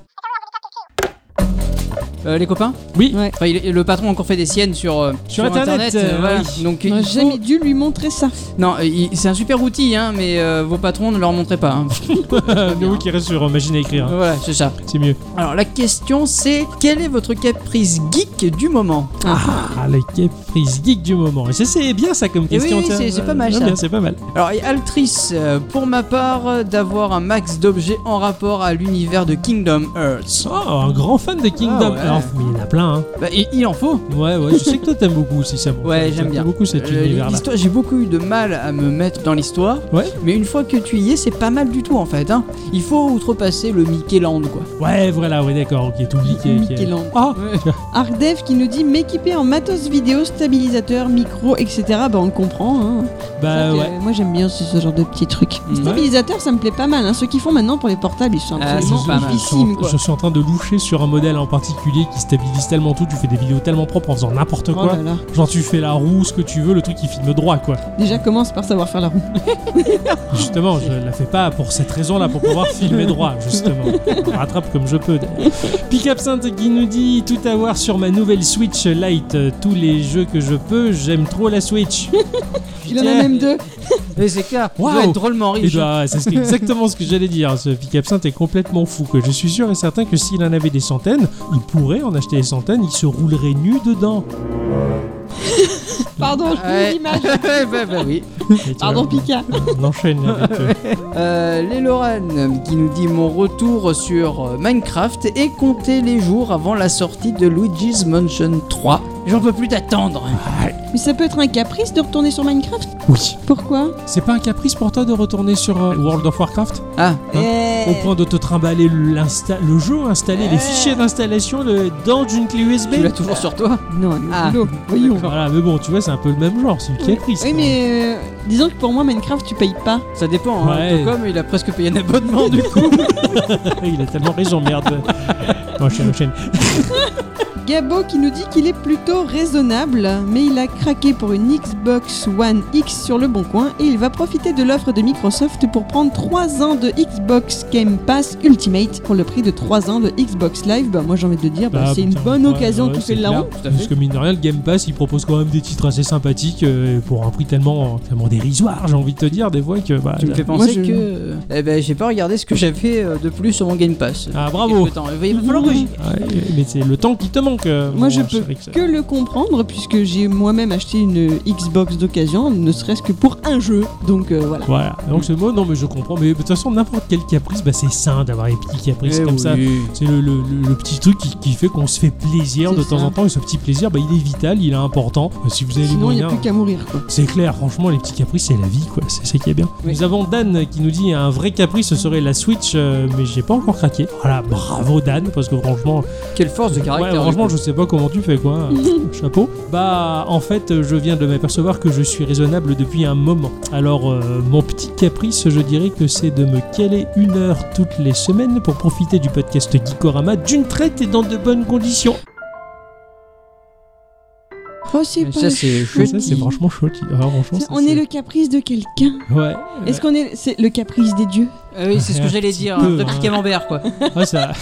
Speaker 3: Euh, les copains
Speaker 1: Oui.
Speaker 2: Ouais.
Speaker 3: Enfin, il- le patron a encore fait des siennes sur, euh,
Speaker 1: Sur Internet, euh,
Speaker 3: euh, voilà.
Speaker 1: oui.
Speaker 3: Donc,
Speaker 2: On
Speaker 3: il
Speaker 2: aurait
Speaker 3: faut-
Speaker 2: jamais dû lui montrer ça.
Speaker 3: Non, euh, il- c'est un super outil, hein, mais euh, vos patrons ne leur montrez pas. hein.
Speaker 1: Nous qui reste sur euh, machine à écrire, hein.
Speaker 3: voilà, c'est ça.
Speaker 1: c'est mieux.
Speaker 3: Alors, la question, c'est quelle est votre caprice geek du moment
Speaker 1: Ah, la caprice geek du moment. Et ça, c'est bien ça comme
Speaker 3: Eh oui,
Speaker 1: question.
Speaker 3: oui,
Speaker 1: tiens.
Speaker 3: c'est- c'est pas mal,
Speaker 1: Ouais,
Speaker 3: ça.
Speaker 1: bien, C'est pas mal.
Speaker 3: Alors, et Altrice, euh, pour ma part, euh, d'avoir un max d'objets en rapport à l'univers de Kingdom Hearts.
Speaker 1: Oh, un grand fan de Kingdom
Speaker 3: Ah ouais.
Speaker 1: Hearts. Mais il y en a plein, hein.
Speaker 3: Bah, il, il en faut.
Speaker 1: Ouais, ouais, je sais que toi t'aimes beaucoup aussi ça.
Speaker 3: Ouais, j'aime bien.
Speaker 1: beaucoup cet
Speaker 3: Euh,
Speaker 1: univers-là.
Speaker 3: l'histoire- j'ai beaucoup eu de mal à me mettre dans l'histoire,
Speaker 1: Ouais.
Speaker 3: mais une fois que tu y es, c'est pas mal du tout en fait. Hein. Il faut outrepasser le Mickey Land, quoi.
Speaker 1: Ouais, voilà, ouais, d'accord, ok, t'oublies qu'il y a-
Speaker 2: Mickey Land.
Speaker 1: Ah,
Speaker 2: Ardev qui nous dit m'équiper en matos vidéo, stabilisateur, micro, etc. Bah on le comprend. Hein.
Speaker 1: bah
Speaker 2: C'est
Speaker 1: ouais.
Speaker 2: vrai que, euh, Moi j'aime bien ce, ce genre de petits trucs.
Speaker 3: Ouais.
Speaker 2: Stabilisateur, ça me plaît pas mal. Hein. Ceux qu'ils font maintenant pour les portables, ils sont
Speaker 3: Ah, c'est
Speaker 2: absolument
Speaker 3: pas mal.
Speaker 1: Je suis en-
Speaker 2: oufissimes. quoi.
Speaker 1: Je suis en train de loucher sur un modèle en particulier qui stabilise tellement tout, tu fais des vidéos tellement propres en faisant n'importe
Speaker 2: Oh
Speaker 1: quoi.
Speaker 2: là là.
Speaker 1: Genre tu fais la roue, ce que tu veux, le truc qui filme droit quoi.
Speaker 2: Déjà commence par savoir faire la roue.
Speaker 1: Justement, je la fais pas pour cette raison-là, pour pouvoir filmer droit, justement. Je me rattrape comme je peux. d'ailleurs. Pic Absinthe qui nous dit tout avoir sur ma nouvelle Switch Lite, euh, tous les jeux que je peux, j'aime trop la Switch.
Speaker 2: Il en a même deux.
Speaker 3: Mais c'est clair,
Speaker 1: Waouh.
Speaker 3: il doit être drôlement
Speaker 1: Et
Speaker 3: riche.
Speaker 1: bah, c'est ce que- exactement ce que j'allais dire. Ce Pic Absinthe est complètement fou. Que je suis sûr et certain que s'il en avait des centaines, il pourrait en acheter des centaines, il se roulerait nu dedans.
Speaker 2: Pardon, je
Speaker 3: Ouais.
Speaker 2: fais l'image.
Speaker 3: Ouais, bah, bah oui.
Speaker 1: Et tu
Speaker 2: Pardon
Speaker 1: vois,
Speaker 2: Pika.
Speaker 1: On enchaîne avec euh,
Speaker 3: Euh, les Loran qui nous dit mon retour sur euh, Minecraft et compter les jours avant la sortie de Luigi's Mansion 3. J'en peux plus d'attendre.
Speaker 2: Mais ça peut être un caprice de retourner sur Minecraft
Speaker 1: Oui.
Speaker 2: Pourquoi
Speaker 1: C'est pas un caprice pour toi de retourner sur euh, World of Warcraft
Speaker 3: Ah,
Speaker 1: Hein
Speaker 2: Eh,
Speaker 1: Au point de te trimballer l'insta- le jeu, installer
Speaker 2: Euh.
Speaker 1: les fichiers d'installation le- dans une clé USB
Speaker 3: tu l'as toujours sur toi
Speaker 2: Non, non,
Speaker 3: Ah.
Speaker 2: non, voyons.
Speaker 1: Voilà, mais bon, tu vois, c'est un peu le même genre, c'est une caprice.
Speaker 2: Oui,
Speaker 1: quoi.
Speaker 2: mais euh, disons que pour moi, Minecraft, tu payes pas.
Speaker 3: Ça dépend. Hein.
Speaker 1: Ouais.
Speaker 3: Comme il a presque payé un abonnement du coup.
Speaker 1: Il a tellement raison, merde. Bon, enchaîne, enchaîne.
Speaker 2: Gabo qui nous dit qu'il est plutôt raisonnable, mais il a craqué pour une Xbox One X sur le bon coin et il va profiter de l'offre de Microsoft pour prendre 3 ans de Xbox Game Pass Ultimate pour le prix de 3 ans de Xbox Live. Bah, moi j'ai envie de dire, bah,
Speaker 1: Ah,
Speaker 2: c'est une
Speaker 1: putain,
Speaker 2: bonne
Speaker 1: ouais,
Speaker 2: occasion
Speaker 1: ouais,
Speaker 2: qui
Speaker 1: c'est
Speaker 2: fait de la
Speaker 1: clair.
Speaker 2: roue.
Speaker 3: à fait.
Speaker 1: Parce que mine de rien, le Game Pass, il propose quand même des titres assez sympathiques euh, pour un prix tellement, euh, tellement dérisoire, j'ai envie de te dire, des fois que. Bah,
Speaker 3: Tu me
Speaker 1: là-
Speaker 3: fais penser
Speaker 2: Moi, je-
Speaker 3: que. Eh ben, j'ai pas regardé ce que j'avais euh, de plus sur mon Game Pass.
Speaker 1: Ah, bravo.
Speaker 3: Quelque temps. Il va falloir que j'y-
Speaker 1: Ouais, mais c'est le temps qui te manque. euh,
Speaker 2: Moi,
Speaker 1: mon
Speaker 2: je
Speaker 1: cher
Speaker 2: peux
Speaker 1: Rick.
Speaker 2: Que le comprendre, puisque j'ai moi-même acheté une Xbox d'occasion, ne serait-ce que pour un jeu. Donc euh, voilà.
Speaker 1: Voilà, donc c'est moi, non mais je comprends, mais de toute façon, n'importe quel caprice, bah, c'est sain d'avoir les petits
Speaker 3: Eh
Speaker 1: caprices comme ça.
Speaker 3: oui.
Speaker 1: C'est le, le- le- le petit truc qui, qui fait qu'on se fait plaisir
Speaker 2: C'est
Speaker 1: de temps
Speaker 2: ça.
Speaker 1: en temps, et ce petit plaisir, bah, il est vital, il est important. Euh, Si vous avez les
Speaker 2: Sinon, il n'y a
Speaker 1: moyens.
Speaker 2: plus qu'à mourir. Quoi.
Speaker 1: C'est clair, franchement, les petits caprices, c'est la vie, quoi. C'est ça qui est bien.
Speaker 3: Oui.
Speaker 1: Nous avons Dan qui nous dit un vrai caprice, ce serait la Switch, euh, mais j'ai pas encore craqué. Voilà, bravo Dan, parce que franchement,
Speaker 3: Quelle force de caractère.
Speaker 1: ouais, franchement,
Speaker 3: du
Speaker 1: je sais pas comment tu fais, quoi. Euh, Chapeau. Bah, en fait, euh, je viens de m'apercevoir que je suis raisonnable depuis un moment. Alors, euh, mon petit caprice, je dirais que c'est de me caler une heure toutes les semaines pour profiter du podcast Geekorama d'une traite et dans de bonnes conditions.
Speaker 2: Oh, c'est
Speaker 3: coup.
Speaker 2: pas
Speaker 3: Ça, c'est
Speaker 1: Mais
Speaker 3: chouette.
Speaker 1: ça, c'est franchement chouette. Ah, franchement,
Speaker 2: C'est-
Speaker 1: ça,
Speaker 2: On est
Speaker 1: c'est-
Speaker 2: le caprice de quelqu'un.
Speaker 1: Ouais.
Speaker 2: Est-ce qu'on est c'est le caprice des dieux
Speaker 3: Ah oui, c'est ce que j'allais dire,
Speaker 1: peu,
Speaker 3: un vrai petit
Speaker 1: hein.
Speaker 3: camembert quoi.
Speaker 1: Ouais, ça...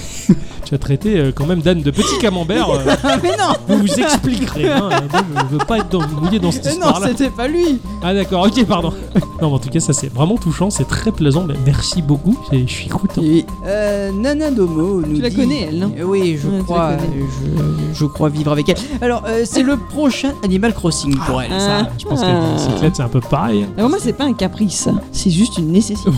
Speaker 1: tu as traité euh, quand même Dan de petit camembert. euh,
Speaker 3: Ah, mais non
Speaker 1: vous vous expliquerez. hein. Moi, je veux pas être dans- mouillé dans cette
Speaker 3: mais Non,
Speaker 1: histoire-là.
Speaker 3: c'était pas lui
Speaker 1: Ah d'accord, ok, pardon. non, mais en tout cas, ça c'est vraiment touchant, c'est très plaisant. mais merci beaucoup. c'est- Je suis content.
Speaker 3: Et, euh, Nana Domo nous
Speaker 2: Tu la
Speaker 3: dit-
Speaker 2: connais, elle, non
Speaker 3: Euh, Oui, je
Speaker 2: Ouais, tu la
Speaker 3: crois, euh,
Speaker 2: connais.
Speaker 3: je, je crois vivre avec elle. Alors, euh, c'est le prochain Animal Crossing pour elle. ça.
Speaker 2: Ah.
Speaker 1: Je pense que la bicyclette c'est un peu pareil.
Speaker 2: Alors moi, c'est pas un caprice, hein. c'est juste une nécessité.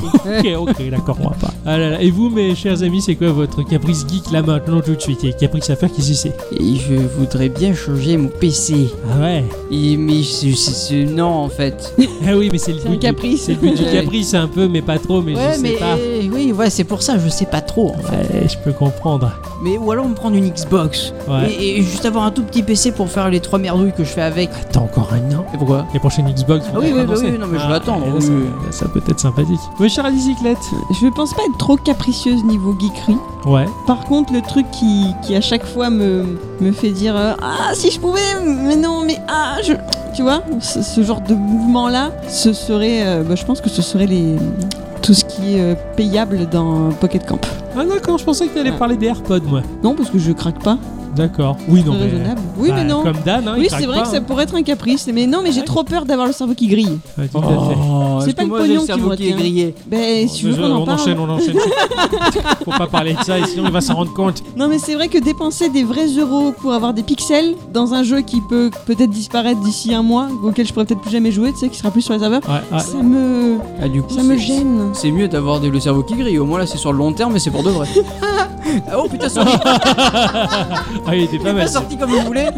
Speaker 1: Ok, ok, d'accord, on va pas. Ah là là. Et vous, mes chers amis, c'est quoi votre caprice geek là maintenant tout de suite Et caprice à faire, qu'est-ce que c'est
Speaker 3: Et je voudrais bien changer mon PC.
Speaker 1: Ah ouais
Speaker 3: Et- mais c'est- c'est- c'est- non en fait.
Speaker 1: Ah oui, mais c'est le
Speaker 2: C'est
Speaker 1: but. du-
Speaker 2: un caprice.
Speaker 1: C'est le but du
Speaker 3: Ouais.
Speaker 1: caprice un peu, mais pas trop, mais
Speaker 3: ouais,
Speaker 1: je
Speaker 3: mais
Speaker 1: sais pas.
Speaker 3: euh, oui, ouais, c'est pour ça, je sais pas trop. en fait.
Speaker 1: Ouais, je peux comprendre.
Speaker 3: Mais ou alors me prendre une Xbox
Speaker 1: Ouais.
Speaker 3: et, et juste avoir un tout petit PC pour faire les trois merdouilles que je fais avec.
Speaker 1: Attends encore un an.
Speaker 3: Et pourquoi
Speaker 1: Les prochaines Xbox.
Speaker 3: Ah oui, oui, bah oui, non, mais je vais attendre,
Speaker 1: là,
Speaker 3: oui,
Speaker 1: ça-
Speaker 3: oui.
Speaker 1: là, Ça, peut être sympathique. Mes chers bicyclettes.
Speaker 2: Je pense pas être trop capricieuse niveau geekerie.
Speaker 1: Ouais.
Speaker 2: Par contre, le truc qui, qui à chaque fois me, me fait dire euh, Ah, si je pouvais, mais non, mais ah, je. Tu vois, ce, ce genre de mouvement-là, ce serait. euh, bah, je pense que ce serait les. Tout ce qui est euh, payable dans Pocket Camp.
Speaker 1: Ah d'accord, je pensais que t'allais
Speaker 2: Ouais.
Speaker 1: parler des AirPods, moi.
Speaker 2: Non, parce que je craque pas.
Speaker 1: D'accord. Oui, non,
Speaker 2: C'est
Speaker 1: mais.
Speaker 2: raisonnable. Oui,
Speaker 1: bah,
Speaker 2: mais non.
Speaker 1: Comme Dan, hein, il
Speaker 2: Oui,
Speaker 1: craque
Speaker 2: c'est vrai
Speaker 1: pas,
Speaker 2: que ça
Speaker 1: hein.
Speaker 2: pourrait être un caprice, mais non, mais j'ai
Speaker 1: Ouais.
Speaker 2: trop peur d'avoir le cerveau qui grille.
Speaker 1: Ouais, tout
Speaker 3: Oh,
Speaker 1: à fait.
Speaker 2: C'est pas le pognon qui me retient.
Speaker 3: grillé.
Speaker 2: Ben, si tu veux
Speaker 1: Je-
Speaker 2: qu'on en
Speaker 1: on
Speaker 2: parle.
Speaker 1: enchaîne, on enchaîne. Faut pas parler de ça, et sinon il va s'en rendre compte.
Speaker 2: Non mais c'est vrai que dépenser des vrais euros pour avoir des pixels dans un jeu qui peut peut-être disparaître d'ici un mois, auquel je pourrais peut-être plus jamais jouer, tu sais, qui sera plus sur les serveurs,
Speaker 1: Ouais, ouais.
Speaker 2: ça me,
Speaker 3: Ah, du coup,
Speaker 2: ça me
Speaker 3: c'est-
Speaker 2: gêne.
Speaker 3: C'est mieux d'avoir des- le cerveau qui grille, au moins là c'est sur le long terme mais c'est pour de vrai. Ah, oh putain, sorry,
Speaker 1: Ah, il était pas
Speaker 3: pas
Speaker 1: mal.
Speaker 3: sorti comme vous voulez.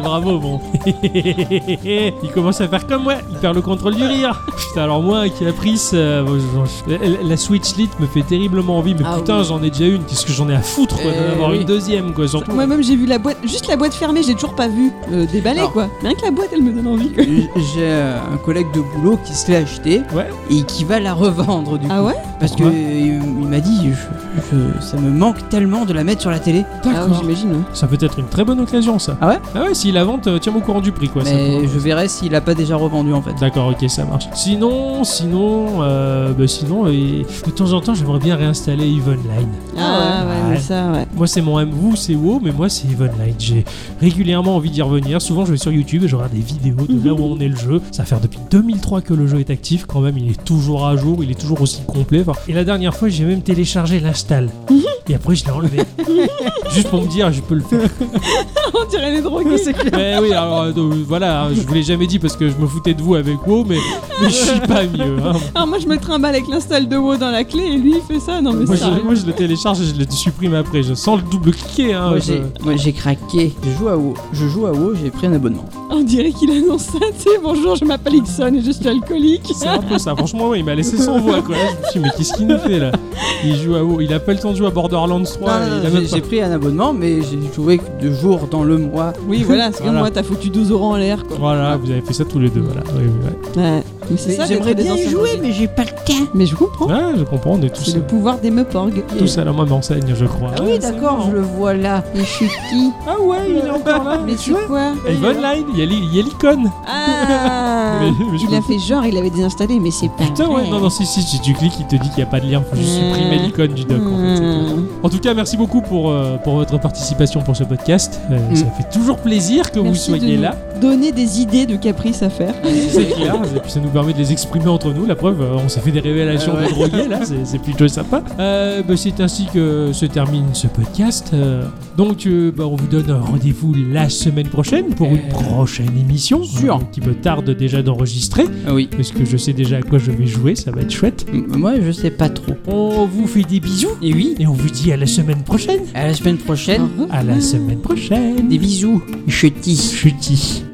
Speaker 1: Bravo, bon. il commence à faire comme moi, il perd le contrôle du rire. Putain, alors moi, Caprice, euh, bon, je- je- la- la Switch Lite me fait terriblement envie, mais
Speaker 3: Ah
Speaker 1: putain,
Speaker 3: oui.
Speaker 1: j'en ai déjà une, qu'est-ce que j'en ai à foutre quoi, d'en
Speaker 3: Eh
Speaker 1: avoir
Speaker 3: oui.
Speaker 1: une deuxième, quoi, surtout.
Speaker 2: Moi-même j'ai vu la boîte, juste la boîte fermée, j'ai toujours pas vu euh, déballer
Speaker 3: Alors-
Speaker 2: quoi. Mais rien que la boîte elle me donne envie. quoi.
Speaker 3: J'ai euh, un collègue de boulot qui se l'a acheté
Speaker 1: Ouais.
Speaker 3: et qui va la revendre du coup.
Speaker 2: Ah ouais
Speaker 3: Parce que
Speaker 1: Pourquoi
Speaker 3: euh, il m'a dit, je- je- ça me manque tellement de la mettre sur la télé.
Speaker 2: Ah ouais, j'imagine. ouais.
Speaker 1: Ça peut être une très bonne occasion, ça.
Speaker 3: Ah ouais
Speaker 1: Ah ouais, s'il la vente, euh, tiens-moi au courant du prix, quoi. ça
Speaker 3: Mais
Speaker 1: peut-
Speaker 3: je verrai s'il a pas déjà revendu en fait.
Speaker 1: D'accord, ok, ça marche. Sinon, sinon, euh, bah, sinon, euh, de temps en temps, j'aimerais bien réinstaller Evenline.
Speaker 2: Ah ouais,
Speaker 1: Ouais.
Speaker 2: mais ça ouais.
Speaker 1: Moi, c'est mon M, vous, c'est WoW, mais moi, c'est Evenline. J'ai régulièrement envie d'y revenir. Souvent, je vais sur YouTube et je regarde des vidéos de là où on est le jeu. Ça va faire depuis 2003 que le jeu est actif. Quand même, il est toujours à jour, il est toujours aussi complet. Enfin, et la dernière fois, j'ai même téléchargé l'install. et après, je l'ai enlevé. Juste pour me dire, je peux le faire.
Speaker 2: On dirait les drogués.
Speaker 1: Mais oui, alors, euh, donc, voilà, hein, je vous l'ai jamais dit parce que je me foutais de vous avec WoW, mais, mais je suis pas mieux. hein.
Speaker 2: Alors moi je me trimballe avec l'install de WoW dans la clé et lui il fait ça. Non mais
Speaker 1: Moi
Speaker 2: ça.
Speaker 1: je, moi, je le télécharge et je le supprime après. Je sens le double cliquer. Hein,
Speaker 3: Moi
Speaker 1: je-
Speaker 3: j'ai moi, j'ai craqué. Je joue à WoW. Je joue à WoW, j'ai pris un abonnement.
Speaker 2: On dirait qu'il annonce ça. Tu sais, bonjour, je m'appelle Ixon et je suis alcoolique.
Speaker 1: C'est un peu ça. Franchement, ouais, il m'a laissé sans voix. Quoi. Je me suis dit, mais qu'est-ce qu'il nous fait là Il joue à WoW. Il a pas le temps de jouer à Borderlands 3.
Speaker 3: Non, non,
Speaker 1: il
Speaker 3: non,
Speaker 1: a
Speaker 3: j'ai-
Speaker 1: même pas-
Speaker 3: j'ai pris un abonnement, mais j'ai joué que deux jours dans le mois.
Speaker 2: Oui voilà, c'est comme
Speaker 1: Voilà.
Speaker 2: moi t'as foutu 12 euros en l'air quoi.
Speaker 1: Voilà, vous avez fait ça tous les deux. Voilà. Oui, oui, ouais.
Speaker 2: Ouais. Mais c'est
Speaker 3: Mais
Speaker 2: ça.
Speaker 3: J'aimerais
Speaker 2: d'être
Speaker 3: bien y
Speaker 2: dans un
Speaker 3: jouer, mais j'ai pas le temps.
Speaker 2: Mais je comprends.
Speaker 1: Ouais, je comprends. On est tous,
Speaker 2: C'est le pouvoir des meuporgs.
Speaker 1: euh, tous à la même enseigne, je crois.
Speaker 3: Ah oui, d'accord, je le vois là.
Speaker 2: Mais je suis qui
Speaker 1: Ah ouais, il est encore là.
Speaker 2: Mais c'est quoi
Speaker 1: Et Evenline, il y a l'i- il y a l'icône.
Speaker 2: Ah
Speaker 1: Mais- mais je
Speaker 2: Il a
Speaker 1: comprends.
Speaker 2: fait genre, il avait désinstallé, mais c'est pas.
Speaker 1: Putain, ouais,
Speaker 2: vrai.
Speaker 1: non, non, si, si, si tu cliques, il te dit qu'il n'y a pas de lien. Faut juste
Speaker 2: Mmh.
Speaker 1: supprimer l'icône du doc. En fait, c'est tout.
Speaker 2: Mmh.
Speaker 1: En tout cas, merci beaucoup pour, euh, pour votre participation pour ce podcast. Euh,
Speaker 3: Mm.
Speaker 1: Ça fait toujours plaisir que vous
Speaker 2: Mmh. Merci
Speaker 1: soyez
Speaker 2: de
Speaker 1: là.
Speaker 2: nous Donner des idées de caprices à faire.
Speaker 1: C'est clair. Et puis ça nous permet de les exprimer entre nous. La preuve, euh, on s'est fait des révélations
Speaker 3: Ah ouais.
Speaker 1: de drogués
Speaker 2: Euh,
Speaker 1: là. C'est c'est plutôt sympa. Euh, bah, C'est ainsi que se termine ce podcast. Euh, donc, euh, bah, on vous donne rendez-vous la semaine prochaine pour une
Speaker 3: Euh,
Speaker 1: prochaine émission.
Speaker 3: sûr.
Speaker 1: Un petit peu tarde déjà d'enregistrer
Speaker 3: Ah oui.
Speaker 1: parce que je sais déjà à quoi je vais jouer. Ça va être chouette.
Speaker 3: M- Moi, je sais pas trop.
Speaker 1: On vous fait des bisous
Speaker 3: Et oui,
Speaker 1: et on vous dit à la semaine prochaine.
Speaker 3: à la semaine prochaine.
Speaker 1: À la semaine prochaine.
Speaker 3: Des bisous. Chutis.
Speaker 1: Chutis.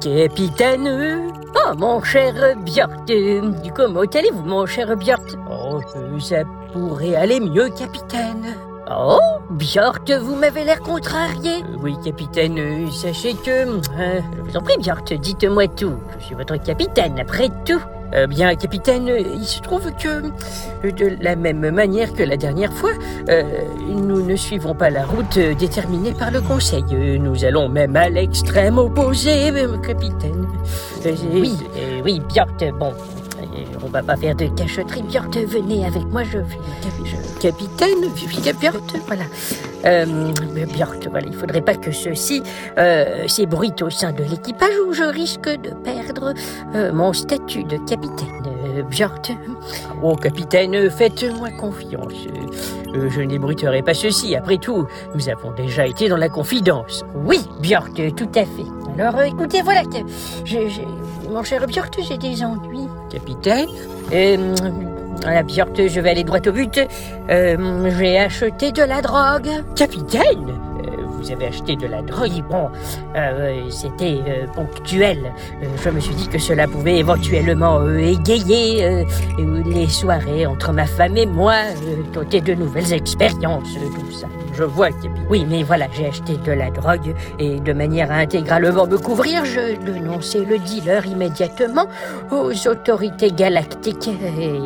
Speaker 10: Capitaine Oh, mon cher Björk euh, Comment allez-vous, mon cher Björk Oh, euh, ça pourrait aller mieux, capitaine. Oh, Björk, vous m'avez l'air contrarié. Euh, oui, capitaine, euh, sachez que... euh, je vous en prie, Björk, dites-moi tout. Je suis votre capitaine, après tout. Eh bien, capitaine, euh, il se trouve que, euh, de la même manière que la dernière fois, euh, nous ne suivons pas la route euh, déterminée par le Conseil. Euh, Nous allons même à l'extrême opposé, euh, capitaine. Oui, oui, Björk, bon. Euh, On va pas faire de cachotterie, Björk, venez avec moi, je Capitaine, Björk, voilà. Euh, Björk, voilà, il faudrait pas que ceci euh, s'ébruite au sein de l'équipage où je risque de perdre euh, mon statut de capitaine. Euh, Björk, oh capitaine, faites-moi confiance. Euh, euh, je n'ébruiterai pas ceci, après tout, nous avons déjà été dans la confidence. Oui, Björk, euh, tout à fait. Alors euh, écoutez, voilà que. j'ai- j'ai- Mon cher Björk, j'ai des ennuis. Capitaine euh, la Björk, je vais aller droit au but. Euh, j'ai acheté de la drogue. Capitaine Euh, Vous avez acheté de la drogue Bon, euh, c'était euh, ponctuel. Euh, je me suis dit que cela pouvait éventuellement euh, égayer euh, euh, les soirées entre ma femme et moi, euh, tenter de nouvelles expériences, euh, tout ça. Je vois, Capitaine. Oui, mais voilà, j'ai acheté de la drogue et de manière à intégralement me couvrir, je dénonçais le dealer immédiatement aux autorités galactiques. Et,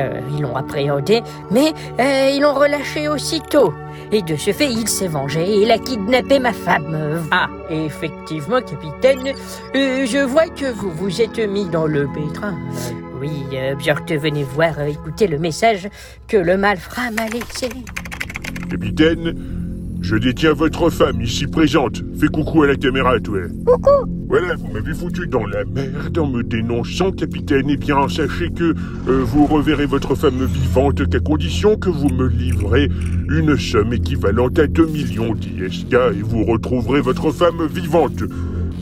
Speaker 10: euh, ils l'ont appréhendé, mais euh, ils l'ont relâché aussitôt. Et de ce fait, il s'est vengé et il a kidnappé ma femme. Euh, Ah, effectivement, capitaine, euh, je vois que vous vous êtes mis dans le pétrin. Euh, Oui, euh, Björk, venez voir, euh, écoutez le message que le malfrat m'a laissé.
Speaker 9: Capitaine, je détiens votre femme ici présente. Fais coucou à la caméra, toi. Coucou Voilà, vous m'avez foutu dans la merde en me dénonçant, capitaine. Eh bien, sachez que euh, vous reverrez votre femme vivante qu'à condition que vous me livrez une somme équivalente à 2 millions d'ISK et vous retrouverez votre femme vivante.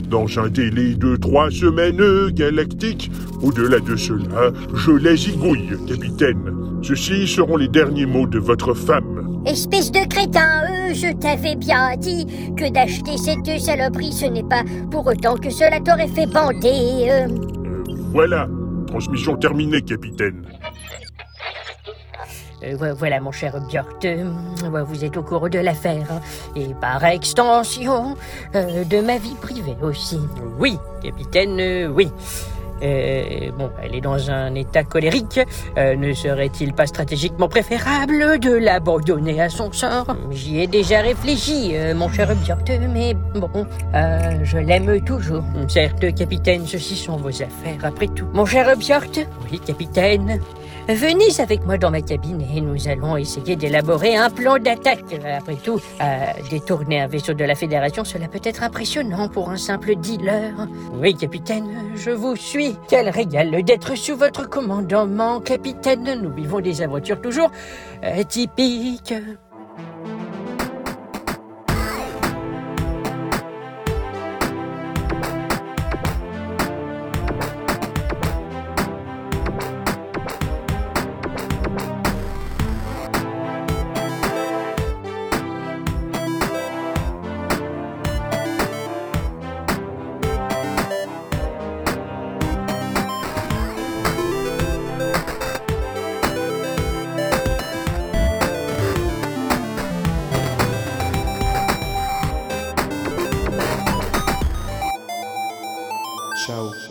Speaker 9: Dans un délai de trois semaines euh, galactiques, au-delà de cela, je la zigouille, capitaine. Ceux-ci seront les derniers mots de votre femme.
Speaker 8: Espèce de crétin, euh, je t'avais bien dit que d'acheter cette saloperie, ce n'est pas pour autant que cela t'aurait fait bander. euh.
Speaker 9: Euh, voilà. Transmission terminée, capitaine.
Speaker 10: Euh, vo- voilà, mon cher Björk, euh, ouais, vous êtes au courant de l'affaire, hein, et par extension, euh, de ma vie privée aussi. Oui, capitaine, euh, oui. Euh, bon, elle est dans un état colérique. Euh, ne serait-il pas stratégiquement préférable de l'abandonner à son sort J'y ai déjà réfléchi, euh, mon cher Björk, mais bon, euh, je l'aime toujours. Certes, capitaine, ceci sont vos affaires après tout. Mon cher Björk Oui, capitaine. Venez avec moi dans ma cabine et nous allons essayer d'élaborer un plan d'attaque. Après tout, euh, détourner un vaisseau de la Fédération, cela peut être impressionnant pour un simple dealer. Oui, capitaine, je vous suis. Quel régal d'être sous votre commandement, capitaine. Nous vivons des aventures toujours euh, typiques.
Speaker 3: Ciao.